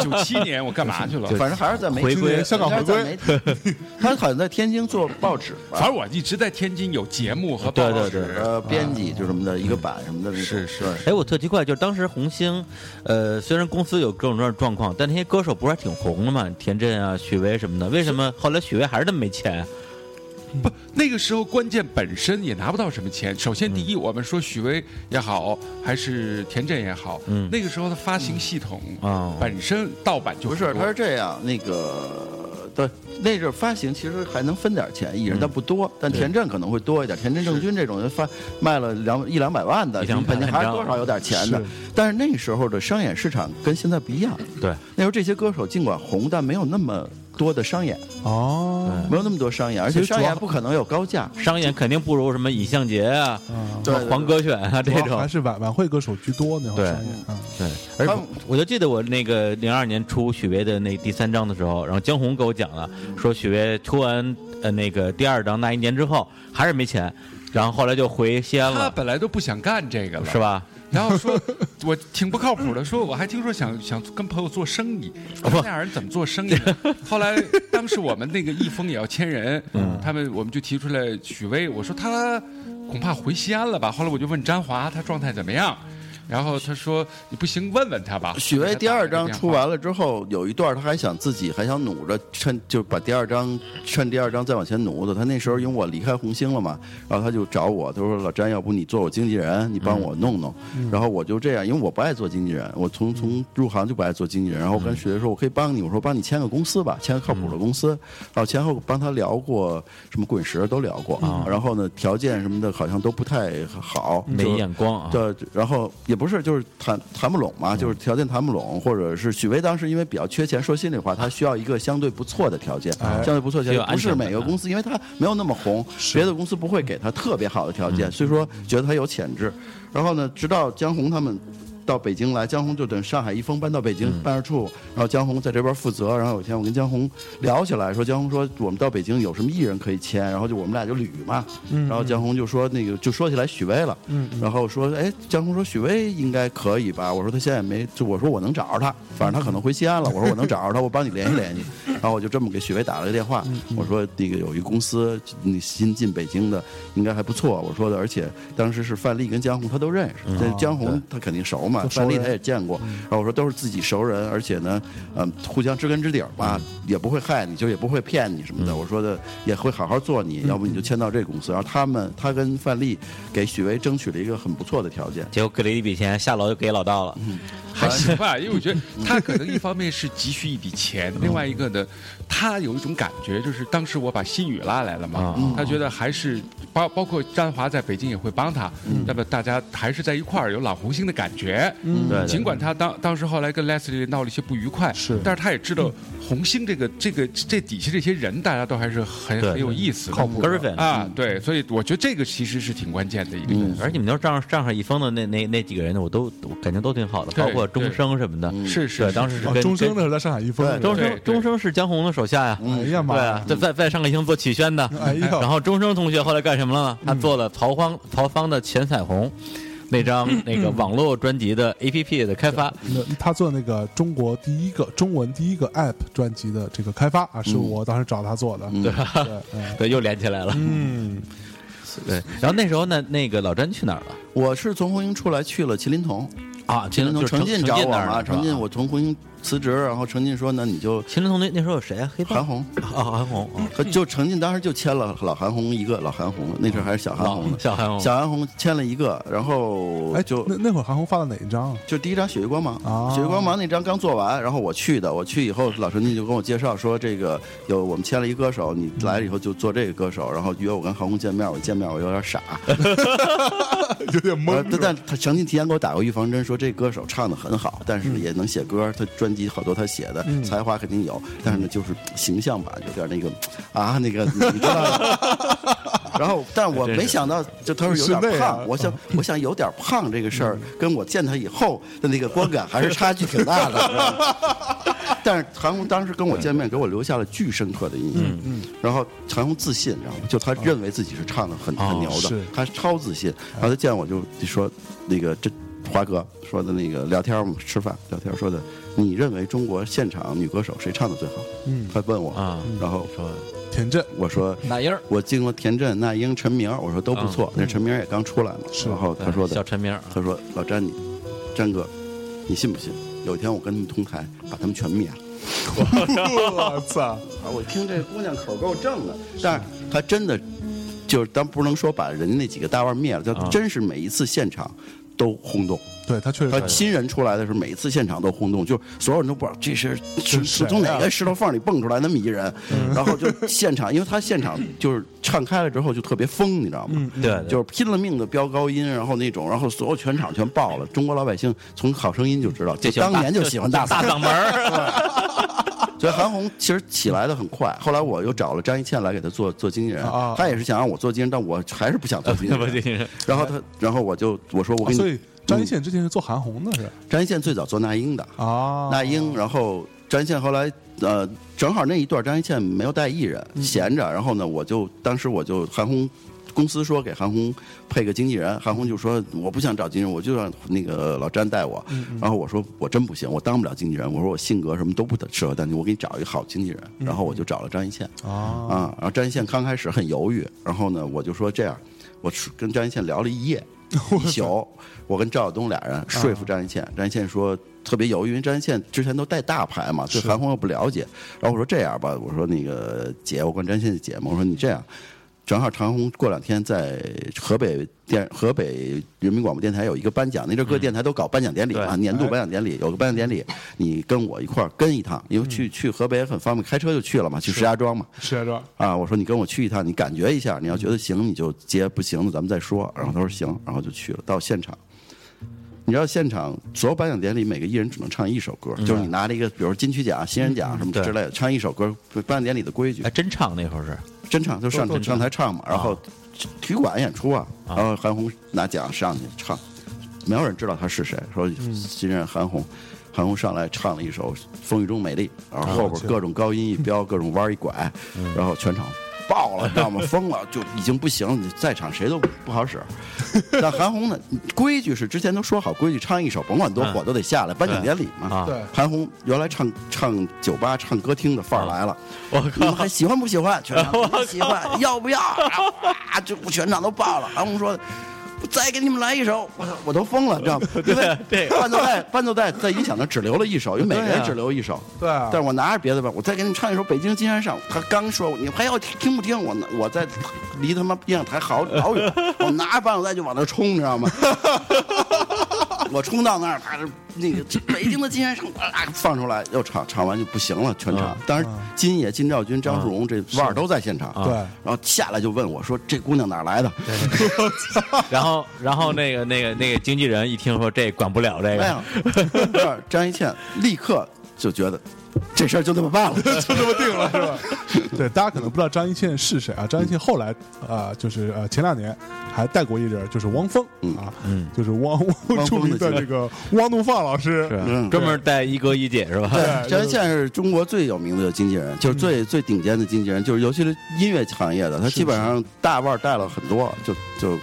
[SPEAKER 2] <laughs>
[SPEAKER 3] 九七年我干嘛去了？
[SPEAKER 4] 反正还是在媒体
[SPEAKER 2] 回归
[SPEAKER 4] 应该是
[SPEAKER 1] 香港回归
[SPEAKER 4] 在媒体，他好像在天津做报纸吧，
[SPEAKER 3] 反正我一直在天津有节目和
[SPEAKER 2] 对
[SPEAKER 3] 报
[SPEAKER 2] 对
[SPEAKER 3] 纸，
[SPEAKER 2] 对
[SPEAKER 4] 呃，编辑就什么的一个版什么的那种，
[SPEAKER 3] 是是
[SPEAKER 2] 哎，
[SPEAKER 4] 对
[SPEAKER 2] 我特奇怪，就是当时红星，呃，虽然公司有各种各样的状况，但那些歌手不是还挺红的嘛，田震啊、许巍什么的，为什么后来许巍还是那么没钱？啊
[SPEAKER 3] 不，那个时候关键本身也拿不到什么钱。首先，第
[SPEAKER 2] 嗯
[SPEAKER 3] 一，我们说许巍也好，还是田震也好，
[SPEAKER 2] 嗯
[SPEAKER 3] 那个时候的发行系统
[SPEAKER 2] 哦
[SPEAKER 3] 本身盗版就
[SPEAKER 4] 不
[SPEAKER 3] 很
[SPEAKER 4] 是，
[SPEAKER 3] 多
[SPEAKER 4] 他是这样，那个对，那阵儿发行其实还能分点钱，艺人但不多，但田震可能会多一点。田震、郑钧这种人发卖了两一两百万的，
[SPEAKER 2] 一两百
[SPEAKER 4] 肯定还是
[SPEAKER 2] 万
[SPEAKER 4] 多少有点钱的
[SPEAKER 1] 是。
[SPEAKER 4] 但是那时候的商演市场跟现在不一样，
[SPEAKER 2] 对，
[SPEAKER 4] 那时候这些歌手尽管红，但没有那么多的商演，
[SPEAKER 1] 哦，
[SPEAKER 4] 没有那么多商演，而
[SPEAKER 1] 其
[SPEAKER 4] 且
[SPEAKER 1] 实主要
[SPEAKER 4] 商演不可能有高价。
[SPEAKER 2] 嗯商演肯定不如什么尹相杰啊、什
[SPEAKER 1] 嗯
[SPEAKER 2] 么
[SPEAKER 4] 对对
[SPEAKER 2] 黄格选啊 <laughs> 这
[SPEAKER 1] 主要还
[SPEAKER 2] 种。
[SPEAKER 1] 是晚晚会歌手居多那会
[SPEAKER 2] 对
[SPEAKER 1] 儿商业啊，
[SPEAKER 2] 对，而
[SPEAKER 4] 他们
[SPEAKER 2] 我就记得我那个零二年出许巍的那第三章的时候，然后江红给我讲了，说许巍出完呃那个第二章那一年之后还是没钱，然后后来就回西安
[SPEAKER 3] 他
[SPEAKER 2] 了，
[SPEAKER 3] 本来都不想干这个了，
[SPEAKER 2] 是？吧？
[SPEAKER 3] 然后说，我挺不靠谱的，说我还听说想想跟朋友做生意，
[SPEAKER 4] 哦
[SPEAKER 3] 我说那俩人怎么做生意呢？后来当时我们那个易峰也要签人，
[SPEAKER 4] 嗯
[SPEAKER 3] 他们我们就提出来许巍，我说他恐怕回西安了吧。后来我就问詹华他状态怎么样，然后他说你不行问问他吧。
[SPEAKER 4] 许巍第二章出
[SPEAKER 3] 完。
[SPEAKER 4] 完了之后，有一段他还想自己还想努着趁就把第二章趁第二章再往前挪的。他那时候因为我离开红星了嘛，然后他就找我，他说老詹，要不你做我经纪人，你帮我弄弄。然后我就这样，因为我不爱做经纪人，我从从入行就不爱做经纪人。然后我跟许巍说，我可以帮你，我说帮你签个公司吧，签个靠谱的公司。然后前后帮他聊过什么滚石都聊过，然后呢条件什么的好像都不太好，
[SPEAKER 2] 没
[SPEAKER 4] 就
[SPEAKER 2] 眼光啊，嗯
[SPEAKER 4] 对，然后也不是，就是谈谈不拢嘛，就是条件谈不拢，或者是许巍当时因为比较缺钱，说心里话，他需要一个相对不错的条件，相对不错的
[SPEAKER 2] 需要
[SPEAKER 4] 条件，
[SPEAKER 2] 哎安
[SPEAKER 4] 不是
[SPEAKER 2] 全感啊
[SPEAKER 4] 每个公司，因为他没有那么红，别的公司不会给他特别好的条
[SPEAKER 2] 嗯
[SPEAKER 4] 件，所以说觉得他有潜质。然后呢，直到江红他们。到北京来，江红就等上海一峰搬到北京
[SPEAKER 2] 嗯
[SPEAKER 4] 办事处，然后江红在这边负责。然后有一天我跟江红聊起来，说江红说我们到北京有什么艺人可以签，然后就我们俩就捋嘛。
[SPEAKER 2] 嗯
[SPEAKER 4] 然后江红就说那个就说起来许巍了，然后说哎，江红说许巍应该可以吧？我说他现在没，就我说我能找着他，反正他可能回西安了。我说我能找着他，我帮你联系联系。然后我就这么给许巍打了个电话，我说那个有一公司你新进北京的应该还不错，我说的，而且当时是范丽跟江红他都认识，这江红他肯定熟嘛，
[SPEAKER 1] 都熟
[SPEAKER 4] 范丽
[SPEAKER 1] 人
[SPEAKER 4] 他也见过。
[SPEAKER 2] 嗯
[SPEAKER 4] 然后我说都是自己熟人，而且呢，嗯，互相知根知底儿吧，
[SPEAKER 2] 嗯
[SPEAKER 4] 也不会害你，就也不会骗你什么的。我说的也会好好做
[SPEAKER 2] 嗯
[SPEAKER 4] 你，要不你就签到这公司。然后他们他跟范丽给许巍争取了一个很不错的条件，
[SPEAKER 2] 结果给了一笔钱，下楼就给
[SPEAKER 4] 嗯
[SPEAKER 2] 老道了。 <laughs> 嗯
[SPEAKER 3] 还行吧，因为我觉得他可能一方面是急需一笔钱，另外一个呢，他有一种感觉，就是当时我把新宇拉来了嘛，
[SPEAKER 2] 啊
[SPEAKER 3] 他觉得还是包包括詹华在北京也会帮他，
[SPEAKER 2] 嗯
[SPEAKER 3] 那么大家还是在一块儿有老红星的感觉。嗯
[SPEAKER 2] 对对
[SPEAKER 3] 尽管他当当时后来跟 Leslie 闹了一些不愉快，
[SPEAKER 1] 是
[SPEAKER 3] 但是他也知道红星这个这个这底下这些人，大家都还是很
[SPEAKER 2] 对
[SPEAKER 3] 很有意思的、
[SPEAKER 2] 靠谱的 Irvin
[SPEAKER 3] 啊，对，所以我觉得这个其实是挺关键的一个因素。
[SPEAKER 2] 而且你们都账账上一封的那那那几个人呢，我都我感觉都挺好的，
[SPEAKER 3] 对
[SPEAKER 2] 包括钟声什么的，
[SPEAKER 3] 是是
[SPEAKER 2] 对
[SPEAKER 3] 是
[SPEAKER 2] 当时是
[SPEAKER 1] 啊
[SPEAKER 2] 跟
[SPEAKER 1] 钟声
[SPEAKER 2] 跟
[SPEAKER 1] 那时候在上海一峰，
[SPEAKER 2] 钟
[SPEAKER 3] 对
[SPEAKER 2] 声
[SPEAKER 3] 对
[SPEAKER 2] 钟声是江红的手下呀，
[SPEAKER 1] 哎呀妈
[SPEAKER 2] 对
[SPEAKER 1] 呀
[SPEAKER 2] 啊，，在在在上个星做启宣的，
[SPEAKER 1] 哎呦
[SPEAKER 2] 啊然后钟声同学后来干什么了呢？他做了曹芳曹芳的《浅彩虹》那张那个网络专辑的 APP 的开发，
[SPEAKER 1] 那他做那个中国第一个中文第一个 App 专辑的这个开发啊，是我当时找他做的，对对，
[SPEAKER 2] <laughs>
[SPEAKER 1] 嗯
[SPEAKER 2] 对，又连起来了。
[SPEAKER 1] 嗯，
[SPEAKER 2] <laughs> 对，然后那时候呢，那个老詹去哪儿了？
[SPEAKER 4] 我是从红英出来去了麒麟童，
[SPEAKER 2] 啊，
[SPEAKER 4] 麒麟童
[SPEAKER 2] 就是程
[SPEAKER 4] 进找我
[SPEAKER 2] 那儿
[SPEAKER 4] 嘛，
[SPEAKER 2] 了是吧哦
[SPEAKER 4] 程进我从红英辞职，然后程进说那你就
[SPEAKER 2] 秦岭同学那时候有谁啊？黑豹
[SPEAKER 4] 韩红，
[SPEAKER 2] 啊，韩红啊，
[SPEAKER 4] 和就程进当时就签了老韩红一个，老韩红那时候还是小韩红呢，
[SPEAKER 2] 哦小韩红
[SPEAKER 4] 小韩红签了一个，然后
[SPEAKER 1] 哎，
[SPEAKER 4] 就
[SPEAKER 1] 那那会儿韩红发的哪一张啊？
[SPEAKER 4] 就第一张《血月光芒》
[SPEAKER 1] 啊
[SPEAKER 4] 血月光芒》那张刚做完，然后我去的，我去以后老陈进就跟我介绍说，这个有我们签了一歌手，你来了以后就做这个歌手，然后约我跟航空见面，我见面我有点傻，
[SPEAKER 1] <laughs> 有点
[SPEAKER 4] 呃但但他曾经提前给我打过预防针，说这歌手唱的很好，但是也能写歌，他专辑好多他写的，
[SPEAKER 1] 嗯
[SPEAKER 4] 才华肯定有，但是呢就是形象吧，有点那个 <laughs> 啊那个你知道
[SPEAKER 1] <laughs>
[SPEAKER 4] 吗。然后，但我没想到，就他说有
[SPEAKER 1] 室内
[SPEAKER 4] 点
[SPEAKER 1] 啊
[SPEAKER 4] 胖，我想我想有点胖这个事儿，跟我见他以后的那个观感还是差距挺大的。知道吗但是韩红当时跟我见面，给我留下了巨深刻的印象。嗯，然后韩红自信，你知道吗？就他认为自己是唱的很、很牛的
[SPEAKER 1] 是，
[SPEAKER 4] 他超自信。然后他见我就就说那个这华哥说的那个聊天我们吃饭聊天说的，你认为中国现场女歌手谁唱的最好？
[SPEAKER 1] 嗯
[SPEAKER 4] 他问我
[SPEAKER 2] 啊，
[SPEAKER 4] 然后
[SPEAKER 2] 说
[SPEAKER 1] 田震，
[SPEAKER 4] 我说。
[SPEAKER 2] 那英儿
[SPEAKER 4] 我经过田震、那英、陈明，我说都不错。那陈明也刚出来嘛，
[SPEAKER 1] 是
[SPEAKER 4] 然后他说的
[SPEAKER 2] 小，陈明儿啊，
[SPEAKER 4] 他说老詹你，詹哥，你信不信？有一天我跟他们同台，把他们全灭了。
[SPEAKER 1] 我操，
[SPEAKER 4] 啊，我听这姑娘口够正的，但是她真的就是，咱不能说把人家那几个大腕灭了，她真是每一次现场都轰动。
[SPEAKER 1] 对他确实
[SPEAKER 4] 她
[SPEAKER 1] 可以
[SPEAKER 4] 新人出来的时候，每一次现场都轰动，就所有人都不知道这是
[SPEAKER 1] 谁
[SPEAKER 4] 是是
[SPEAKER 1] 啊
[SPEAKER 4] 从哪个石头缝里蹦出来那么一人，然后就现场，因为她现场就是唱开了之后就特别疯，你知道吗？
[SPEAKER 2] 对，对
[SPEAKER 4] 就是拼了命的飙高音，然后那种，然后所有全场全爆了。中国老百姓从《好声音》就知道，
[SPEAKER 2] 这
[SPEAKER 4] 就
[SPEAKER 2] 小
[SPEAKER 4] 当年就喜欢大
[SPEAKER 2] 大
[SPEAKER 4] 嗓
[SPEAKER 2] 嗓门
[SPEAKER 4] <laughs>
[SPEAKER 2] 儿，
[SPEAKER 4] 所以韩红其实起来的很快。后来我又找了张一倩来给她做做经纪人
[SPEAKER 1] 啊，
[SPEAKER 4] 她也是想让我做经纪人，但我还是不想做经
[SPEAKER 2] <laughs>
[SPEAKER 4] 纪
[SPEAKER 2] 不
[SPEAKER 4] 人。
[SPEAKER 2] 仅是
[SPEAKER 4] 然后她，然后我就我说我
[SPEAKER 1] 啊
[SPEAKER 4] 给
[SPEAKER 1] 所
[SPEAKER 4] 你
[SPEAKER 1] 以，张一宪之前是做韩红的是
[SPEAKER 4] 张一倩最早做那英的，
[SPEAKER 1] 啊，
[SPEAKER 4] 那英，然后张一倩后来呃，正好那一段张一倩没有带艺人，闲着，然后呢，我就当时我就韩红。公司说给韩红配个经纪人，韩红就说我不想找经纪人，我就让那个老詹带我。然后我说我真不行，我当不了经纪人，我说我性格什么都不适合当经纪人，我给你找一个好经纪人。然后我就找了张一倩，
[SPEAKER 1] 啊，
[SPEAKER 4] 啊，然后张一宪刚开始很犹豫，然后呢，我就说这样，我出跟张一宪聊了一夜一宿，我跟赵晓东俩人说服张一宪，张一宪说特别犹豫，因为张一宪之前都带大牌嘛，对韩红又不了解，然后我说这样吧，我说那个姐，我管张一宪姐嘛，我说你这样。正好长虹过两天在河北电河北人民广播电台有一个颁奖，那阵儿各电台都搞颁奖典礼嘛，年度颁奖典礼有个颁奖典礼，你跟我一块儿跟一趟，因为去去河北也很方便，开车就去了嘛，去石家庄嘛。
[SPEAKER 1] 石家庄，
[SPEAKER 4] 啊，我说你跟我去一趟，你感觉一下，你要觉得行你就接，不行咱们再说。然后他说行，然后就去了。到现场，你知道现场所有颁奖典礼每个艺人只能唱一首歌，就是你拿了一个，比如金曲奖、新人奖什么
[SPEAKER 2] 对
[SPEAKER 4] 之类的，唱一首歌，颁奖典礼的规矩
[SPEAKER 2] 还。哎真唱那会儿是
[SPEAKER 4] 真唱就上上台唱嘛，然后体育馆演出啊，然后韩红拿奖上去唱，没有人知道他是谁，说新人韩红，韩红上来唱了一首《风雨中美丽》，然后后边各种高音一飙，各种弯一拐，然后全场。爆了，知道吗？疯了，就已经不行了。在场谁都不好 <laughs> 使。但韩红呢，规矩是之前都说好，规矩唱一首，甭管多火都得下来，颁奖典礼嘛。
[SPEAKER 2] 啊，
[SPEAKER 1] 对，
[SPEAKER 4] 韩红原来唱唱酒吧、唱歌厅的范儿来了，
[SPEAKER 2] 我
[SPEAKER 4] 你们还喜欢不喜欢？全场你们喜欢，要不要？啊，就全场都爆了。韩红说。我再给你们来一首，我我都疯了，知道吗？因为
[SPEAKER 2] <laughs> 对
[SPEAKER 4] 伴奏带伴奏带在音响那只留了一首，因为每个
[SPEAKER 2] 对
[SPEAKER 4] 人
[SPEAKER 2] 啊
[SPEAKER 4] 只留一首。
[SPEAKER 1] 对啊
[SPEAKER 4] 但是我拿着别的吧，我再给你们唱一首《北京金山上》。他刚说你还要听听不听？我我在离他妈音响台好老远，我拿着伴奏带就往那冲，你知道吗？ <laughs> 我冲到那儿，把那个北京的金先生啊放出来，又场场完就不行了，全场。当然，金野、金兆军、张树荣这嗯腕儿都在现场。
[SPEAKER 1] 对
[SPEAKER 4] 然后下来就问我说：“这姑娘哪儿来的？”
[SPEAKER 2] 然后然后那个那个那个经纪人一听说这管不了这
[SPEAKER 4] 哎
[SPEAKER 2] 个
[SPEAKER 4] 呀，这儿张一倩立刻就觉得这事儿就这么办 <laughs> 了。
[SPEAKER 1] 就这么定了，
[SPEAKER 4] <laughs>
[SPEAKER 1] 是吧？对，大家可能不知道张一茜是谁啊？张一茜后来啊、呃就是呃前两年还带过一人，就是汪峰啊，嗯，就是汪汪
[SPEAKER 4] 汪
[SPEAKER 1] 著
[SPEAKER 4] 峰
[SPEAKER 1] 名
[SPEAKER 4] 的
[SPEAKER 1] 的
[SPEAKER 4] 姐
[SPEAKER 1] 这个汪东放老师，
[SPEAKER 2] 是
[SPEAKER 4] 嗯
[SPEAKER 2] 专门带一哥一姐是吧？
[SPEAKER 1] 对嗯
[SPEAKER 4] 张一倩是中国最有名的经纪人，就是最最顶尖的经纪人，就是尤其是音乐行业的，他基本上大腕儿带了很多，就就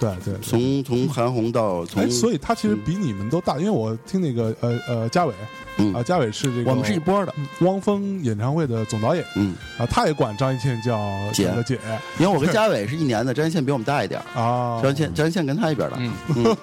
[SPEAKER 1] 对对。对
[SPEAKER 4] 从从韩红到从
[SPEAKER 1] 嗯哎，，所以他其实比你们都大，因为我听那个呃呃，嘉伟
[SPEAKER 4] 嗯
[SPEAKER 1] 啊，嘉伟是这个
[SPEAKER 4] 我们是一波的，
[SPEAKER 1] 汪峰演唱会的总导演
[SPEAKER 4] 嗯，
[SPEAKER 1] 啊，他也管张一茜叫
[SPEAKER 4] 姐
[SPEAKER 1] 叫姐
[SPEAKER 4] 因为
[SPEAKER 1] <laughs>
[SPEAKER 4] 我跟嘉伟是一年的，张一倩比我们大一点儿。
[SPEAKER 1] 啊，
[SPEAKER 4] 张一倩，张一倩跟他一边儿大。
[SPEAKER 3] 嗯
[SPEAKER 4] 嗯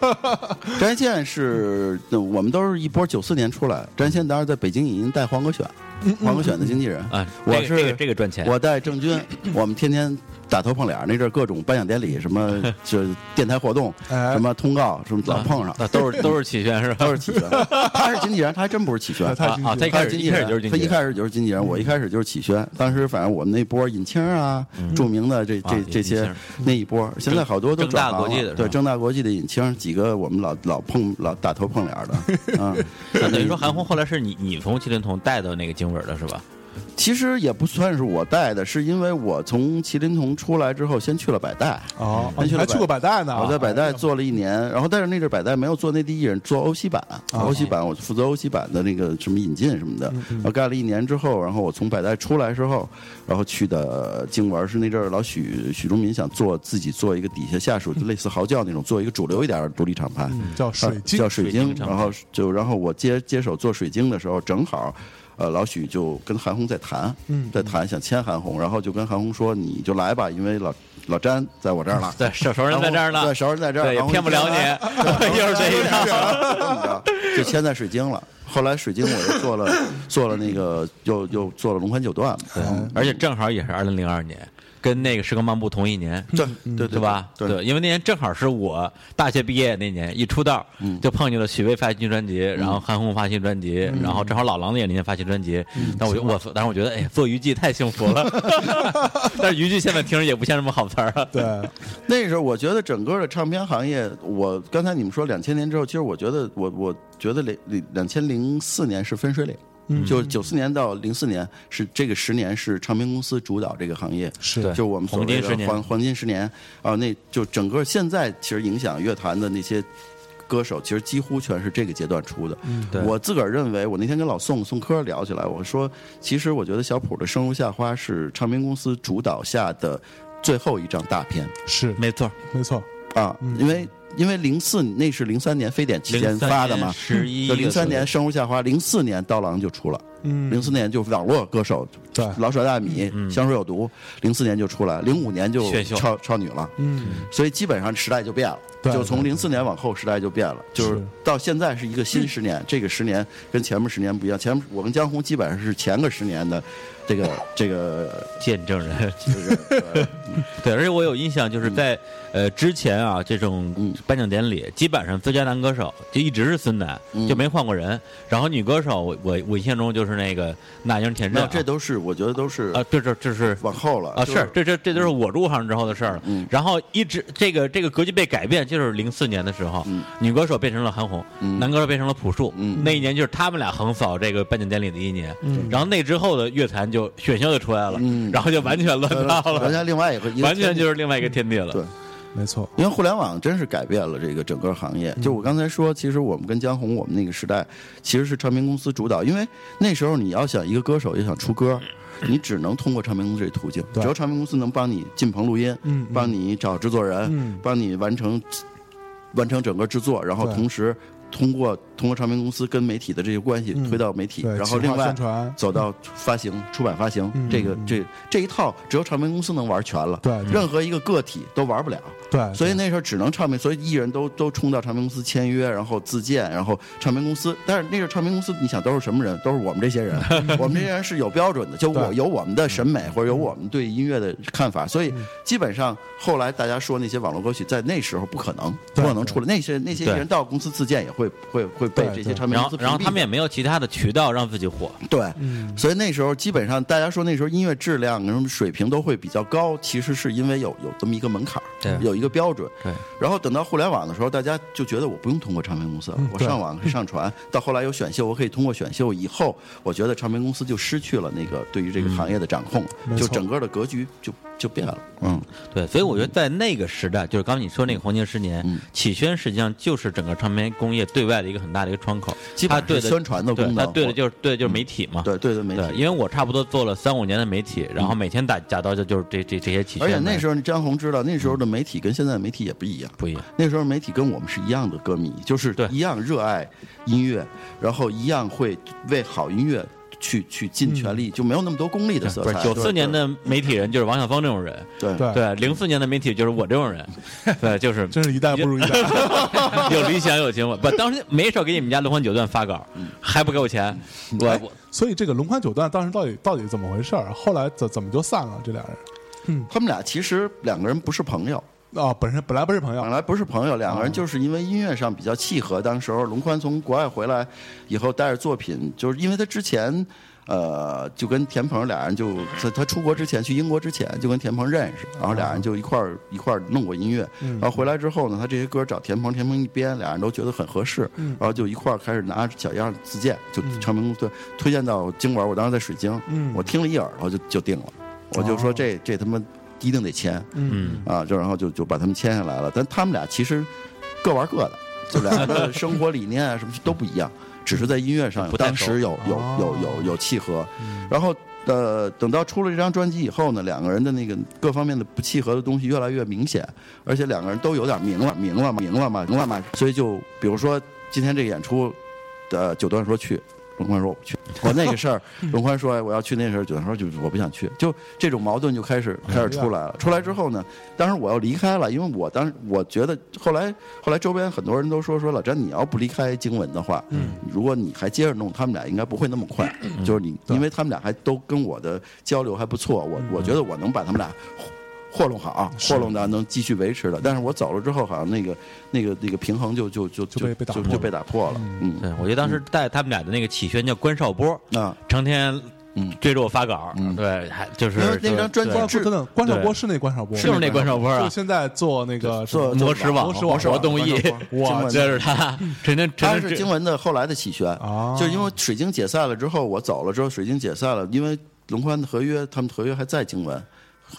[SPEAKER 4] 张一倩是，我们都是一波九四年出来。张一倩当时在北京已经带黄国选，
[SPEAKER 1] 嗯
[SPEAKER 4] 黄国选的经纪人，
[SPEAKER 2] 啊，
[SPEAKER 4] 我
[SPEAKER 2] 这个
[SPEAKER 4] 是
[SPEAKER 2] 这个这个赚钱，
[SPEAKER 4] 我带
[SPEAKER 2] <coughs>
[SPEAKER 4] 郑钧，我们天天打头碰脸儿，那阵儿各种颁奖典礼，
[SPEAKER 2] <laughs>
[SPEAKER 4] 什么就是电台活动，
[SPEAKER 1] 哎
[SPEAKER 4] 什么通告，什么老碰上，
[SPEAKER 2] 啊那都
[SPEAKER 4] <laughs>
[SPEAKER 2] 是都是齐宣是吧？
[SPEAKER 4] 都是齐宣。 <laughs> 他是经纪人，他还真不是齐宣
[SPEAKER 1] 对。他是经
[SPEAKER 2] 啊
[SPEAKER 1] 纪
[SPEAKER 2] 啊
[SPEAKER 1] 人
[SPEAKER 2] <laughs> 他一开
[SPEAKER 4] 他是
[SPEAKER 2] 始
[SPEAKER 4] 经
[SPEAKER 2] 一
[SPEAKER 4] 纪
[SPEAKER 2] 开始就
[SPEAKER 4] 人
[SPEAKER 2] 是经纪
[SPEAKER 4] 他
[SPEAKER 2] 人嗯
[SPEAKER 4] 一开始就是经纪人，我一开始就是启轩。当时反正我们那波尹清啊，著名的这
[SPEAKER 2] 啊
[SPEAKER 4] 这
[SPEAKER 2] 尹
[SPEAKER 4] 这
[SPEAKER 2] 尹
[SPEAKER 4] 些
[SPEAKER 2] 清
[SPEAKER 4] 那一波，现在好多都
[SPEAKER 2] 正大
[SPEAKER 4] 转行
[SPEAKER 2] 国际的
[SPEAKER 4] 了。
[SPEAKER 2] 是
[SPEAKER 4] 对，
[SPEAKER 2] 吧
[SPEAKER 4] 正大国际的尹清，几个我们老老碰老打头碰脸
[SPEAKER 2] <laughs>
[SPEAKER 4] 儿的啊。
[SPEAKER 2] 那等于说韩红后来是你你从麒麟童带到那个经纬的是吧？
[SPEAKER 4] 其实也不算是我带的，是因为我从麒麟童出来之后，先去了百代。
[SPEAKER 1] 哦，
[SPEAKER 4] 他去了
[SPEAKER 1] 还去过百代呢，
[SPEAKER 4] 我在百代做了一年，然后但是那阵儿百代没有做内地艺人，做欧西版，欧西版我负责欧西版的那个什么引进什么的，然后干了一年之后，然后我从百代出来之后，然后去的静文是那阵儿老许许忠民想做自己做一个底下下属，就类似嚎叫那种，做一个主流一点儿的独立厂牌，呃
[SPEAKER 1] 嗯叫水晶
[SPEAKER 4] 叫水
[SPEAKER 2] 水
[SPEAKER 4] 晶
[SPEAKER 2] 晶，厂牌
[SPEAKER 4] 然后就然后我接接手做水晶的时候，正好。呃，老许就跟韩红在谈，在谈想签韩红，然后就跟韩红说你就来吧，因为老老詹在我这
[SPEAKER 2] <laughs>
[SPEAKER 4] 儿了，
[SPEAKER 2] 对，手熟人在这儿呢，
[SPEAKER 4] 对，熟人在这儿，
[SPEAKER 2] 对也
[SPEAKER 4] 然后啊哎
[SPEAKER 2] 骗不了 <laughs> 你，又是这一
[SPEAKER 4] <laughs>
[SPEAKER 2] 套。
[SPEAKER 4] 套，就签在水晶了。后来水晶我又做了做了那个又又做了龙盘九段，
[SPEAKER 2] <laughs> 而且正好也是二零零二年，跟那个《时光漫步》同一年，
[SPEAKER 4] 对对
[SPEAKER 2] 对嗯吧？
[SPEAKER 4] 对，
[SPEAKER 2] 因为那年正好是我大学毕业那年，一出道
[SPEAKER 4] 嗯
[SPEAKER 2] 就碰见了许巍发新专辑，然后韩红发新专辑，然后正好老狼也那年发新专辑，
[SPEAKER 4] 嗯
[SPEAKER 2] 但我就我当时我觉得，哎呀，做娱记太幸福了。
[SPEAKER 4] <laughs>
[SPEAKER 2] 但是娱记现在听着也不像什么好词儿啊了。
[SPEAKER 1] 对，
[SPEAKER 4] 嗯那时候我觉得整个的唱片行业，我刚才你们说两千年之后，其实我觉得我我觉得两两千零四年是分水岭。
[SPEAKER 1] 嗯
[SPEAKER 2] 嗯
[SPEAKER 4] 就九四年到零四年是这个十年是唱片公司主导这个行业，
[SPEAKER 1] 是
[SPEAKER 4] 就我们所
[SPEAKER 2] 黄金
[SPEAKER 4] 谓的
[SPEAKER 2] 十年
[SPEAKER 4] 黄黄金十年啊，那就整个现在其实影响乐坛的那些歌手，其实几乎全是这个阶段出的。
[SPEAKER 1] 嗯
[SPEAKER 2] 对
[SPEAKER 4] 我自个儿认为，我那天跟老宋宋柯聊起来，我说，其实我觉得小普的《生如夏花》是唱片公司主导下的最后一张大片
[SPEAKER 1] 是
[SPEAKER 2] 没错，
[SPEAKER 1] 没错，
[SPEAKER 4] 啊，
[SPEAKER 2] 嗯
[SPEAKER 4] 因为因为零四那是零三年非典期间发的嘛。
[SPEAKER 2] 十一
[SPEAKER 4] 就零三年《生如夏花》，零四年《刀郎》就出了，
[SPEAKER 1] 嗯，
[SPEAKER 4] 零四年就网络歌手
[SPEAKER 1] 对，
[SPEAKER 4] 老舍大米、香水有毒，零四年就出来，零五年就
[SPEAKER 2] 选秀
[SPEAKER 4] 超超女了，
[SPEAKER 1] 嗯，
[SPEAKER 4] 所以基本上时代就变了，
[SPEAKER 1] 对
[SPEAKER 4] 就从
[SPEAKER 1] 对
[SPEAKER 4] 零四年往后时代就变了，就是
[SPEAKER 1] 是
[SPEAKER 4] 到现在是一个新十年，这个十年跟前面十年不一样，前面我跟江红基本上是前个十年的这个这个
[SPEAKER 2] 见证人。
[SPEAKER 4] 这个呃
[SPEAKER 2] 对，而且我有印象，就是在、呃之前啊，这种
[SPEAKER 4] 嗯
[SPEAKER 2] 颁奖典礼，基本上最佳男歌手就一直是孙楠，
[SPEAKER 4] 嗯
[SPEAKER 2] 就没换过人。然后女歌手，我我我印象中就是那个那英、田
[SPEAKER 4] 没
[SPEAKER 2] 震
[SPEAKER 4] 有，
[SPEAKER 2] 啊，
[SPEAKER 4] 这都是我觉得都是
[SPEAKER 2] 啊，这这这是
[SPEAKER 4] 往后了
[SPEAKER 2] 啊，
[SPEAKER 4] 就是
[SPEAKER 2] 这这这都是我入行之后的事儿了。
[SPEAKER 4] 嗯
[SPEAKER 2] 然后一直这个这个格局被改变，就是零四年的时候，
[SPEAKER 4] 嗯
[SPEAKER 2] 女歌手变成了韩红，
[SPEAKER 4] 嗯
[SPEAKER 2] 男歌手变成了朴树。
[SPEAKER 4] 嗯
[SPEAKER 2] 那一年就是他们俩横扫这个颁奖典礼的一年。然后那之后的乐坛就选秀就出来了，
[SPEAKER 4] 嗯
[SPEAKER 2] 然后就完全乱 <laughs> 套
[SPEAKER 4] 人
[SPEAKER 2] 了，
[SPEAKER 4] 家另外一个一个
[SPEAKER 2] 完全就是是另外一个天地了。
[SPEAKER 4] 对。
[SPEAKER 1] 没错，
[SPEAKER 4] 因为互联网真是改变了这个整个行业。就我刚才说，其实我们跟江红我们那个时代，其实是唱片公司主导，因为那时候你要想一个歌手也想出歌。你只能通过唱片公司这途径，只
[SPEAKER 1] 对
[SPEAKER 4] 有唱片公司能帮你进棚录音，
[SPEAKER 1] 嗯嗯
[SPEAKER 4] 帮你找制作人，
[SPEAKER 1] 嗯
[SPEAKER 4] 帮你完成完成整个制作，然后
[SPEAKER 1] 对
[SPEAKER 4] 同时通过通过唱片公司跟媒体的这些关系、
[SPEAKER 1] 嗯
[SPEAKER 4] 推到媒体，
[SPEAKER 1] 对，
[SPEAKER 4] 然后
[SPEAKER 1] 企划
[SPEAKER 4] 另外
[SPEAKER 1] 宣传，
[SPEAKER 4] 走到发行、出版发行，
[SPEAKER 1] 嗯
[SPEAKER 4] 这个
[SPEAKER 1] 嗯
[SPEAKER 4] 这这一套只有唱片公司能玩全了，
[SPEAKER 1] 对对
[SPEAKER 4] 任何一个个体都玩不了。
[SPEAKER 1] 对，
[SPEAKER 4] 所以那时候只能唱片，所以艺人都都冲到唱片公司签约，然后自荐，然后唱片公司。但是那时候唱片公司，你想都是什么人？都是我们这些人，
[SPEAKER 1] <laughs>
[SPEAKER 4] 我们这些人是有标准的，就我
[SPEAKER 1] 对
[SPEAKER 4] 有我们的审美或者有我们对音乐的看法。所以
[SPEAKER 1] 嗯
[SPEAKER 4] 基本上后来大家说那些网络歌曲，在那时候不可能，不
[SPEAKER 1] 对
[SPEAKER 4] 可能出来。那些那些艺人到公司自荐也会会会被
[SPEAKER 1] 对
[SPEAKER 4] 这
[SPEAKER 1] 对
[SPEAKER 4] 些唱片
[SPEAKER 2] 然
[SPEAKER 4] 公司
[SPEAKER 2] 后，然后
[SPEAKER 4] 屏蔽
[SPEAKER 2] 他们
[SPEAKER 4] 的
[SPEAKER 2] 也没有其他的渠道让自己火，
[SPEAKER 4] 对，
[SPEAKER 1] 嗯
[SPEAKER 4] 所以那时候基本上大家说那时候音乐质量什么水平都会比较高，其实是因为有有这么一个门槛儿，
[SPEAKER 2] 对
[SPEAKER 4] 有一个标准。
[SPEAKER 2] 对，
[SPEAKER 4] 然后等到互联网的时候，大家就觉得我不用通过唱片公司了，我
[SPEAKER 1] 对
[SPEAKER 4] 上网上传。到后来有选秀，我可以通过选秀以后，我觉得唱片公司就失去了那个对于这个行业的掌控，
[SPEAKER 1] 没
[SPEAKER 4] 就
[SPEAKER 1] 错
[SPEAKER 4] 整个的格局就就变了。嗯，
[SPEAKER 2] 对，所以我觉得在那个时代，就是刚刚你说那个黄金十年，
[SPEAKER 4] 嗯
[SPEAKER 2] 启轩实际上就是整个唱片工业对外的一个很大的一个窗口，
[SPEAKER 4] 基本
[SPEAKER 2] 它
[SPEAKER 4] 上
[SPEAKER 2] 对
[SPEAKER 4] 是
[SPEAKER 2] 的
[SPEAKER 4] 宣传的
[SPEAKER 2] 对，
[SPEAKER 4] 功
[SPEAKER 2] 它
[SPEAKER 4] 能。嗯
[SPEAKER 2] 对的就是对的就是媒体嘛，
[SPEAKER 4] 对对对媒体。
[SPEAKER 2] 对，因为我差不多做了三五年的媒体，然后每天打假到就就是这这这些启轩
[SPEAKER 4] 而
[SPEAKER 2] 们，
[SPEAKER 4] 且那时候张红知道，那时候的媒体跟现在的媒体也不一样。
[SPEAKER 2] 不一样，
[SPEAKER 4] 那时候媒体跟我们是一样的歌迷，就是
[SPEAKER 2] 对
[SPEAKER 4] 一样热爱音乐，然后一样会为好音乐去去尽全力，就没有那么多功利的色
[SPEAKER 2] 不是
[SPEAKER 4] 彩。
[SPEAKER 2] 九四年的媒体人就是王小芳这种人，
[SPEAKER 4] 对
[SPEAKER 1] 对
[SPEAKER 2] 对，零四年的媒体就是我这种
[SPEAKER 4] <laughs>
[SPEAKER 2] 人，对，就是
[SPEAKER 1] 真是一代不如一代。
[SPEAKER 2] <laughs> 有理想有情怀，不，当时没少给你们家《龙魂九段》发稿，
[SPEAKER 4] 嗯
[SPEAKER 2] 还不给我钱，我
[SPEAKER 1] 哎
[SPEAKER 2] 我
[SPEAKER 1] <laughs> 所以这个龙宽九段当时到底到底怎么回事儿？后来怎怎么就散了？这俩人
[SPEAKER 4] 他们俩其实两个人不是朋友，
[SPEAKER 1] 啊，本身本来不是朋友
[SPEAKER 4] 本，来不是朋友，两个人就是因为音乐上比较契合。当时候龙宽从国外回来以后，带着作品，就是因为他之前。呃，就跟田鹏俩人就他他出国之前去英国之前就跟田鹏认识，然后俩人就一块儿一块儿弄过音乐，
[SPEAKER 1] 嗯
[SPEAKER 4] 然后回来之后呢，他这些歌找田鹏，田鹏一编，俩人都觉得很合适，
[SPEAKER 1] 嗯
[SPEAKER 4] 然后就一块儿开始拿小样自荐，就唱片公司推荐到京玩，我当时在水晶，
[SPEAKER 1] 嗯
[SPEAKER 4] 我听了一耳朵就就定了，我就说
[SPEAKER 1] 哦
[SPEAKER 4] 这这他妈一定得签，
[SPEAKER 2] 嗯，
[SPEAKER 4] 啊，就然后就就把他们签下来了。但他们俩其实各玩各的，就俩
[SPEAKER 2] <laughs>
[SPEAKER 4] 人的生活理念啊什么都不一样，只是在音乐上
[SPEAKER 2] 不太
[SPEAKER 4] 当
[SPEAKER 2] 熟哦嗯
[SPEAKER 4] 时有有有有有契合。然后呃，等到出了这张专辑以后呢，两个人的那个各方面的不契合的东西越来越明显，而且两个人都有点明了明了嘛明了嘛明了嘛，所以就比如说今天这个演出，呃，九段说去。龙宽说我不去，我那个事
[SPEAKER 1] <laughs>
[SPEAKER 4] 儿，龙宽说哎我要去那事儿，九段说就是我不想去，就这种矛盾就开始开始出来
[SPEAKER 1] 嗯
[SPEAKER 4] 了。出来之后呢，当时我要离开了，因为我当时我觉得后来后来周边很多人都说说老詹你要不离开经文的话，嗯，如果你还接着弄，他们俩应该不会那么快，
[SPEAKER 1] 嗯
[SPEAKER 4] 就是你
[SPEAKER 1] 对
[SPEAKER 4] 因为他们俩还都跟我的交流还不错，我我觉得我能把他们俩。霍弄好，
[SPEAKER 1] 嗯是
[SPEAKER 4] 霍弄到能继续维持的。但是我走了之后，好像那个、那个、那个平衡就就就
[SPEAKER 1] 就被被打
[SPEAKER 4] 就
[SPEAKER 1] 破
[SPEAKER 4] 就
[SPEAKER 1] 了
[SPEAKER 4] 被打破了。嗯，
[SPEAKER 2] 对我觉得当时带他们俩的那个启轩叫关少波，
[SPEAKER 4] 啊，
[SPEAKER 2] 成天
[SPEAKER 4] 嗯
[SPEAKER 2] 追着我发稿，
[SPEAKER 4] 嗯
[SPEAKER 2] 对，还就是
[SPEAKER 4] 因为那张专
[SPEAKER 1] 关
[SPEAKER 4] 辑
[SPEAKER 2] 嗯对
[SPEAKER 1] 少波等等，关少波是那关少波，
[SPEAKER 2] 就是那关少波
[SPEAKER 1] 就
[SPEAKER 2] 啊，
[SPEAKER 1] 现在做那个什么
[SPEAKER 4] 做
[SPEAKER 2] 魔石网
[SPEAKER 1] 魔石网
[SPEAKER 2] 活动艺，
[SPEAKER 4] 经
[SPEAKER 2] <laughs>
[SPEAKER 1] 哇
[SPEAKER 4] 文
[SPEAKER 2] 就是他，成天
[SPEAKER 4] 他
[SPEAKER 2] 成
[SPEAKER 4] 是
[SPEAKER 2] 天
[SPEAKER 4] 经文的后来的启轩，
[SPEAKER 1] 啊
[SPEAKER 4] 就是因为水晶解散了之后，我走了之后，水晶解散了，因为龙宽的合约，他们合约还在经文，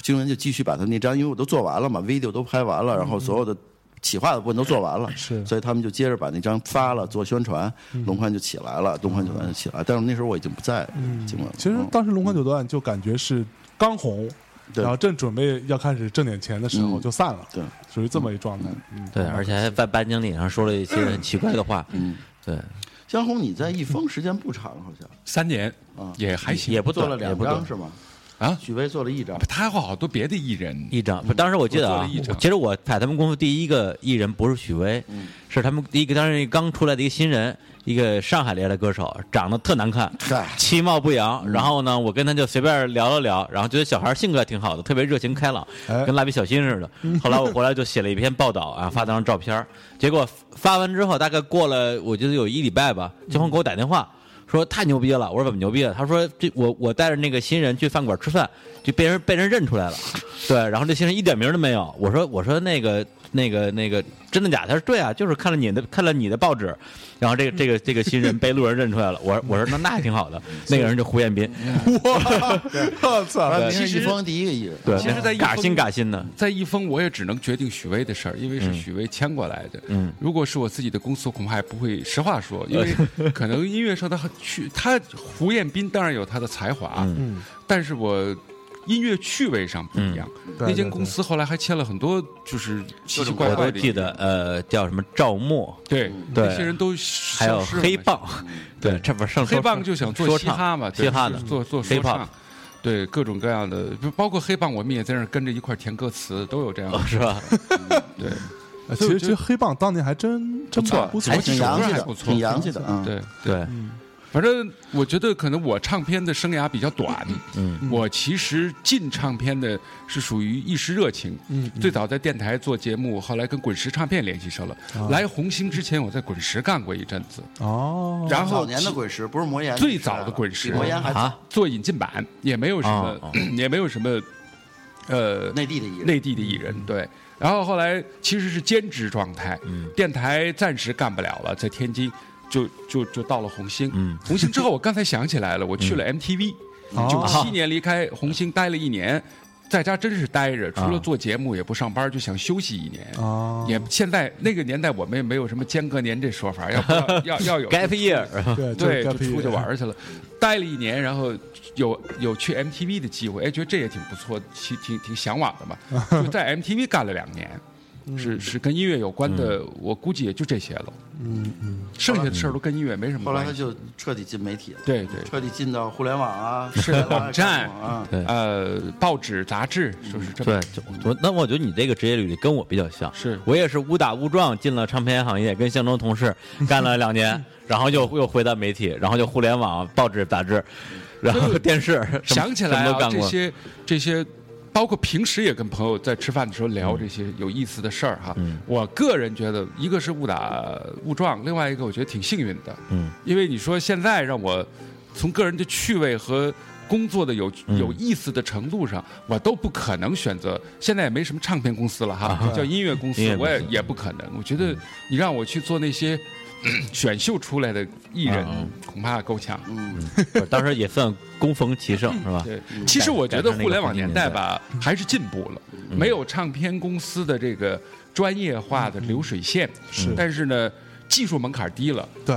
[SPEAKER 4] 经文就继续把他那张，因为我都做完了嘛，video 都拍完了，然后所有的企划的部分都做完了，
[SPEAKER 1] 嗯是嗯
[SPEAKER 4] 所以他们就接着把那张发了做宣传，龙宽就起来了，龙宽就完就起来，但是那时候我已经不在经文了，
[SPEAKER 1] 其实
[SPEAKER 4] 嗯
[SPEAKER 1] 当时龙宽九段就感觉是刚红，
[SPEAKER 4] 对
[SPEAKER 1] 然后正准备要开始挣点钱的时候
[SPEAKER 4] 嗯
[SPEAKER 1] 就散了，
[SPEAKER 4] 对，
[SPEAKER 1] 属于这么一状态。
[SPEAKER 3] 嗯
[SPEAKER 1] 嗯
[SPEAKER 2] 对，而且还在颁奖礼上说了一些很奇怪的话，
[SPEAKER 4] 嗯，
[SPEAKER 2] 对，
[SPEAKER 4] 江红你在一峰时间不长，好像
[SPEAKER 3] 三年
[SPEAKER 4] 啊
[SPEAKER 3] 也还行，
[SPEAKER 2] 也不
[SPEAKER 4] 做
[SPEAKER 2] 短
[SPEAKER 4] 了两
[SPEAKER 2] 也不短
[SPEAKER 4] 张是吗？
[SPEAKER 3] 啊
[SPEAKER 4] 许巍做了一张，
[SPEAKER 3] 他还有好多别的艺人，
[SPEAKER 2] 一张，不，当时我记得
[SPEAKER 3] 我做
[SPEAKER 2] 啊
[SPEAKER 3] 了一，张
[SPEAKER 2] 其实我踩他们功夫第一个艺人不是许巍，
[SPEAKER 4] 嗯
[SPEAKER 2] 是他们第一个当时刚出来的一个新人，一个上海来的歌手，长得特难看，
[SPEAKER 4] 嗨
[SPEAKER 2] 其貌不扬。然后呢，我跟他就随便聊了聊，然后觉得小孩性格挺好的，特别热情开朗，
[SPEAKER 1] 哎
[SPEAKER 2] 跟蜡笔小新似的。后来我回来就写了一篇报道啊，发张照片儿，结果发完之后，大概过了我觉得有一礼拜吧，江红给我打电话。说太牛逼了，我说怎么牛逼了？他说这我我带着那个新人去饭馆吃饭，就被人被人认出来了，对，然后这新人一点名都没有。我说我说那个那个那个真的假的？他说对啊，就是看了你的看了你的报纸，然后这个这个这个新人被路人认出来了。我说我说那那还挺好的，
[SPEAKER 3] 嗯
[SPEAKER 2] 那个人就胡彦斌，
[SPEAKER 1] 我操！
[SPEAKER 4] 啊，您
[SPEAKER 3] 呃其
[SPEAKER 4] 是
[SPEAKER 3] 实
[SPEAKER 4] 一峰第一个艺人，
[SPEAKER 2] 对，
[SPEAKER 3] 其实在一
[SPEAKER 2] 嘎
[SPEAKER 3] 封
[SPEAKER 2] 心嘎心的，
[SPEAKER 3] 在一封我也只能决定许巍的事儿，因为是许巍签过来的。
[SPEAKER 2] 嗯，
[SPEAKER 3] 如果是我自己的公司，我恐怕还不会实话说，因为
[SPEAKER 2] 嗯
[SPEAKER 3] <laughs> 可能音乐上他很去他胡彦斌当然有他的才华，啊
[SPEAKER 2] 嗯
[SPEAKER 3] 但是我音乐趣味上不一样。
[SPEAKER 2] 嗯
[SPEAKER 1] 对
[SPEAKER 3] 那间
[SPEAKER 1] 对
[SPEAKER 3] 公司后来还签了很多就是奇奇怪
[SPEAKER 2] 我
[SPEAKER 3] 怪
[SPEAKER 2] 都
[SPEAKER 3] 的，
[SPEAKER 2] 记得呃叫什么赵默，
[SPEAKER 3] 对
[SPEAKER 2] 对
[SPEAKER 3] 那些人都
[SPEAKER 2] 还有
[SPEAKER 3] 消失了
[SPEAKER 2] 黑棒，对，这不是上
[SPEAKER 3] 嗯黑棒就想
[SPEAKER 2] 说
[SPEAKER 3] 做嘻
[SPEAKER 2] 唱
[SPEAKER 3] 哈嘛，对
[SPEAKER 2] 嘻哈的
[SPEAKER 3] 就是做做
[SPEAKER 2] 黑
[SPEAKER 3] 说
[SPEAKER 2] 棒
[SPEAKER 3] 唱，对各种各样的，不包括黑棒，我们也在那儿跟着一块儿填歌词，都有这样的，
[SPEAKER 2] <laughs> 是吧？
[SPEAKER 3] 对
[SPEAKER 1] 呃其实其实黑棒当年还真真
[SPEAKER 4] 不错
[SPEAKER 1] 不
[SPEAKER 4] 还挺
[SPEAKER 1] 是吧
[SPEAKER 4] 洋气
[SPEAKER 3] 还
[SPEAKER 4] 的
[SPEAKER 3] 不，错
[SPEAKER 4] 挺洋气的啊。嗯
[SPEAKER 3] 对
[SPEAKER 2] 对，
[SPEAKER 3] 反正我觉得可能我唱片的生涯比较短，嗯，我其实进唱片的是属于一时热情，嗯，最早在电台做节目，后来跟滚石唱片联系上了。
[SPEAKER 2] 啊
[SPEAKER 3] 来红星之前，我在滚石干过一阵子，
[SPEAKER 1] 哦，
[SPEAKER 3] 然后
[SPEAKER 4] 早年的滚石不是魔岩，
[SPEAKER 3] 最早的滚石
[SPEAKER 4] 比魔岩还
[SPEAKER 2] 啊，
[SPEAKER 3] 做引进版，也没有什么，
[SPEAKER 2] 哦
[SPEAKER 3] <clears throat> 也没有什么，呃，
[SPEAKER 4] 内地的艺人。
[SPEAKER 3] 内地的艺人，
[SPEAKER 1] 嗯
[SPEAKER 3] 对。然后后来其实是兼职状态，电台暂时干不了了，在天津就就就到了红星。
[SPEAKER 2] 嗯
[SPEAKER 3] 红星之后，我刚才想起来了，我去了 MTV，
[SPEAKER 1] 嗯哦
[SPEAKER 3] 九七、年离开红星待了一年，在家真是待着，除了做节目也不上班，就想休息一年。
[SPEAKER 1] 啊哦
[SPEAKER 3] 也现在那个年代，我们也没有什么间隔年这说法，要不要要
[SPEAKER 1] <laughs>
[SPEAKER 3] 要有
[SPEAKER 2] gap year，
[SPEAKER 1] 对
[SPEAKER 3] <laughs> 对，就
[SPEAKER 1] 就是 gap
[SPEAKER 3] 出去
[SPEAKER 1] year
[SPEAKER 3] 玩儿去了，待了一年，然后有有去 MTV 的机会，哎，觉得这也挺不错，挺挺挺向往的嘛，
[SPEAKER 4] <laughs>
[SPEAKER 3] 就在 MTV 干了两年，
[SPEAKER 4] 嗯
[SPEAKER 3] 是是跟音乐有关的，
[SPEAKER 2] 嗯
[SPEAKER 3] 我估计也就这些了，
[SPEAKER 1] 嗯嗯，
[SPEAKER 3] 剩下的事儿都跟音乐没什么
[SPEAKER 4] 后来
[SPEAKER 3] 关
[SPEAKER 4] 他
[SPEAKER 3] 系。
[SPEAKER 4] 就彻底进媒体了，
[SPEAKER 3] 对对
[SPEAKER 4] 彻底进到互联网啊，
[SPEAKER 3] 是
[SPEAKER 4] 互联网
[SPEAKER 3] 网站
[SPEAKER 4] 啊，
[SPEAKER 2] 对
[SPEAKER 3] 呃，报纸、杂志就是这
[SPEAKER 2] 对，
[SPEAKER 3] 么
[SPEAKER 2] 就我那我觉得你这个职业履历跟我比较像，
[SPEAKER 3] 是
[SPEAKER 2] 我也是误打误撞进了唱片行业，跟相中同
[SPEAKER 3] <laughs>
[SPEAKER 2] 事干了两年，然后又又回到媒体，然后就互联网、报纸、杂志，然后电视，什么
[SPEAKER 3] 想起来
[SPEAKER 2] 什么都
[SPEAKER 3] 啊，
[SPEAKER 2] 干
[SPEAKER 3] 这
[SPEAKER 2] 过。
[SPEAKER 3] 些这些，包括平时也跟朋友在吃饭的时候聊这些有意思的事儿哈。
[SPEAKER 2] 嗯
[SPEAKER 3] 我个人觉得，一个是误打误撞，另外一个我觉得挺幸运的。
[SPEAKER 2] 嗯，
[SPEAKER 3] 因为你说现在让我从个人的趣味和工作的有
[SPEAKER 2] 嗯
[SPEAKER 3] 有意思的程度上，我都不可能选择。现在也没什么唱片公司了哈，
[SPEAKER 2] 啊
[SPEAKER 3] 叫音乐公司
[SPEAKER 2] 音乐，公
[SPEAKER 3] 我
[SPEAKER 2] 司
[SPEAKER 3] 也也不可能。我
[SPEAKER 2] 嗯
[SPEAKER 3] 觉得你让我去做那些。选秀出来的艺人
[SPEAKER 2] 嗯
[SPEAKER 3] 恐怕够呛。
[SPEAKER 2] 不是 <laughs> 当时也算攻逢其
[SPEAKER 3] <laughs>
[SPEAKER 2] 盛，是
[SPEAKER 1] 啊
[SPEAKER 2] 吧？
[SPEAKER 3] 对，
[SPEAKER 1] 嗯
[SPEAKER 3] 其实我觉得互联网年代吧，还是进步了，
[SPEAKER 1] 嗯
[SPEAKER 3] 没有唱片公司的这个专业化的流水线，
[SPEAKER 1] 嗯是
[SPEAKER 3] 但是呢，技术门槛低了。
[SPEAKER 1] 对，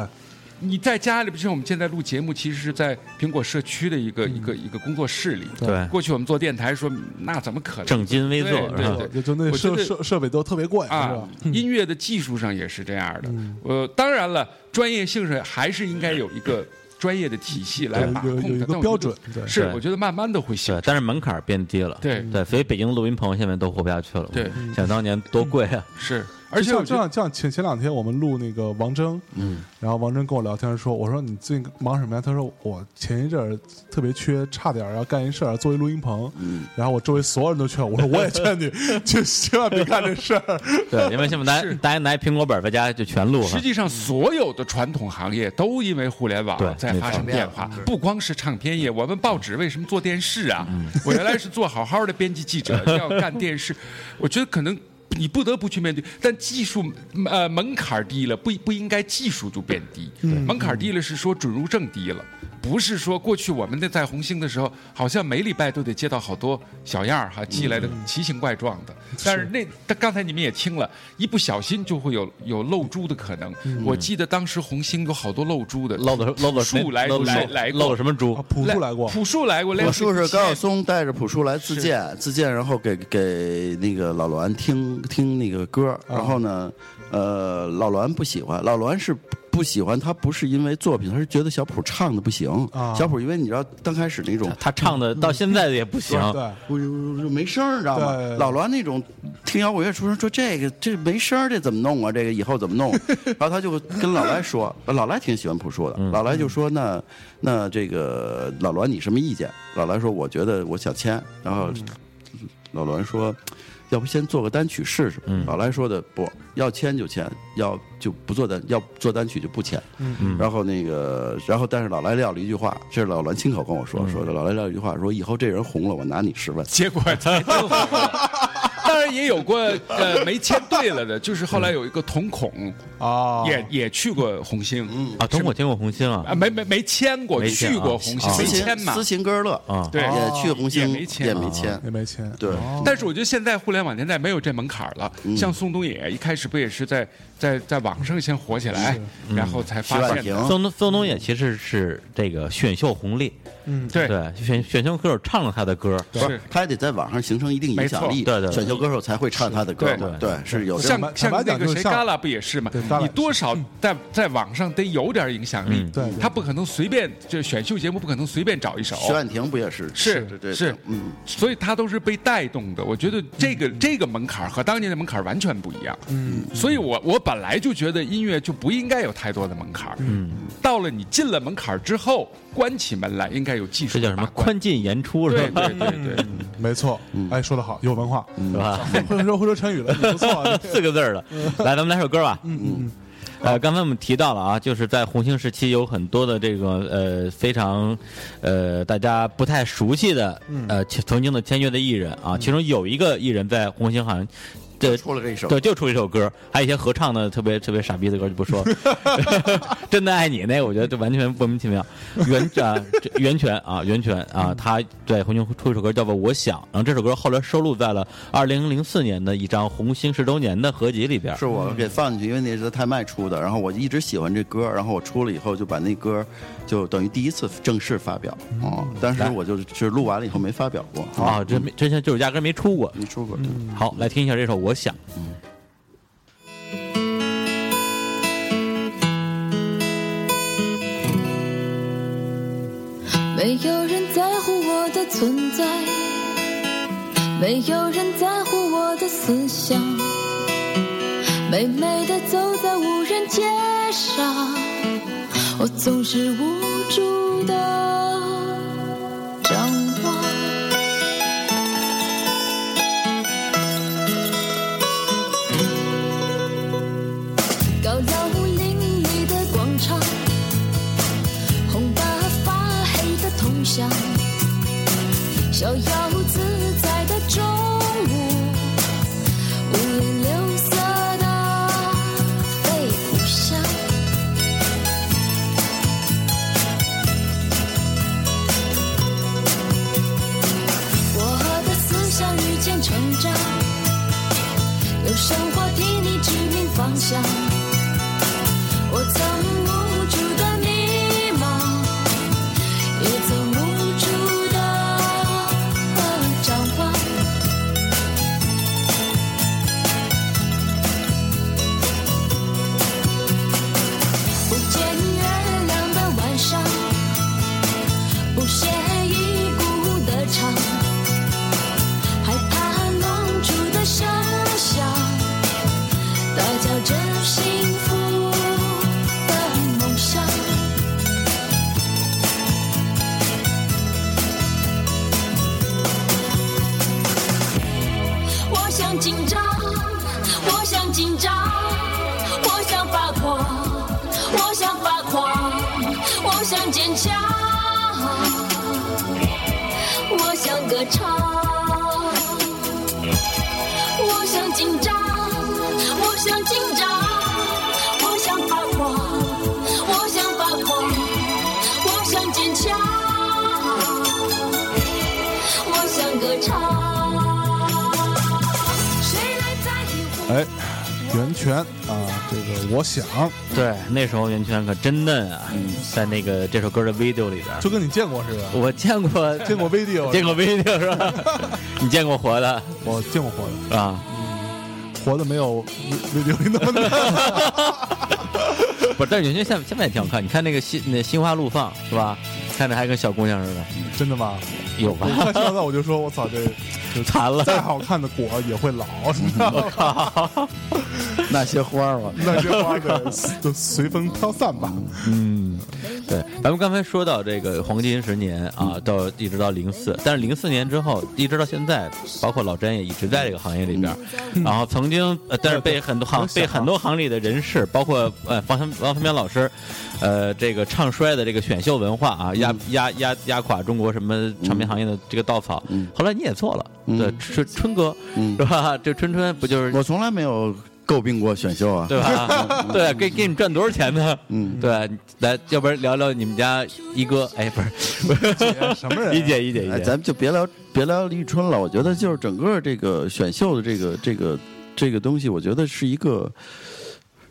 [SPEAKER 3] 你在家里，就像我们现在录节目，其实是在苹果社区的一个
[SPEAKER 1] 嗯
[SPEAKER 3] 一个一个工作室里。
[SPEAKER 2] 对，
[SPEAKER 3] 过去我们做电台说，那怎么可能？
[SPEAKER 2] 正襟危坐，是
[SPEAKER 3] 对
[SPEAKER 2] 吧？
[SPEAKER 3] 对
[SPEAKER 1] 就就那
[SPEAKER 3] 我觉
[SPEAKER 1] 设
[SPEAKER 3] 得
[SPEAKER 1] 设设备都特别贵，是
[SPEAKER 3] 啊
[SPEAKER 1] 吧？，
[SPEAKER 3] 音乐的技术上也是这样的。
[SPEAKER 1] 嗯
[SPEAKER 3] 呃，当然了，专业性上还是应该有一个专业的体系来
[SPEAKER 1] 有
[SPEAKER 3] 把
[SPEAKER 1] 有有
[SPEAKER 3] 控
[SPEAKER 1] 一
[SPEAKER 3] 的。
[SPEAKER 1] 个
[SPEAKER 3] 但我觉得
[SPEAKER 1] 标准对
[SPEAKER 3] 是
[SPEAKER 2] 对，
[SPEAKER 3] 我觉得慢慢的会形
[SPEAKER 2] 对，
[SPEAKER 3] 成。
[SPEAKER 2] 但是门槛儿变低了，
[SPEAKER 3] 对
[SPEAKER 2] 对，所以北京录音棚现在都活不下去了。
[SPEAKER 3] 对，嗯
[SPEAKER 2] 想当年多贵啊！
[SPEAKER 3] 是，而且
[SPEAKER 1] 就像
[SPEAKER 3] 我
[SPEAKER 1] 就
[SPEAKER 3] 觉得。
[SPEAKER 1] 像就像前前两天我们录那个王铮，嗯，然后王铮跟我聊天说，我说你最近忙什么呀？他说我前一阵儿特别缺，差点儿要干一事儿，做一录音棚，嗯，然后我周围所有人都劝我，我说我也劝
[SPEAKER 3] <laughs>
[SPEAKER 1] 你，就千万别干这事儿，
[SPEAKER 2] 对，因为现在大家大家拿苹果本儿在家就全录
[SPEAKER 3] 实
[SPEAKER 2] 了。
[SPEAKER 3] 际上，所有的传统行业都因为互联网
[SPEAKER 2] 对
[SPEAKER 3] 啊在发生变化，不光是唱片业，我们报纸为什么做电视啊？我原来是做好好的编辑记者，要干电视，我觉得可能。你不得不去面对，但技术呃门槛低了，不不应该技术就变低。门槛低了是说准入证低了，不是说过去我们那在红星的时候，好像每礼拜都得接到好多小样儿哈寄来的奇形怪状的。但是那但刚才你们也听了，一不小心就会有有漏珠的可能。我记得当时红星有好多漏珠的，
[SPEAKER 2] 漏的漏的
[SPEAKER 3] 树来
[SPEAKER 2] 漏
[SPEAKER 3] 来
[SPEAKER 2] 漏
[SPEAKER 3] 来过哦
[SPEAKER 2] 漏了什么猪
[SPEAKER 1] 啊？朴树来
[SPEAKER 3] <laughs>
[SPEAKER 1] 过，
[SPEAKER 3] 朴树来过，
[SPEAKER 4] 朴
[SPEAKER 3] 朴
[SPEAKER 4] 树是高晓松带着朴树来自荐，自荐，然后给给那个老栾听听那个歌，然后呢，呃，老栾不喜欢，老栾是不喜欢他，不是因为作品，他是觉得小朴唱的不行
[SPEAKER 1] 啊，
[SPEAKER 4] 小朴因为你知道刚开始那种
[SPEAKER 2] 他唱的到现在也不
[SPEAKER 3] <laughs>
[SPEAKER 2] 行。
[SPEAKER 1] 对，
[SPEAKER 4] 我就就没声儿，你知道吗
[SPEAKER 1] 对？
[SPEAKER 4] 老栾那种听摇滚乐出身，说这个这没声儿，这怎么弄啊？这个以后怎么弄？然后他就跟老来说，老来挺喜欢朴树的，老来就说那那这个老栾你什么意见？老来说我觉得我想签，然后老栾说。要不先做个单曲试试吧？老来说的不要签就签，要就不做单，要做单曲就不签。然后那个，然后但是老来撂了一句话，这是老栾亲口跟我说，说的老来撂一句话，说以后这人红了，我拿你十
[SPEAKER 3] <laughs>
[SPEAKER 4] 万。
[SPEAKER 3] 结果
[SPEAKER 1] <laughs>
[SPEAKER 3] 才真红了。当然也有过呃没签对了的，就是后来有一个瞳孔
[SPEAKER 1] 啊，
[SPEAKER 3] 也也去过红星，
[SPEAKER 1] 嗯
[SPEAKER 2] 啊，等我听过红星啊，
[SPEAKER 3] 啊没没没签过，
[SPEAKER 2] 没签
[SPEAKER 3] 去过
[SPEAKER 2] 啊
[SPEAKER 3] 红
[SPEAKER 2] 啊
[SPEAKER 3] 星
[SPEAKER 4] 斯
[SPEAKER 3] 没
[SPEAKER 4] 琴
[SPEAKER 3] 签嘛
[SPEAKER 4] 斯，琴格日乐
[SPEAKER 2] 啊
[SPEAKER 3] 对
[SPEAKER 4] 也去红星
[SPEAKER 3] 也没签哦
[SPEAKER 4] 没签
[SPEAKER 1] 也没钱，
[SPEAKER 4] 对
[SPEAKER 3] 但是我觉得现在互联网年代没有这门槛了，
[SPEAKER 1] 嗯
[SPEAKER 3] 像宋冬野一开始不也是在在在网上先火起来，然后才
[SPEAKER 4] 徐
[SPEAKER 3] 发
[SPEAKER 4] 婉
[SPEAKER 3] 现
[SPEAKER 4] 婷
[SPEAKER 2] 宋冬宋冬野其实是这个选秀红利，
[SPEAKER 1] 嗯，
[SPEAKER 3] 对
[SPEAKER 2] 对，选选秀歌手唱了他的歌，
[SPEAKER 4] 不
[SPEAKER 3] 是
[SPEAKER 4] 是，他也得在网上形成一定影响力，
[SPEAKER 2] 没错对对对
[SPEAKER 4] 选秀歌手才会唱他的歌嘛，
[SPEAKER 2] 对
[SPEAKER 4] 对，是有这
[SPEAKER 3] 像
[SPEAKER 4] 样。
[SPEAKER 1] 坦
[SPEAKER 3] 像
[SPEAKER 1] 白
[SPEAKER 3] 那
[SPEAKER 1] 讲就是
[SPEAKER 3] 个谁，
[SPEAKER 1] 像
[SPEAKER 3] 旮旮不也是吗
[SPEAKER 1] 对旮旯？
[SPEAKER 3] 你
[SPEAKER 1] 也嗯
[SPEAKER 3] 多少在在网上得有点影响力
[SPEAKER 2] 嗯，
[SPEAKER 1] 对对
[SPEAKER 3] 他不可能随便，就选秀节目不可能随便找一首，
[SPEAKER 4] 徐婉婷不也是？
[SPEAKER 3] 是
[SPEAKER 4] 对对
[SPEAKER 3] 是
[SPEAKER 4] 嗯，
[SPEAKER 3] 所以他都是被带动的。我觉得这
[SPEAKER 1] 嗯
[SPEAKER 3] 个这个门槛儿和当年的门槛儿完全不一样。嗯，所以我我本来就觉得音乐就不应该有太多的门槛。嗯，到了你进了门槛儿之后，关起门来应该有技术
[SPEAKER 2] 这叫什么
[SPEAKER 3] 把关。
[SPEAKER 2] 宽进严出
[SPEAKER 3] 对
[SPEAKER 2] 是
[SPEAKER 3] 对
[SPEAKER 2] 吧？
[SPEAKER 1] 嗯
[SPEAKER 3] 对对，
[SPEAKER 1] 没错，哎，说得好，有文化，
[SPEAKER 2] 嗯是吧？
[SPEAKER 1] <laughs> 会说会说成语了，你不错
[SPEAKER 2] <laughs>
[SPEAKER 1] 啊，
[SPEAKER 2] 四个字儿的，来，咱们来首歌吧。嗯嗯。呃，刚才我们提到了啊，就是在红星时期有很多的这个呃非常呃大家不太熟悉的呃其曾经的签约的艺人啊，其中有一个艺人在红星好像这
[SPEAKER 4] 出了这一首，
[SPEAKER 2] 对，就出一首歌，还有一些合唱的特别特别傻逼的歌就不说了。 <laughs> 真的爱你那个，我觉得这完全莫名其妙。袁啊，这袁泉啊，袁泉啊，他在红星出一首歌叫做《我想》，然后这首歌后来收录在了二零零四年的一张红星十周年的合集里边儿。
[SPEAKER 4] 是我给放进去，因为那是太麦出的，然后我一直喜欢这歌，然后我出了以后就把那歌就等于第一次正式发表哦，但是
[SPEAKER 2] 来
[SPEAKER 4] 我就是就是录完了以后没发表过
[SPEAKER 2] 啊，这没这些就是压根儿没出过。
[SPEAKER 4] 没出过。
[SPEAKER 2] 好，来听一下这首《我想》。
[SPEAKER 7] 没有人在乎我的存在，没有人在乎我的思想，美美的走在无人街上，我总是无助的张望。高楼林立的广场。红白发黑的铜像，逍遥自在的中午，五颜六色的飞舞香。我的思想日渐成长，有生活替你指明方向。我曾无助的迷茫，也曾无助的张望。不见月亮的晚上，不屑一顾的唱，害怕弄出的声响。大叫着幸福的梦想。我想紧张，我想紧张，我想发狂，我想发狂，我想坚强，我想歌唱。我想紧张，我想紧张，我想发狂，我想发狂，我想坚强，我想歌唱。谁来在意我？
[SPEAKER 1] 哎，袁泉啊，这个我想
[SPEAKER 2] 对，那时候袁泉可真嫩啊，在那个这首歌的 video 里边儿，
[SPEAKER 1] 就跟你见过似的，
[SPEAKER 2] 我见过 <laughs>
[SPEAKER 1] 见过 video，
[SPEAKER 2] 见过 video 是吧？你见过活的
[SPEAKER 1] 我见过活的。
[SPEAKER 2] 啊？
[SPEAKER 1] 活的没有刘刘那么难。 <laughs>
[SPEAKER 2] <laughs> 不是，但是袁泉现在现在也挺好看。你看那个心那心花怒放是吧？看着还跟小姑娘似的，
[SPEAKER 1] 真的吗？
[SPEAKER 2] 有
[SPEAKER 1] 我
[SPEAKER 2] 吧？ <laughs>
[SPEAKER 1] 看现在我就说，我操，这
[SPEAKER 2] 残了，
[SPEAKER 1] 再好看的果也会老，你知道
[SPEAKER 2] 嗯
[SPEAKER 1] 吗？
[SPEAKER 4] <laughs> 那些花儿嘛，
[SPEAKER 1] 那些花的就随风飘散吧。
[SPEAKER 2] 嗯，对，咱们刚才说到这个黄金十年
[SPEAKER 1] 嗯
[SPEAKER 2] 啊，到一直到零四，但是零四年之后，一直到现在，包括老詹也一直在这个行业里边儿，然后曾经，呃但是被很多行
[SPEAKER 1] 嗯我想
[SPEAKER 2] 被很多行里的人士，包括呃王三王三彪老师，呃，这个唱衰的这个选秀文化
[SPEAKER 1] 嗯
[SPEAKER 2] 啊，压压压压垮中国什么唱片行业的这个稻草。
[SPEAKER 1] 嗯
[SPEAKER 2] 后来你也做了，对，春春哥
[SPEAKER 4] 嗯
[SPEAKER 2] 是吧？这春春不就是
[SPEAKER 4] 我从来没有诟病过选秀啊。
[SPEAKER 2] 对吧？ <laughs> 对，给给你们赚多少钱呢？
[SPEAKER 4] 嗯
[SPEAKER 2] 对，来，要不然聊聊你们家一哥？哎，不是，
[SPEAKER 1] 什么
[SPEAKER 2] <laughs>
[SPEAKER 1] 人
[SPEAKER 2] 一姐一姐一
[SPEAKER 4] 哎，
[SPEAKER 2] 姐
[SPEAKER 4] 咱，们就别聊别聊李宇春了。我觉得就是整个这个选秀的这个这个这个东西，我觉得是一个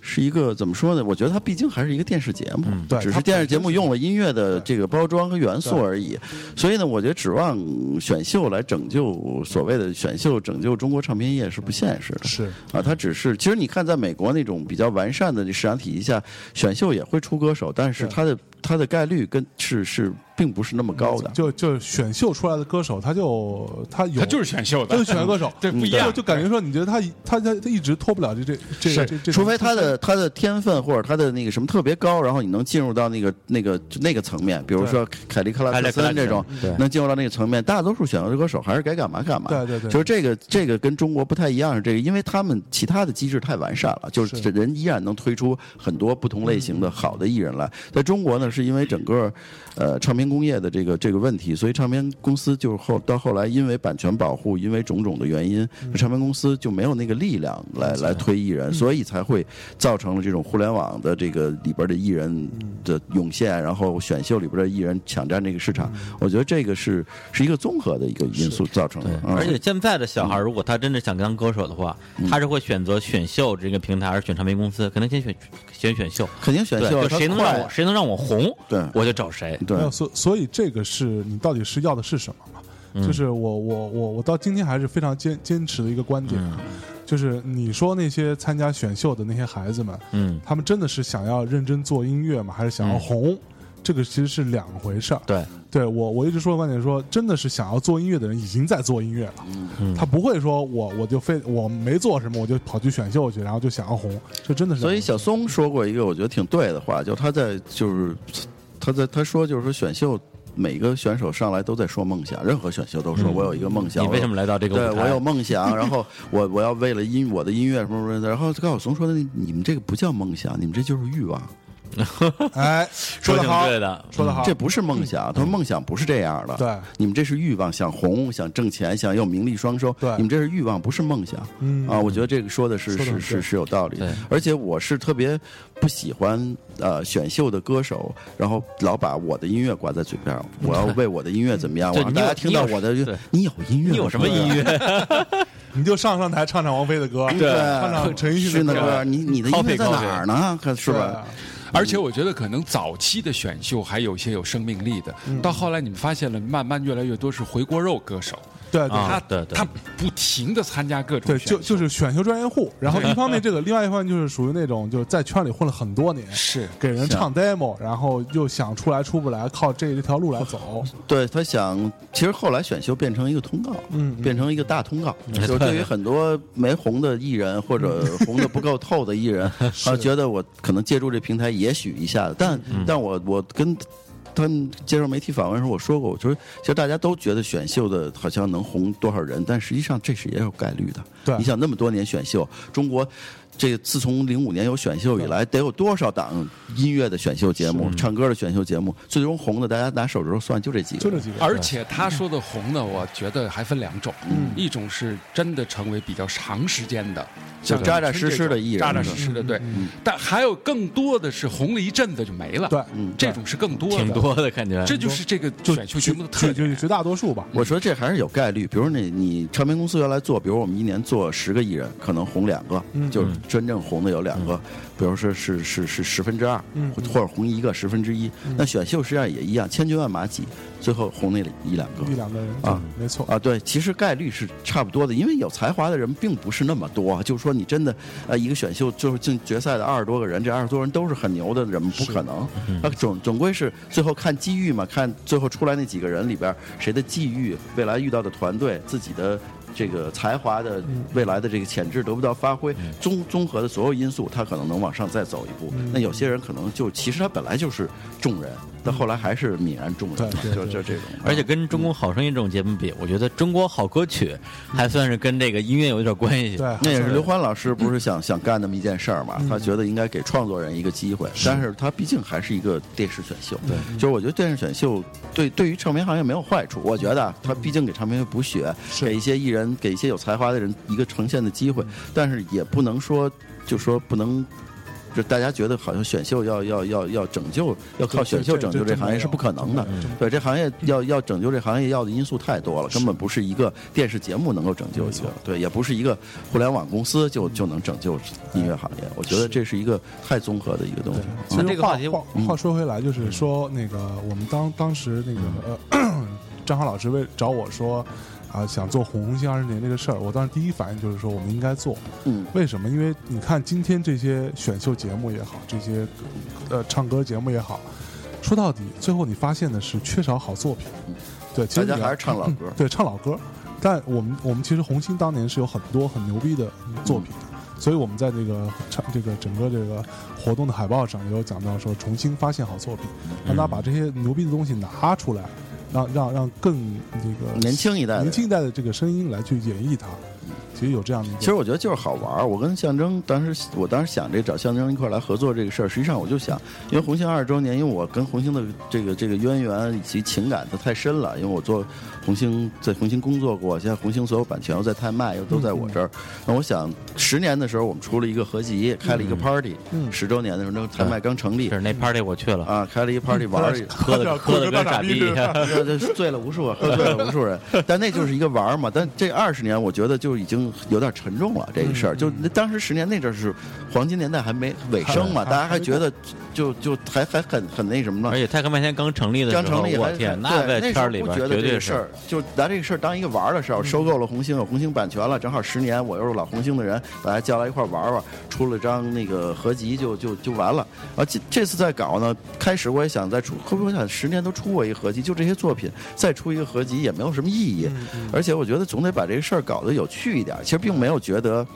[SPEAKER 4] 是一个怎么说呢？我觉得它毕竟还是一个电视节目，
[SPEAKER 1] 对
[SPEAKER 4] 只
[SPEAKER 1] 它
[SPEAKER 4] 是电视
[SPEAKER 1] 本身
[SPEAKER 4] 节目
[SPEAKER 1] 是
[SPEAKER 4] 用了音乐的这个包装和元素而已。所以呢，我觉得指望选秀来拯救所谓的选秀拯救中国唱片业是不现实的。
[SPEAKER 1] 是
[SPEAKER 4] 啊，它只是其实你看，在美国那种比较完善的这市场体系下，选秀也会出歌手，但是
[SPEAKER 1] 对
[SPEAKER 4] 它的它的概率跟是是并不是那么高的。
[SPEAKER 1] 就就选秀出来的歌手，他就他有
[SPEAKER 3] 他就是选秀
[SPEAKER 1] <laughs> 他
[SPEAKER 3] 的，
[SPEAKER 1] 就是选秀
[SPEAKER 3] <laughs>
[SPEAKER 1] 歌手
[SPEAKER 3] 对，不一
[SPEAKER 1] 就
[SPEAKER 3] 样，
[SPEAKER 1] 就感觉说，你觉得他他他他一直脱不了这这这个
[SPEAKER 3] 是
[SPEAKER 1] 这这，
[SPEAKER 4] 除非他的他的天分或者他的那个什么特别高，然后你能进入到那个那个就那个层面，比如说凯利克拉
[SPEAKER 2] 凯利
[SPEAKER 4] 克
[SPEAKER 2] 克拉克
[SPEAKER 4] 森这种
[SPEAKER 2] 对
[SPEAKER 4] 能进入到那个层面，大多数选秀歌手还是该干嘛干嘛。
[SPEAKER 1] 对对对
[SPEAKER 4] 就是这个这个跟中国不太一样，这个因为他们其他的机制太完善了，就是
[SPEAKER 1] 是
[SPEAKER 4] 人依然能推出很多不同类型
[SPEAKER 2] 嗯
[SPEAKER 4] 的好的艺人来。在中国呢，是因为整个呃唱片工业的这个这个问题，所以唱片公司就是后到后来因为版权保护，因为种种的原因，
[SPEAKER 2] 嗯
[SPEAKER 4] 唱片公司就没有那个力量来来推艺人，所以才会造成了这种互联网的这个里边的艺人
[SPEAKER 2] 嗯
[SPEAKER 4] 的涌现，然后选秀里边的艺人抢占这个市场。
[SPEAKER 2] 嗯
[SPEAKER 4] 我觉得这个是是一个综合的一个因素造成的
[SPEAKER 2] 对，，
[SPEAKER 4] 嗯
[SPEAKER 2] 而且现在的小孩儿，如果他真的想当歌手的话，他是会选择选秀这个平台，还是选唱片公司？可能先选先选秀，
[SPEAKER 4] 肯定选
[SPEAKER 2] 对，
[SPEAKER 4] 秀
[SPEAKER 2] 就谁能让我
[SPEAKER 4] 快，
[SPEAKER 2] 谁能让我红，
[SPEAKER 4] 对
[SPEAKER 2] 我就找谁。
[SPEAKER 4] 对
[SPEAKER 1] 没有，所所以这个是你到底是要的是什么嘛？就是
[SPEAKER 3] 嗯
[SPEAKER 1] 我我我我到今天还是非常坚坚持的一个观点，啊
[SPEAKER 3] 嗯
[SPEAKER 1] <laughs> 就是你说那些参加选秀的那些孩子们，
[SPEAKER 2] 嗯，
[SPEAKER 1] 他们真的是想要认真做音乐吗？还是想要
[SPEAKER 2] 嗯
[SPEAKER 1] 红？这个其实是两回事儿。
[SPEAKER 2] 对，
[SPEAKER 1] 对我我一直说的观点说，真的是想要做音乐的人已经在做音乐了，
[SPEAKER 4] 嗯
[SPEAKER 1] 他不会说我我就非我没做什么我就跑去选秀去，然后就想要红，这真的是两
[SPEAKER 4] 所
[SPEAKER 1] 回
[SPEAKER 4] 以
[SPEAKER 1] 事。
[SPEAKER 4] 小松说过一个我觉得挺对的话，就他在就是他在他说就是说选秀。每个选手上来都在说梦想，任何选秀都说我有一个梦想。
[SPEAKER 2] 你为什么来到这个
[SPEAKER 4] 对
[SPEAKER 2] 舞
[SPEAKER 4] 我有
[SPEAKER 2] 台？
[SPEAKER 4] 梦想，然
[SPEAKER 2] <laughs>
[SPEAKER 4] 后我我要为了音我的音乐什么什么的。然后高晓松说的，你们这个不叫梦想，你们这就是欲望，
[SPEAKER 1] 哎，
[SPEAKER 2] 说
[SPEAKER 1] 得
[SPEAKER 2] 挺
[SPEAKER 1] 好，
[SPEAKER 2] 对的，
[SPEAKER 1] 说得好，
[SPEAKER 4] 这不是梦想。他说梦想不是这样的，
[SPEAKER 1] 啊嗯对，
[SPEAKER 4] 你们这是欲望，想红，想挣钱，想有名利双收。
[SPEAKER 1] 对
[SPEAKER 4] 你们这是欲望，不是梦想。
[SPEAKER 1] 嗯
[SPEAKER 4] 啊，我觉得这个说的是
[SPEAKER 1] 说得
[SPEAKER 4] 是
[SPEAKER 1] 很
[SPEAKER 4] 是
[SPEAKER 1] 对
[SPEAKER 4] 是有道理
[SPEAKER 2] 对。
[SPEAKER 4] 而且我是特别不喜欢呃选秀的歌手，然后老把我的音乐挂在嘴边儿，我要为我的音乐怎么样，我
[SPEAKER 2] 对
[SPEAKER 4] 让
[SPEAKER 2] 你
[SPEAKER 4] 大
[SPEAKER 2] 有
[SPEAKER 4] 家听到
[SPEAKER 2] 你有
[SPEAKER 4] 我的
[SPEAKER 2] 对，
[SPEAKER 4] 你有音乐吗，
[SPEAKER 2] 你有什么音乐？
[SPEAKER 1] 你就上上台唱唱王菲的歌， <laughs>
[SPEAKER 4] 对，
[SPEAKER 1] 唱唱陈奕迅
[SPEAKER 4] 是
[SPEAKER 1] 的
[SPEAKER 4] 那
[SPEAKER 1] 歌，
[SPEAKER 4] 歌，你你的音乐
[SPEAKER 2] Copy，
[SPEAKER 4] 在哪儿呢？看是
[SPEAKER 1] 对
[SPEAKER 4] 吧？？
[SPEAKER 3] 而且我觉得可能早期的选秀还有一些有生命力的，到后来你们发现了，慢慢越来越多是回锅肉歌手，
[SPEAKER 1] 对对
[SPEAKER 2] 啊
[SPEAKER 3] 他
[SPEAKER 2] 对对
[SPEAKER 3] 他不停的参加各种
[SPEAKER 1] 对，
[SPEAKER 3] 选
[SPEAKER 1] 就
[SPEAKER 3] 秀
[SPEAKER 1] 就是选秀专业户。然后一方面这个，另外一方面就是属于那种就是在圈里混了很多年，
[SPEAKER 3] 是
[SPEAKER 1] 给人
[SPEAKER 4] 是啊
[SPEAKER 1] 唱 demo，然后又想出来出不来，靠这一条路来走。
[SPEAKER 4] 对他想，其实后来选秀变成一个通告，
[SPEAKER 1] 嗯嗯
[SPEAKER 4] 变成一个大
[SPEAKER 1] <laughs>
[SPEAKER 4] 通告，就是对于很多没红的艺人或者红的不够透的艺人，啊，觉得我可能借助这平台，也许一下子，
[SPEAKER 1] 嗯
[SPEAKER 4] 但、但我我跟。他们接受媒体访问的时候，我说过，我说其实大家都觉得选秀的好像能红多少人，但实际上这是也有概率的。
[SPEAKER 1] 对
[SPEAKER 4] 你想那么多年选秀，中国这个自从零五年有选秀以来，得有多少档音乐的选秀节目、唱歌的选秀节目，最终红的，大家拿手指头算就这几个
[SPEAKER 1] 就
[SPEAKER 4] 人，
[SPEAKER 1] 这几个，
[SPEAKER 3] 而且他说的红呢，我觉得还分两种，一种是真的成为比较长时间的，
[SPEAKER 4] 就
[SPEAKER 3] 像
[SPEAKER 4] 扎扎
[SPEAKER 3] 李春
[SPEAKER 4] 实
[SPEAKER 3] 这
[SPEAKER 4] 实的
[SPEAKER 3] 种
[SPEAKER 4] 艺人
[SPEAKER 3] 扎扎实实的对。但还有更多的是红了一阵子就没了，
[SPEAKER 1] 对
[SPEAKER 3] 这种是更多的，
[SPEAKER 2] 挺多的感觉。
[SPEAKER 3] 这就是这个
[SPEAKER 1] 就
[SPEAKER 3] 选秀节目的特
[SPEAKER 1] 绝绝
[SPEAKER 3] 点。
[SPEAKER 1] 绝大多数吧。
[SPEAKER 4] 我说这还是有概率，比如你你唱片公司原来做，比如我们一年做十个艺人，可能红两个，
[SPEAKER 1] 嗯
[SPEAKER 4] 就是真正红的有两个，比如说是是是十分之二，
[SPEAKER 1] 嗯
[SPEAKER 4] 或或者红一个十分之一。那选秀实际上也一样，千军万马挤，最后红那一两个
[SPEAKER 1] 一。两个人
[SPEAKER 4] 啊，
[SPEAKER 1] 没错，
[SPEAKER 4] 啊，对，其实概率是差不多的，因为有才华的人并不是那么多。啊就是说，你真的呃，一个选秀就是进决赛的二十多个人，这二十多人都是很牛的人，不可能。
[SPEAKER 1] 嗯
[SPEAKER 4] 那总总归是最后看机遇嘛，看最后出来那几个人里边儿谁的际遇，未来遇到的团队，自己的。这个才华的
[SPEAKER 1] 嗯
[SPEAKER 4] 未来的这个潜质得不到发挥，综综合的所有因素，他可能能往上再走一步。
[SPEAKER 1] 嗯
[SPEAKER 4] 那有些人可能就其实他本来就是众人，但后来还是泯然众人嘛，
[SPEAKER 1] 对对
[SPEAKER 4] 就
[SPEAKER 1] 对
[SPEAKER 4] 就这种。啊
[SPEAKER 2] 而且跟《中国好声音》这种节目比，我觉得《中国好歌曲》还算是跟这个音乐有一点关系。
[SPEAKER 1] 对，
[SPEAKER 4] 那也是刘欢老师不是想想干那么一件事儿嘛？他觉得应该给创作人一个机会，但是他毕竟还是一个电视选秀。对，就是我觉得电视选秀对对于唱片行业没有坏处，我觉得啊他毕竟给唱片业补血，
[SPEAKER 1] 是
[SPEAKER 4] 给一些艺人，给一嗯些有才华的人一个呈现的机会，但是也不能说就说不能。就大家觉得好像选秀要要要要拯救，要靠选秀
[SPEAKER 1] 这
[SPEAKER 4] 拯
[SPEAKER 1] 这
[SPEAKER 4] 救这
[SPEAKER 1] 这
[SPEAKER 4] 行业
[SPEAKER 1] 这
[SPEAKER 4] 是不可能的
[SPEAKER 1] 这这。
[SPEAKER 4] 对，这行业要要拯救这行业要的因素太多了，根本不是一个电视节目能够拯救一个，对，也不是一个互联网公司就就能拯救音乐行业。我觉得这是一个太综合的一个东西。
[SPEAKER 1] 其
[SPEAKER 4] 嗯
[SPEAKER 1] 实
[SPEAKER 2] 这个
[SPEAKER 1] 话
[SPEAKER 2] 话题
[SPEAKER 1] 话话说回来，就是说那个我们当当时那个
[SPEAKER 4] 嗯
[SPEAKER 1] 呃 <clears throat> 张浩老师为找我说啊想做红红星二十年这个事儿，我当时第一反应就是说我们应该做，
[SPEAKER 4] 嗯，
[SPEAKER 1] 为什么？因为你看今天这些选秀节目也好，这些呃唱歌节目也好，说到底最后你发现的是缺少好作品，对，其
[SPEAKER 4] 嗯大
[SPEAKER 1] 实
[SPEAKER 4] 家
[SPEAKER 1] 你
[SPEAKER 4] 还
[SPEAKER 1] 要
[SPEAKER 4] 是唱老歌。
[SPEAKER 1] <clears throat> 对，唱老歌。但我们我们其实红星当年是有很多很牛逼的作品的，所以我们在这个唱这个整个这个活动的海报上也有讲到说，重新发现好作品，让大家把这些牛逼的东西拿出来，让让让更这个
[SPEAKER 4] 年轻一代的
[SPEAKER 1] 年轻一代的这个声音来去演绎它。其实有这样的一个，
[SPEAKER 4] 其实我觉得就是好玩儿。我跟象征当时，我当时想这找象征一块儿来合作这个事儿，实际上我就想，因为红星二十周年，因为我跟红星的这个这个渊源以及情感它太深了，因为我做红星在红星工作过，现在红星所有版权又在泰麦又都在我这儿。那我想，十年的时候我们出了一个合集，开了一个 party，
[SPEAKER 1] 嗯
[SPEAKER 4] 十周年的时候，那泰麦刚成立
[SPEAKER 2] 是那 party 我去了，
[SPEAKER 4] 啊，开了一
[SPEAKER 1] 嗯
[SPEAKER 4] party
[SPEAKER 1] <laughs>
[SPEAKER 4] 玩儿。
[SPEAKER 2] 喝的喝的跟傻逼一
[SPEAKER 4] <laughs>
[SPEAKER 2] 样。
[SPEAKER 4] 这这醉了无数，喝醉了无数人，但那就是一个玩儿嘛。但这二十年，我觉得就已经有点沉重了。这个事儿，就那当时十年那阵儿是黄金年代，还没尾声嘛，
[SPEAKER 1] 还
[SPEAKER 4] 大家还觉得就就还还很很那什么
[SPEAKER 2] 而
[SPEAKER 4] 呢。
[SPEAKER 2] 且泰克麦田刚成立的时候，
[SPEAKER 4] 张成立
[SPEAKER 2] 我
[SPEAKER 4] 还
[SPEAKER 2] 天，
[SPEAKER 4] 还
[SPEAKER 2] 在
[SPEAKER 4] 对那时
[SPEAKER 2] 圈
[SPEAKER 4] 候
[SPEAKER 2] 儿里
[SPEAKER 4] 不
[SPEAKER 2] 边
[SPEAKER 4] 觉得
[SPEAKER 2] 绝
[SPEAKER 4] 这
[SPEAKER 2] 对嗯
[SPEAKER 4] 个事儿，就拿这个事儿当一个玩儿的事儿。收购了红星，有红星版权了，正好十年，我又是老红星的人，大家叫来一块儿玩儿玩儿，出了张那个合集就就就完了。啊，这这次再搞呢，开始我也想再出，后来我想十年都出过一个合集，就这些作品再出一个合集也没有什么意义，
[SPEAKER 2] 嗯
[SPEAKER 4] 而且我觉得总得把这个事儿搞得有趣一点。其实并没有觉得，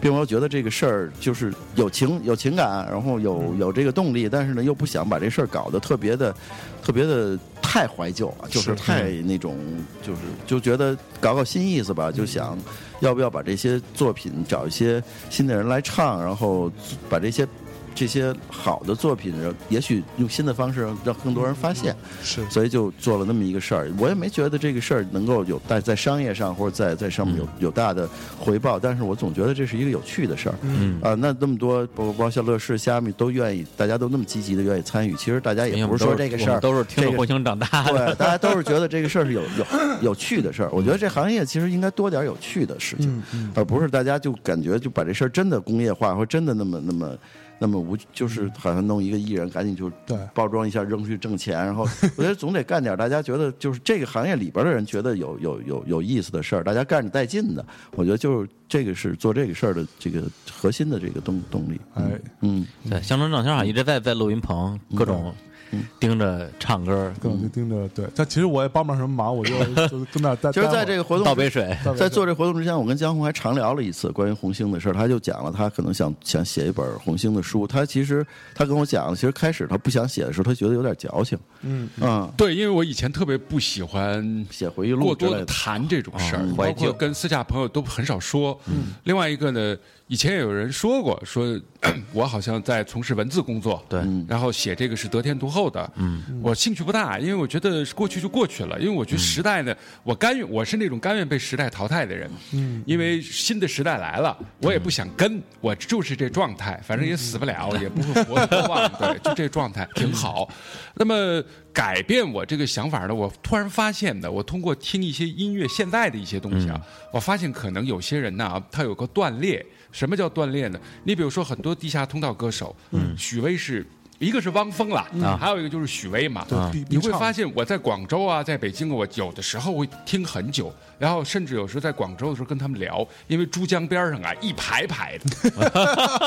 [SPEAKER 4] 并没有觉得这个事儿就是有情有情感，然后有
[SPEAKER 2] 嗯
[SPEAKER 4] 有这个动力，但是呢又不想把这事儿搞得特别的特别的太怀旧啊，就是
[SPEAKER 1] 是
[SPEAKER 4] 太那种就是就觉得搞搞新意思吧，就想。要不要把这些作品找一些新的人来唱，然后把这些这些好的作品，然后也许用新的方式让更多人发现，
[SPEAKER 1] 是
[SPEAKER 4] 所以就做了那么一个事儿。我也没觉得这个事儿能够有在在商业上或者在在上面
[SPEAKER 2] 嗯
[SPEAKER 4] 有有大的回报，但是我总觉得这是一个有趣的事儿。
[SPEAKER 2] 嗯，
[SPEAKER 4] 啊，那那么多包包括像乐视、虾米都愿意，大家都那么积极的愿意参与。其实大家也
[SPEAKER 2] 哎因为我
[SPEAKER 4] 不
[SPEAKER 2] 们
[SPEAKER 4] 是
[SPEAKER 2] 都
[SPEAKER 4] 说
[SPEAKER 2] 是我们都是听
[SPEAKER 4] 这个事儿这
[SPEAKER 2] 着
[SPEAKER 4] 个
[SPEAKER 2] 霍星长大的，
[SPEAKER 4] <laughs>
[SPEAKER 1] <laughs>
[SPEAKER 4] 对，大家都是觉得这个事儿是有有有趣的事儿。我觉得这行业其实应该多点儿有趣的事
[SPEAKER 1] 嗯
[SPEAKER 4] 情，而不是大家就感觉就把这事儿真的工业化，或真的那么那么那么无，就是好像弄一个艺人赶紧就
[SPEAKER 1] 嗯对
[SPEAKER 4] 包装一下扔出去挣钱，
[SPEAKER 1] <laughs>
[SPEAKER 4] 然后我觉得总得干点儿大家觉得就是这个行业里边儿的人觉得有有有有意思的事儿，大家干着带劲的。我觉得就是这个是做这个事儿的这个核心的这个动动力。
[SPEAKER 1] 哎，
[SPEAKER 4] 嗯，
[SPEAKER 2] 对，乡村照相好像一直在在录音棚各种
[SPEAKER 4] 嗯
[SPEAKER 2] 盯着唱歌，
[SPEAKER 1] 跟我就盯着对，但其实我也帮不上什么忙，我就就跟那儿 <laughs> 待。
[SPEAKER 4] 其实在这个嗯活动
[SPEAKER 2] 倒杯水。
[SPEAKER 1] 待会儿
[SPEAKER 4] 在做这活动之前，我跟江红还长聊了一次关于红星的事儿。他就讲了，他可能想想写一本红星的书。他其实他跟我讲，其实开始他不想写的时候，他觉得有点矫情，
[SPEAKER 1] 嗯
[SPEAKER 4] 嗯，
[SPEAKER 3] 对，因为我以前特别不喜欢
[SPEAKER 4] 写回忆录
[SPEAKER 3] 过
[SPEAKER 4] 之
[SPEAKER 3] 多
[SPEAKER 4] 类
[SPEAKER 3] 的
[SPEAKER 4] 的。
[SPEAKER 3] 谈这种事儿，
[SPEAKER 2] 嗯怀
[SPEAKER 3] 包
[SPEAKER 2] 旧
[SPEAKER 3] 括跟私下朋友都很少说。另外一个呢，以前也有人说过，说 <clears throat> 我好像在从事文字工作，
[SPEAKER 2] 对嗯
[SPEAKER 3] 然后写这个是得天独厚的，嗯，我兴趣不大，因为我觉得过去就过去了，因为我觉得时代呢，我甘愿我是那种甘愿被时代淘汰的人，嗯，因为新的时代来了，我也不想跟，我就是这状态，反正也死不了，也不会活多忘，对，就这状态挺好。嗯那么改变我这个想法呢，我突然发现的，我通过听一些音乐现在的一些东西啊，我发现可能有些人呐，他有个断裂。什么叫断裂呢？你比如说很多地下通道歌手，嗯，许巍是。一个是汪峰啦，还有一个就是许巍嘛，
[SPEAKER 1] 对必
[SPEAKER 3] 你会
[SPEAKER 1] 必唱
[SPEAKER 3] 发现我在广州啊，在北京啊，我有的时候会听很久，然后甚至有时候在广州的时候跟他们聊，因为珠江边上啊一排排
[SPEAKER 1] <laughs>
[SPEAKER 3] 的，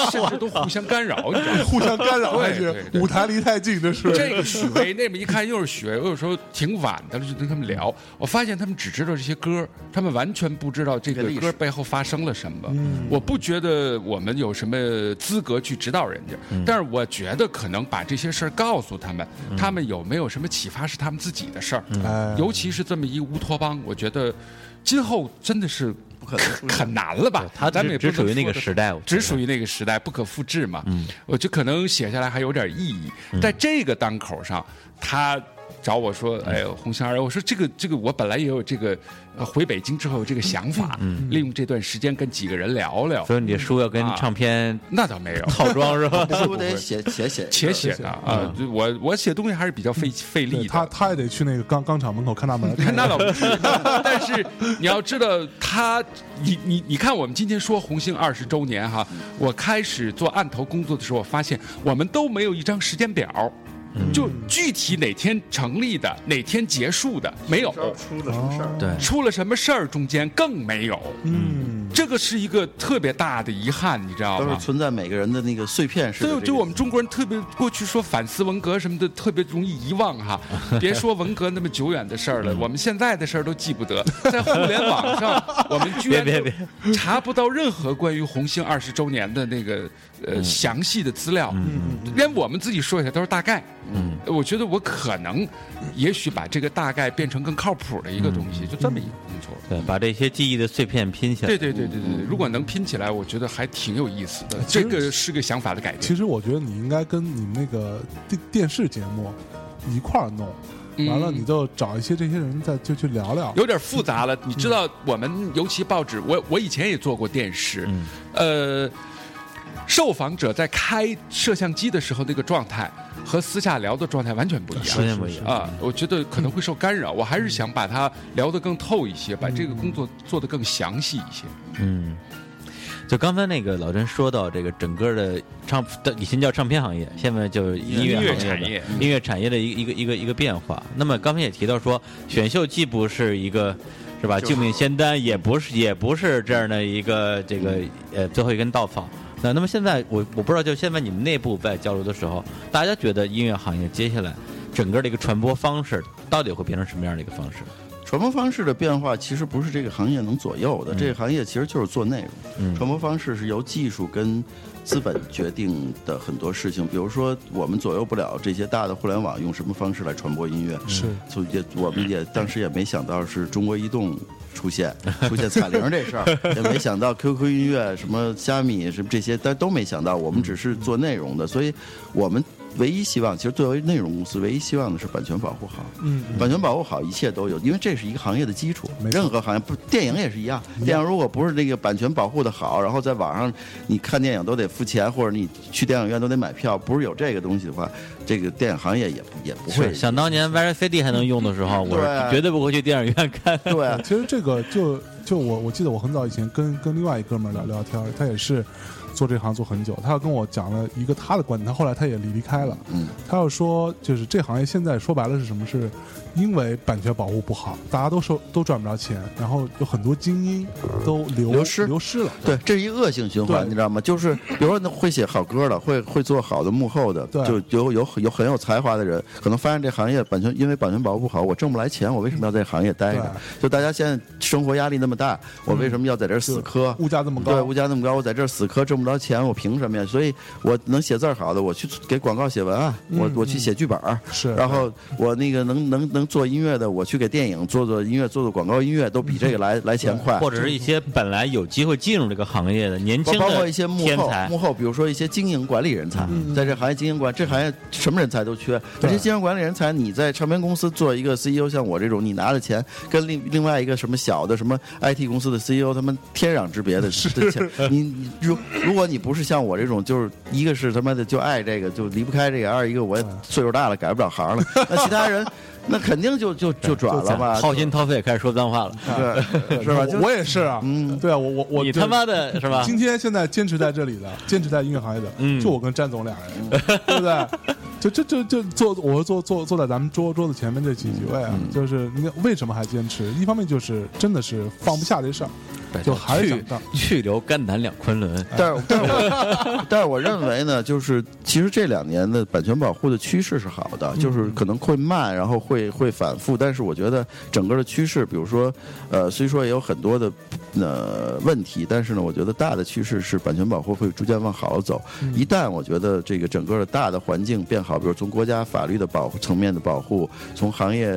[SPEAKER 3] 甚至都互相干扰，你知道吗？
[SPEAKER 1] 互相干扰，还
[SPEAKER 3] 对
[SPEAKER 1] 是
[SPEAKER 3] 对对
[SPEAKER 1] 舞台离太近，这 <laughs> 是
[SPEAKER 3] 这个许巍，那么一看又是许巍，我有时候挺晚的了，就跟他们聊，我发现他们只知道这些歌，他们完全不知道这个歌背后发生了什么。我不觉得我们有什么资格去指导人家，但是我觉得可能把这些事儿告诉他们，他们有没有什么启发是他们自己的事儿。
[SPEAKER 1] 哎
[SPEAKER 3] 尤其是这么一乌托邦，我觉得今后真的是可很难了吧？
[SPEAKER 2] 他
[SPEAKER 3] 咱们也
[SPEAKER 2] 只
[SPEAKER 3] 不
[SPEAKER 2] 只
[SPEAKER 3] 能
[SPEAKER 2] 属于那
[SPEAKER 3] 说
[SPEAKER 2] 个
[SPEAKER 3] 是
[SPEAKER 2] 时代，
[SPEAKER 3] 只属于那个时代，不可复制嘛。我觉得可能写下来还有点意义，在这个当口上，他找我说，哎，红香儿，我说这个这个，我本来也有这个，呃回北京之后有这个想法，利用这段时间跟几个人聊聊。
[SPEAKER 2] 所以你的书要跟
[SPEAKER 3] 啊
[SPEAKER 2] 唱片
[SPEAKER 3] 那倒没有，
[SPEAKER 2] 套装是
[SPEAKER 4] <laughs>
[SPEAKER 2] 吧？
[SPEAKER 4] 书得写写写
[SPEAKER 3] <laughs> 且写的啊，就我我写东西还是比较费费力
[SPEAKER 1] 对
[SPEAKER 3] 的。
[SPEAKER 1] 他他也得去那个钢钢厂门口看 <laughs> 大门，看
[SPEAKER 3] <laughs> 那倒不是，但是你要知道他，你你你看，我们今天说红星二十周年哈，我开始做案头工作的时候，我发现我们都没有一张时间表。
[SPEAKER 4] 嗯
[SPEAKER 3] 就具体哪天成立的，哪天结束的，没有。
[SPEAKER 8] 出了什么事儿？
[SPEAKER 4] <laughs>
[SPEAKER 2] 对，
[SPEAKER 3] 出了什么事儿，中间更没有。
[SPEAKER 1] 嗯，
[SPEAKER 3] 这个是一个特别大的遗憾，你知道
[SPEAKER 4] 都是
[SPEAKER 3] 吗？
[SPEAKER 4] 存在每个人的那个碎片式的这
[SPEAKER 3] 就
[SPEAKER 4] 个。
[SPEAKER 3] 就我们中国人特别过去说反思文革什么的，特别容易遗忘哈。别说文革那么久远的事儿了，我们现在的事儿都记不得。在互联网上，我们居然
[SPEAKER 2] 别
[SPEAKER 3] 就
[SPEAKER 2] 别
[SPEAKER 3] 查不到任何关于红星二十周年的那个呃详细的资
[SPEAKER 2] 嗯
[SPEAKER 3] 料，
[SPEAKER 4] 嗯
[SPEAKER 3] 连我们自己说一下都是大概。嗯，我觉得我可能，也许把这个大概变成更靠谱的一个东西，就这么一个工作。
[SPEAKER 2] 对，把这些记忆的碎片拼起来。
[SPEAKER 3] 对对对对对，如果能拼起来，我觉得还挺有意思的。
[SPEAKER 1] 其
[SPEAKER 3] 这
[SPEAKER 1] 实
[SPEAKER 3] 个是个想法的改变。
[SPEAKER 1] 其实我觉得你应该跟你那个电电视节目一块儿弄，完了
[SPEAKER 3] 嗯
[SPEAKER 1] 你就找一些这些人再就去聊聊，
[SPEAKER 3] 有点复杂了，你知道，我们尤其报纸，
[SPEAKER 2] 嗯
[SPEAKER 3] 我我以前也做过电视，呃，受访者在开摄像机的时候那个状态和私下聊的状态完全不一
[SPEAKER 2] 完
[SPEAKER 3] 样
[SPEAKER 2] 全不一嗯样。
[SPEAKER 3] 啊，我觉得可能会受干扰，我还是想把它聊得更透一些，把这个工作做得更详细一些。
[SPEAKER 2] 嗯，就刚才那个老陈说到这个整个的唱，以前叫唱片行业，现在就是音乐
[SPEAKER 3] 音乐
[SPEAKER 2] 行业的
[SPEAKER 3] 产业
[SPEAKER 2] 音乐产业的一个一个一个一个变化。那么刚才也提到说，选秀既不是一个是吧救命仙丹，也不是也不是这样的一个这个呃最后一根稻草。那那么现在我我不知道，就现在你们内部在交流的时候，大家觉得音乐行业接下来整个的一个传播方式到底会变成什么样的一个方式？
[SPEAKER 4] 传播方式的变化，其实不是这个行业能左右的。这个行业其实就是做内容，
[SPEAKER 2] 嗯
[SPEAKER 4] 传播方式是由技术跟资本决定的很多事情。比如说，我们左右不了这些大的互联网用什么方式来传播音乐，
[SPEAKER 1] 是
[SPEAKER 4] 所以也我们也当时也没想到是中国移动。出现出现彩铃这事儿，也没想到 QQ 音乐、什么虾米、什么这些，但都没想到。我们只是做内容的，所以我们唯一希望，其实作为内容公司，唯一希望的是版权保护好。
[SPEAKER 1] 嗯，
[SPEAKER 4] 版权保护好，一切都有，因为这是一个行业的基础。
[SPEAKER 1] 没错
[SPEAKER 4] 任何行业，不电影也是一样。电影如果不是这个版权保护的好，然后在网上你看电影都得付钱，或者你去电影院都得买票，不是有这个东西的话，这个电影行业也不也不会
[SPEAKER 2] 是。想当年 Virus CD 还能用的时候，我
[SPEAKER 4] 对
[SPEAKER 2] 是绝对不会去电影院看。
[SPEAKER 4] 对，啊
[SPEAKER 1] 其实这个就就我我记得我很早以前跟跟另外一哥们儿
[SPEAKER 4] 嗯
[SPEAKER 1] 聊聊天儿，他也是做这行做很久，他要跟我讲了一个他的观点，他后来他也离离开了，
[SPEAKER 4] 嗯，
[SPEAKER 1] 他要说就是这行业现在说白了是什么？是因为版权保护不好，大家都收都赚不着钱，然后有很多精英都流
[SPEAKER 4] 流失
[SPEAKER 1] 流失了，
[SPEAKER 4] 对，这是一恶性循环，
[SPEAKER 1] 对
[SPEAKER 4] 你知道吗？就是比如说那会写好歌的，会会做好的幕后的，
[SPEAKER 1] 对
[SPEAKER 4] 就有有有很有才华的人，可能发现这行业版权因为版权保护不好，我挣不来钱，我为什么要在这行业待着？就大家现在生活压力那么大，我为什么要在这儿死磕？
[SPEAKER 1] 嗯物价这么
[SPEAKER 4] 对，
[SPEAKER 1] 高
[SPEAKER 4] 物，价那么高，我在这儿死磕挣不着钱，我凭什么呀？所以我能写字儿好的，我去给广告写文案，我我去写剧本儿，
[SPEAKER 1] 嗯是
[SPEAKER 4] 然后我那个能能能做音乐的，我去给电影做做音乐，做做广告音乐，都比这个来来钱快。
[SPEAKER 2] 或者是一些本来有机会进入这个行业的年轻
[SPEAKER 4] 包
[SPEAKER 2] 的
[SPEAKER 4] 包括一些幕
[SPEAKER 2] 天
[SPEAKER 4] 后
[SPEAKER 2] 才
[SPEAKER 4] 幕，后，比如说一些经营管理人才，在这行业经营管这行业什么人才都缺。这
[SPEAKER 1] 对
[SPEAKER 4] 些经营管理人才，你在唱片公司做一个 CEO，像我这种，你拿的钱跟另另外一个什么小的什么 IT 公司的 CEO，他们天壤之别的的钱。你你如如果你不是像我这种，就是一个是他妈的就爱这个就离不开这个，二一个我也岁数大了改不了行了，那其他人那肯定就就就转了吧，
[SPEAKER 2] 掏心掏肺开始说脏话了。
[SPEAKER 4] 对是吧？就
[SPEAKER 1] 我也是啊，
[SPEAKER 4] 嗯
[SPEAKER 1] 对啊，我我我
[SPEAKER 2] 你他妈的是吧？
[SPEAKER 1] 今天现在坚持在这里的，坚持在音乐行业的，
[SPEAKER 2] 啊嗯
[SPEAKER 1] 就我跟詹总俩人，对不对？就这这这坐，我是坐坐坐在咱们桌桌子前面这几几位啊，就是你看为什么还坚持？一方面就是真的是放不下这事儿，就还是想
[SPEAKER 2] 去
[SPEAKER 1] 当
[SPEAKER 2] 去留甘南两昆仑，
[SPEAKER 4] <laughs> 但是，但是我，但是我认为呢，就是其实这两年的版权保护的趋势是好的，就是可能会慢，然后会会反复，但是我觉得整个的趋势，比如说，呃，虽说也有很多的呃问题，但是呢，我觉得大的趋势是版权保护会逐渐往好了走。一旦我觉得这个整个的大的环境变好，比如从国家法律的保护层面的保护，从行业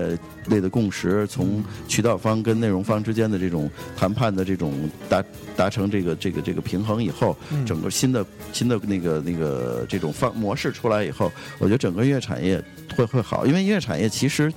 [SPEAKER 4] 类的共识，从渠道方跟内容方之间的这种谈判的这种。种达达成这个这个这个平衡以后，
[SPEAKER 1] 嗯
[SPEAKER 4] 整个新的新的那个那个这种方模式出来以后，我觉得整个音乐产业会会好，因为音乐产业其实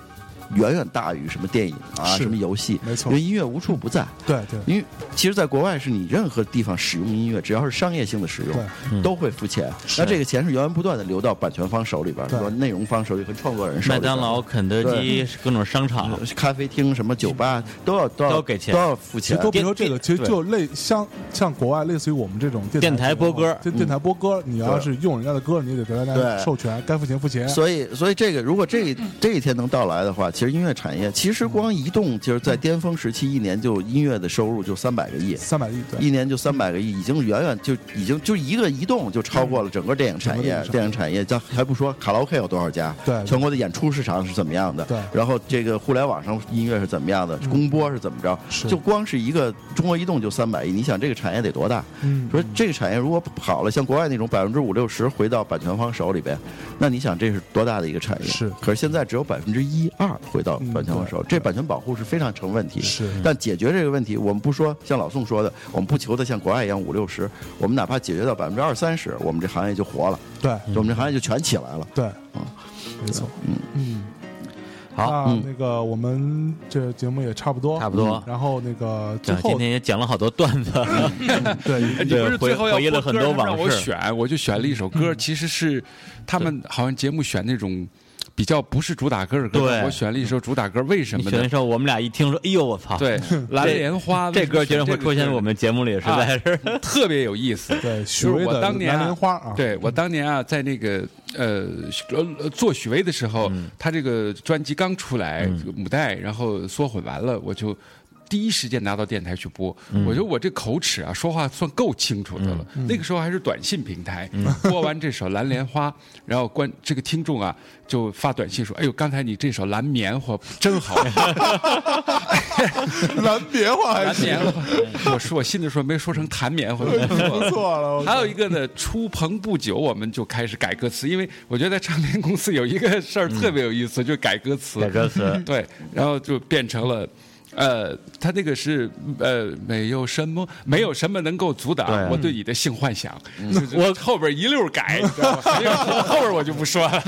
[SPEAKER 4] 远远大于什么电影啊、
[SPEAKER 1] 是
[SPEAKER 4] 什么游戏，
[SPEAKER 1] 没错
[SPEAKER 4] 因为音乐无处不在。
[SPEAKER 1] 对对
[SPEAKER 4] 因为其实，在国外是你任何地方使用音乐，只要是商业性的使用，都会付钱。那这个钱是源源不断的流到版权方手里边儿，
[SPEAKER 1] 对
[SPEAKER 4] 和内容方手里和创作人手里边
[SPEAKER 2] 麦
[SPEAKER 4] 儿。
[SPEAKER 2] 当劳、肯德基、各种商场，
[SPEAKER 4] 咖啡厅、什么酒吧都要都要
[SPEAKER 2] 都要给钱
[SPEAKER 4] 都要付
[SPEAKER 1] 其
[SPEAKER 4] 钱
[SPEAKER 1] 实。都别说这个，
[SPEAKER 2] 电
[SPEAKER 1] 其实就类像像国外类似于我们这种电
[SPEAKER 2] 电台播歌
[SPEAKER 1] 就啊电台播歌，你要是用人家的歌，你也得得到人家
[SPEAKER 4] 对
[SPEAKER 1] 授权，该付钱付钱。
[SPEAKER 4] 所以，所以这个如果这这一天能到来的话，其实音乐产业，其实光移动就是在巅峰时期，一年就音乐的收入就三百个亿，
[SPEAKER 1] 三百亿对
[SPEAKER 4] 一年就三百个亿，已经远远就已经就一个移动就超过了整个电影产业。
[SPEAKER 1] 整个
[SPEAKER 4] 电影产业，咱还不说卡拉 OK 有多少家，
[SPEAKER 1] 对
[SPEAKER 4] 全国的演出市场是怎么样的，
[SPEAKER 1] 对嗯
[SPEAKER 4] 然后这个互联网上音乐是怎么样的，公播是怎么着，
[SPEAKER 1] 是
[SPEAKER 4] 就光是一个中国移动就三百亿，你想这个产业得多大？
[SPEAKER 1] 嗯
[SPEAKER 4] 说这个产业如果好了，像国外那种百分之五六十回到版权方手里边，那你想这是多大的一个产业？
[SPEAKER 1] 是
[SPEAKER 4] 可是现在只有百分之一二回到
[SPEAKER 1] 嗯
[SPEAKER 4] 版权方手，这版权保护是非常成问题的。
[SPEAKER 1] 是
[SPEAKER 4] 但解决这个问题，我们不说像老宋说的，我们不求它像国外一样五六十，我们哪怕解决到百分之二三十，我们这行业就活了，
[SPEAKER 1] 对
[SPEAKER 4] 就我们这行业就全起来了。
[SPEAKER 1] 对，啊没错，嗯。
[SPEAKER 2] 好，
[SPEAKER 1] 那那个我们这节目也差不多，
[SPEAKER 2] 差不多
[SPEAKER 1] 嗯然后那个最
[SPEAKER 2] 讲今
[SPEAKER 1] 后
[SPEAKER 2] 天也讲了好多段子， <laughs>
[SPEAKER 1] 对，
[SPEAKER 3] 你不是最后要
[SPEAKER 2] 回忆了很多
[SPEAKER 3] 播歌让
[SPEAKER 2] 往
[SPEAKER 3] 我
[SPEAKER 2] 事嗯
[SPEAKER 3] 选，我就选了一首歌，其实是他们好像节目选那种比较不是主打歌的歌，
[SPEAKER 2] 对
[SPEAKER 3] 但我选了一首主打歌，为什
[SPEAKER 2] 你
[SPEAKER 3] 么
[SPEAKER 2] 选的
[SPEAKER 3] 呢？
[SPEAKER 2] 时候，我们俩一听说，哎呦我操，
[SPEAKER 3] <laughs> 对，蓝莲花
[SPEAKER 2] 这歌居然
[SPEAKER 3] 啊这
[SPEAKER 2] 会
[SPEAKER 3] 个
[SPEAKER 2] 出现在
[SPEAKER 3] 歌 <laughs>
[SPEAKER 2] 我们节目里，实在是
[SPEAKER 3] 特别有意思。
[SPEAKER 1] 对许
[SPEAKER 3] 就是
[SPEAKER 1] 巍
[SPEAKER 3] 我
[SPEAKER 1] 的
[SPEAKER 3] 当年啊
[SPEAKER 1] 蓝莲花啊， <laughs>
[SPEAKER 3] 对我当年啊，在那个呃许呃做许巍的时候，他这个专辑刚出来，这个母带，然后缩混完了，我就。第一时间拿到电台去播，我觉得我这口齿啊，说话算够清楚的了。那个时候还是短信平台，播完这首《蓝莲花》，然后关这个听众啊就发短信说：“哎呦，刚才你这首《蓝棉花》真 <laughs> 好。”
[SPEAKER 1] 蓝莲花还
[SPEAKER 3] 蓝 <laughs>
[SPEAKER 1] 是
[SPEAKER 3] 棉花，我说我心里说没说成弹棉 <laughs> 花，
[SPEAKER 1] 不错了，我
[SPEAKER 3] 还有一个呢，出棚不久我们就开始改歌词，因为我觉得在唱片公司有一个事儿特别有意思，就是改歌词。
[SPEAKER 2] 改歌词
[SPEAKER 3] 对，然后就变成了。呃，他那个是呃，没有什么，没有什么能够阻挡我对你的性幻想。我后边一溜改，你知道吗？ <laughs> 因为后边我就不说了，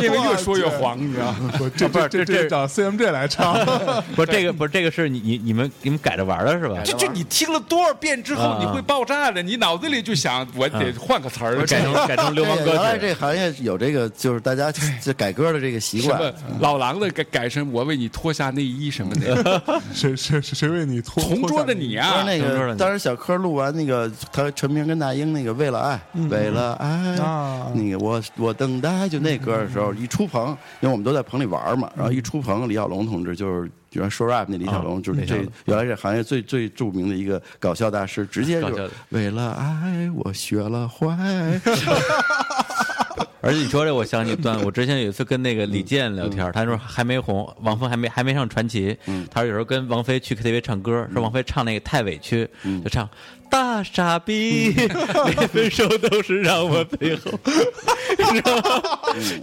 [SPEAKER 3] 因为越说越黄，你知道吗？
[SPEAKER 1] 我这这这这找 CMJ 来唱，
[SPEAKER 2] <laughs> 不是这个，不是这个是你你你们你们改着玩的是吧？
[SPEAKER 3] 就就你听了多少遍之后，
[SPEAKER 2] 啊
[SPEAKER 3] 你会爆炸的。你脑子里就想，我得换个词儿，
[SPEAKER 2] <laughs> 改
[SPEAKER 3] <laughs>
[SPEAKER 2] 成改成流氓
[SPEAKER 4] 哎这个原
[SPEAKER 2] 歌
[SPEAKER 4] 来
[SPEAKER 2] 曲，
[SPEAKER 4] 这行业有这个，就是大家这改歌的这个习
[SPEAKER 3] 什
[SPEAKER 4] 惯
[SPEAKER 3] 么。
[SPEAKER 2] 嗯
[SPEAKER 3] 老狼的改改成我为你脱下内衣什么的。
[SPEAKER 2] <laughs>
[SPEAKER 1] 谁谁谁谁为你脱
[SPEAKER 3] 同桌的你
[SPEAKER 4] 当
[SPEAKER 3] 啊
[SPEAKER 4] 时，那
[SPEAKER 2] 同桌的
[SPEAKER 4] 个，
[SPEAKER 2] 你
[SPEAKER 4] 当时小柯录完那个，他陈明跟那英那个《为了爱》，
[SPEAKER 2] 嗯
[SPEAKER 4] 为了爱，
[SPEAKER 1] 啊
[SPEAKER 4] 那个我我等待，就那歌的时候，一出棚，因为我们都在棚里玩嘛，然后一出棚，李小龙同志就是原来说 rap 那李小龙，就是这
[SPEAKER 2] 啊
[SPEAKER 4] 原来这行业最最著名的一个搞笑大师，直接
[SPEAKER 2] 搞笑
[SPEAKER 4] 就
[SPEAKER 2] 的
[SPEAKER 4] 为了爱我学了坏，
[SPEAKER 2] 而且你说这，我想起一段，我之前有一次跟那个李健聊天，他说还没红，王菲还没还没上传奇，他说有时候跟王菲去 KTV 唱歌，说王菲唱那个太委屈，就唱大傻逼，连分手都是让我最后，你知道吗？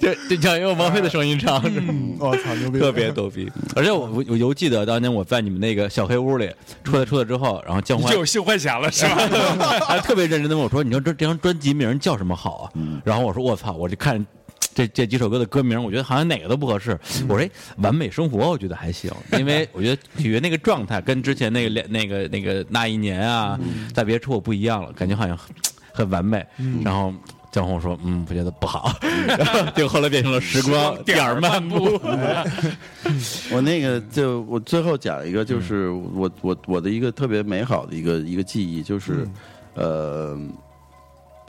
[SPEAKER 2] <laughs> 就就想用王菲的声音唱，是吧 <laughs>
[SPEAKER 1] 我哦操牛逼，
[SPEAKER 2] 特别逗逼。而且我我我犹记得当年我在你们那个小黑屋里出来出来之后，然后江
[SPEAKER 3] 你
[SPEAKER 2] 欢
[SPEAKER 3] 就有性幻想了是吧？
[SPEAKER 2] <laughs> 他特别认真的问我说：“你说这这张专辑名叫什么好啊？”然后我说：“我操！我这看这这几首歌的歌名，我觉得好像哪个都不合适。我说哎：“完美生活》我觉得还行，因为我觉得体育那个状态跟之前那个两那个那个那一年啊，在别处我不一样了，感觉好像很很完美。然后。江红说：“嗯，我觉得不好。” <laughs> 就后来变成了时光
[SPEAKER 3] 点
[SPEAKER 2] 点
[SPEAKER 3] 儿
[SPEAKER 2] 儿漫步。 <laughs>
[SPEAKER 4] 我那个就我最后讲一个，
[SPEAKER 1] 嗯
[SPEAKER 4] 就是我我我的一个特别美好的一个一个记忆，就是，呃，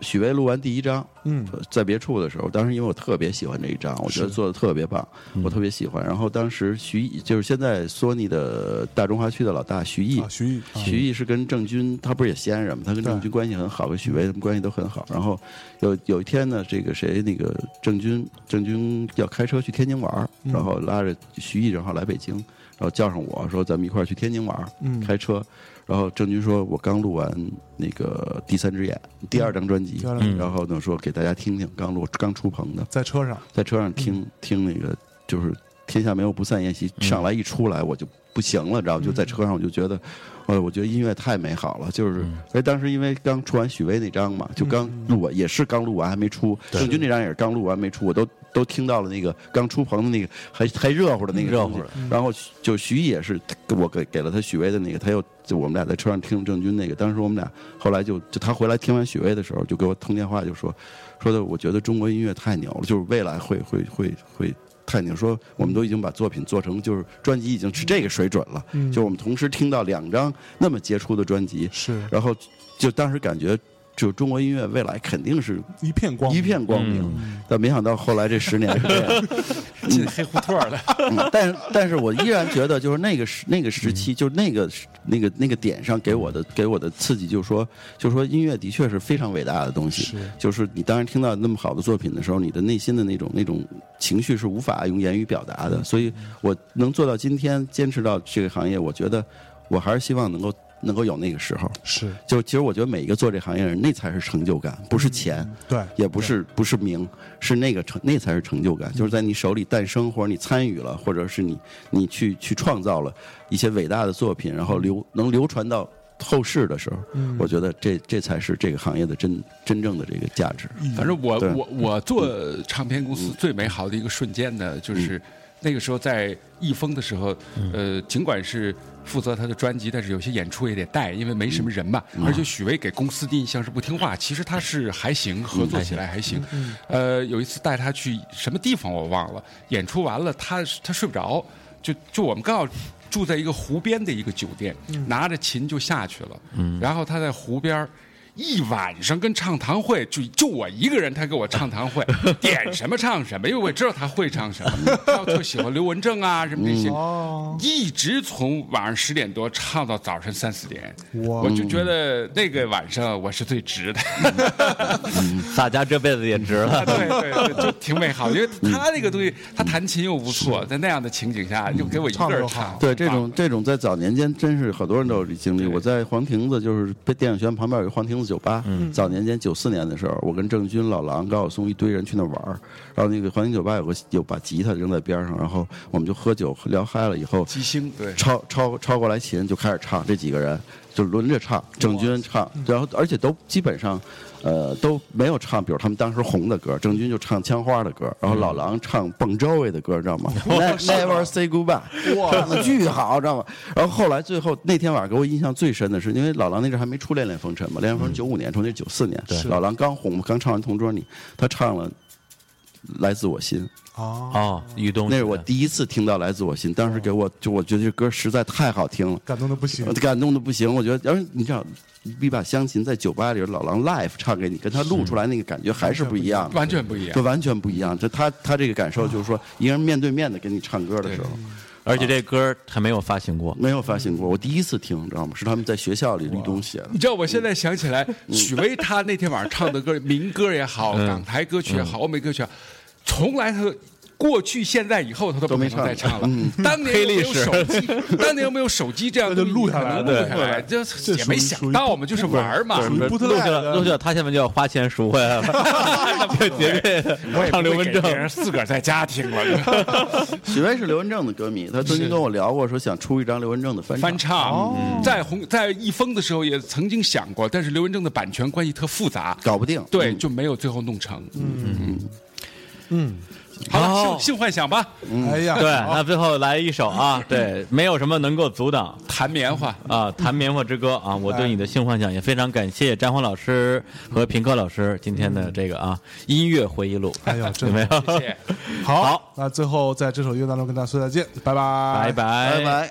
[SPEAKER 4] 许巍录完第一章，
[SPEAKER 1] 嗯，
[SPEAKER 4] 在别处的时候，当时因为我特别喜欢这一张，我觉得做的特别棒，
[SPEAKER 1] 嗯
[SPEAKER 4] 我特别喜欢。然后当时徐艺就是现在索尼的大中华区的老大徐艺
[SPEAKER 1] 啊，徐艺，啊
[SPEAKER 4] 徐艺是跟郑钧，他不是也西安人吗？他跟郑钧关系很好，跟许巍他们关系都很好。然后有有一天呢，这个谁那个郑钧，郑钧要开车去天津玩儿，
[SPEAKER 1] 嗯
[SPEAKER 4] 然后拉着徐艺正好来北京，然后叫上我说咱们一块儿去天津玩儿，
[SPEAKER 1] 嗯
[SPEAKER 4] 开车。然后郑钧说：“我刚录完那个《第三只眼》第二张专辑
[SPEAKER 1] 第二张专，辑
[SPEAKER 4] 然后呢说给大家听听，刚录刚出棚的，
[SPEAKER 1] 在车上，
[SPEAKER 2] 嗯
[SPEAKER 4] 在车上听听那个就是《天下没有不散宴席》，上来一出来我就不行了，知道吗就
[SPEAKER 2] 嗯
[SPEAKER 4] 在车上我就觉得，呃，我觉得音乐太美好了，就是，
[SPEAKER 2] 嗯
[SPEAKER 4] 而当时因为刚出完许巍那张嘛，就刚录完，也是刚录完还没出，郑钧那张也是刚录完没出，我都都听到了那个刚出棚的那个还还热乎的那个
[SPEAKER 2] 热
[SPEAKER 4] 东西
[SPEAKER 2] 乎的，
[SPEAKER 4] 然后许就徐艺也是跟我给给了他许巍的那个，他又就我们俩在车上听郑钧那个，当时我们俩后来就就他回来听完许巍的时候，就给我通电话就说说的，我觉得中国音乐太牛了，就是未来会会会会太牛，说我们都已经把作品做成就是专辑已经是这个水准了，
[SPEAKER 1] 嗯
[SPEAKER 4] 就我们同时听到两张那么杰出的专辑，
[SPEAKER 1] 是
[SPEAKER 4] 然后就当时感觉。就中国音乐未来肯定是
[SPEAKER 1] 一片光，
[SPEAKER 4] 一片光明，但没想到后来这十年是这样。
[SPEAKER 3] 进黑胡同了。
[SPEAKER 4] <laughs> 嗯但是但是我依然觉得，就是那个时那个时期，就是那个时那个那个点上给我的给我的刺激，就是说，就是说音乐的确是非常伟大的东西。
[SPEAKER 1] 是
[SPEAKER 4] 就是你当然听到那么好的作品的时候，你的内心的那种那种情绪是无法用言语表达的。所以我能做到今天，坚持到这个行业，我觉得我还是希望能够能够有那个时候。
[SPEAKER 1] 是
[SPEAKER 4] 就其实我觉得每一个做这行业的人，那才是成就感，不是钱。
[SPEAKER 1] 对，
[SPEAKER 4] 也不是不是名，是那个成那才是成就感，就是在你手里诞生，或者你参与了，或者是你你去去创造了一些伟大的作品，然后流能流传到后世的时候，我觉得这这才是这个行业的真真正的这个价值。
[SPEAKER 3] 反正我
[SPEAKER 4] 对
[SPEAKER 3] 我我做唱片公司最美好的一个瞬间呢，就是那个时候在易峰的时候，呃，尽管是负责他的专辑，但是有些演出也得带，因为没什么人嘛。而且许巍给公司的印象是不听话，其实他是还行，合作起来还行。呃，有一次带他去什么地方我忘了，演出完了他他睡不着，就就我们刚好。住在一个湖边的一个酒店，拿着琴就下去了。然后他在湖边儿一晚上跟唱堂会，就就我一个人，他给我唱
[SPEAKER 1] <laughs>
[SPEAKER 3] 堂会，点什么唱什么，因为我也知道他会唱什么，他又特喜欢刘文正啊什么这些，
[SPEAKER 1] 哦，
[SPEAKER 3] 一直从晚上十点多唱到早晨三四点，
[SPEAKER 1] 哇
[SPEAKER 3] 我就觉得那个晚上我是最值
[SPEAKER 1] <laughs>
[SPEAKER 3] 的，
[SPEAKER 2] 大家这辈子也值了。 <laughs>
[SPEAKER 3] 对对对，就挺美
[SPEAKER 1] 嗯
[SPEAKER 3] 好，因为他那个东西，他弹琴又不错，在那样的情景下，又给我一个
[SPEAKER 1] 唱
[SPEAKER 3] 人
[SPEAKER 1] 得
[SPEAKER 3] 唱
[SPEAKER 1] 好，
[SPEAKER 4] 对，这种这种在早年间真是很多人都有这经历。我在黄亭子，就是被电影学院旁边有一黄亭子酒吧。早年间九四年的时候，我跟郑钧、老狼、高晓松一堆人去那玩儿，然后那个黄亭酒吧有个有把吉他扔在边上，然后我们就喝酒聊嗨了以后，
[SPEAKER 3] 即兴对。
[SPEAKER 4] 抄抄抄过来琴就开始唱，这几个人就轮着唱，郑钧唱，然后而且都基本上，呃，都没有唱，比如他们当时红的歌，郑钧就唱《枪花》的歌，然后老狼唱蹦周围的歌，知道嗯 <laughs> 吗 Ne-？Never Say Goodbye，哇，唱的巨好，知道吗？然后后来最后那天晚上给我印象最深的是，因为老狼那阵儿还没出《恋恋风尘》嘛，《恋恋风尘》九五年出，那九四年，老狼刚红，刚唱完《同桌你》，他唱了《来自我心》。
[SPEAKER 1] 啊，
[SPEAKER 2] 哦，于东，
[SPEAKER 4] 那是我第一次听到《来自我心》，当时给我就我觉得这歌实在太好听了，
[SPEAKER 1] 感动的不行
[SPEAKER 4] 我，感动的不行。我觉得，然后你知道，一把香琴在酒吧里老狼 live 唱给你，跟他录出来那个感觉还是不一样的，
[SPEAKER 3] 完全不一样
[SPEAKER 4] 就，完全不一样。这他他这个感受就是说，一个人面对面的跟你唱歌的时候，
[SPEAKER 2] 而且这歌还没有发行过。
[SPEAKER 4] 没有发现过，我第一次听，你知道吗？是他们在学校里绿东写的。
[SPEAKER 3] 你知道我现在想起来，许巍他那天晚上唱的歌，民歌也好，港台歌曲也好，欧美歌曲也好，从来他过去、现在、以后他都不
[SPEAKER 4] 都没
[SPEAKER 3] 可能再
[SPEAKER 4] 唱
[SPEAKER 3] 唱了。 <laughs> 当年又没有手机，当年又没有手机这样
[SPEAKER 1] 那就
[SPEAKER 3] 东西
[SPEAKER 1] 录
[SPEAKER 3] 你
[SPEAKER 1] 下
[SPEAKER 3] 可
[SPEAKER 1] 来
[SPEAKER 3] 能
[SPEAKER 1] 了
[SPEAKER 3] 录下来，就
[SPEAKER 1] 这
[SPEAKER 3] 也
[SPEAKER 1] 属于
[SPEAKER 3] 没想到嘛，就是玩儿嘛。
[SPEAKER 1] 属于不特
[SPEAKER 2] 录下
[SPEAKER 1] 赖
[SPEAKER 2] 来，
[SPEAKER 1] 的
[SPEAKER 2] 录下来，他现在就要花钱赎回
[SPEAKER 1] <laughs>
[SPEAKER 2] 来了，就绝
[SPEAKER 3] 我
[SPEAKER 2] 对
[SPEAKER 3] 也
[SPEAKER 2] 唱
[SPEAKER 3] 不
[SPEAKER 2] 刘
[SPEAKER 3] 会
[SPEAKER 2] 文
[SPEAKER 3] 给别
[SPEAKER 2] 正。
[SPEAKER 3] 人自个儿在家听了
[SPEAKER 4] 许巍是刘文正的歌迷，他曾经跟我聊过，说想出一张刘文正的翻
[SPEAKER 3] 翻唱。嗯在红在一封的时候也曾经想过，但是刘文正的版权关系特复杂，
[SPEAKER 4] 搞不定。
[SPEAKER 3] 对，
[SPEAKER 4] 嗯
[SPEAKER 3] 就没有最后弄成。
[SPEAKER 1] 嗯，
[SPEAKER 3] 好了，
[SPEAKER 2] 哦
[SPEAKER 3] 性性幻想吧，
[SPEAKER 1] 哎呀，
[SPEAKER 2] 对，
[SPEAKER 1] 好
[SPEAKER 2] 那最后来一首啊，对，没有什么能够阻挡
[SPEAKER 3] 弹棉花。
[SPEAKER 2] 啊，《弹棉花之歌》啊，我对你的性幻想也非常感谢张欢老师和平克老师今天的这个啊音乐回忆录，
[SPEAKER 1] 哎呦，
[SPEAKER 2] 有
[SPEAKER 1] 真
[SPEAKER 2] <laughs> 没
[SPEAKER 1] 的
[SPEAKER 2] 有？
[SPEAKER 3] 谢谢。
[SPEAKER 1] 好，那最后在这首音乐当中跟大家说再见，拜拜，
[SPEAKER 2] 拜。拜
[SPEAKER 4] 拜拜。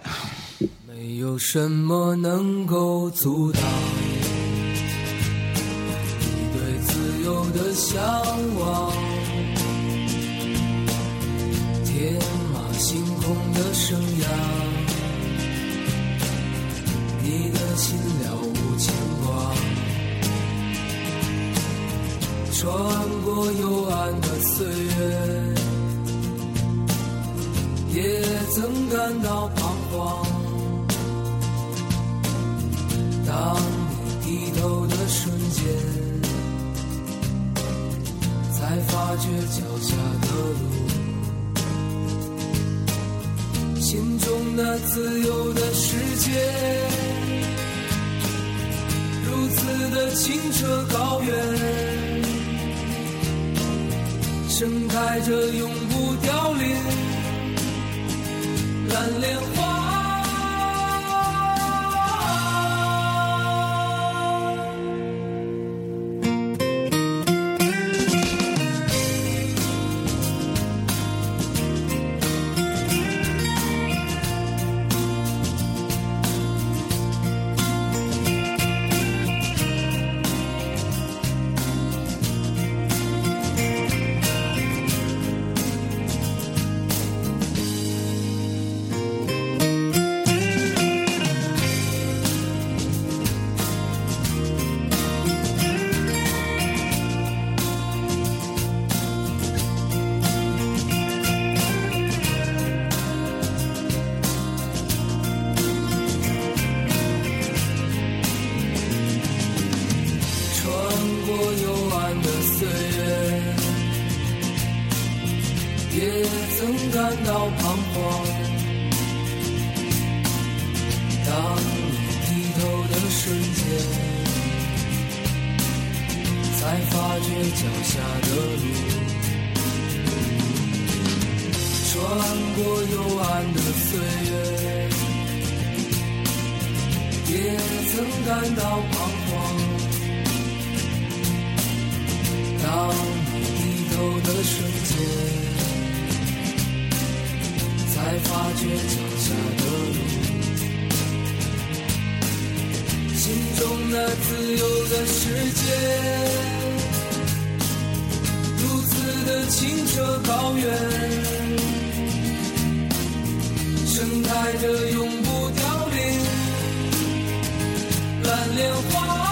[SPEAKER 5] 没有什么能够阻挡你对自由的向往。天马行空的生涯，你的心了无牵挂。穿过幽暗的岁月，也曾感到彷徨。当你低头的瞬间，才发觉脚下的路，心中的
[SPEAKER 6] 那自由的世界，如此的清澈高远，盛开着永不凋零蓝莲花。穿过幽暗的岁月，也曾感到彷徨。当你低头的瞬间，才发觉脚下的路。穿过幽暗的岁月，也曾感到彷徨。当你低头的瞬间，才发觉脚下的路，心中那自由的世界，如此的清澈高远，盛开着永不凋零蓝莲花。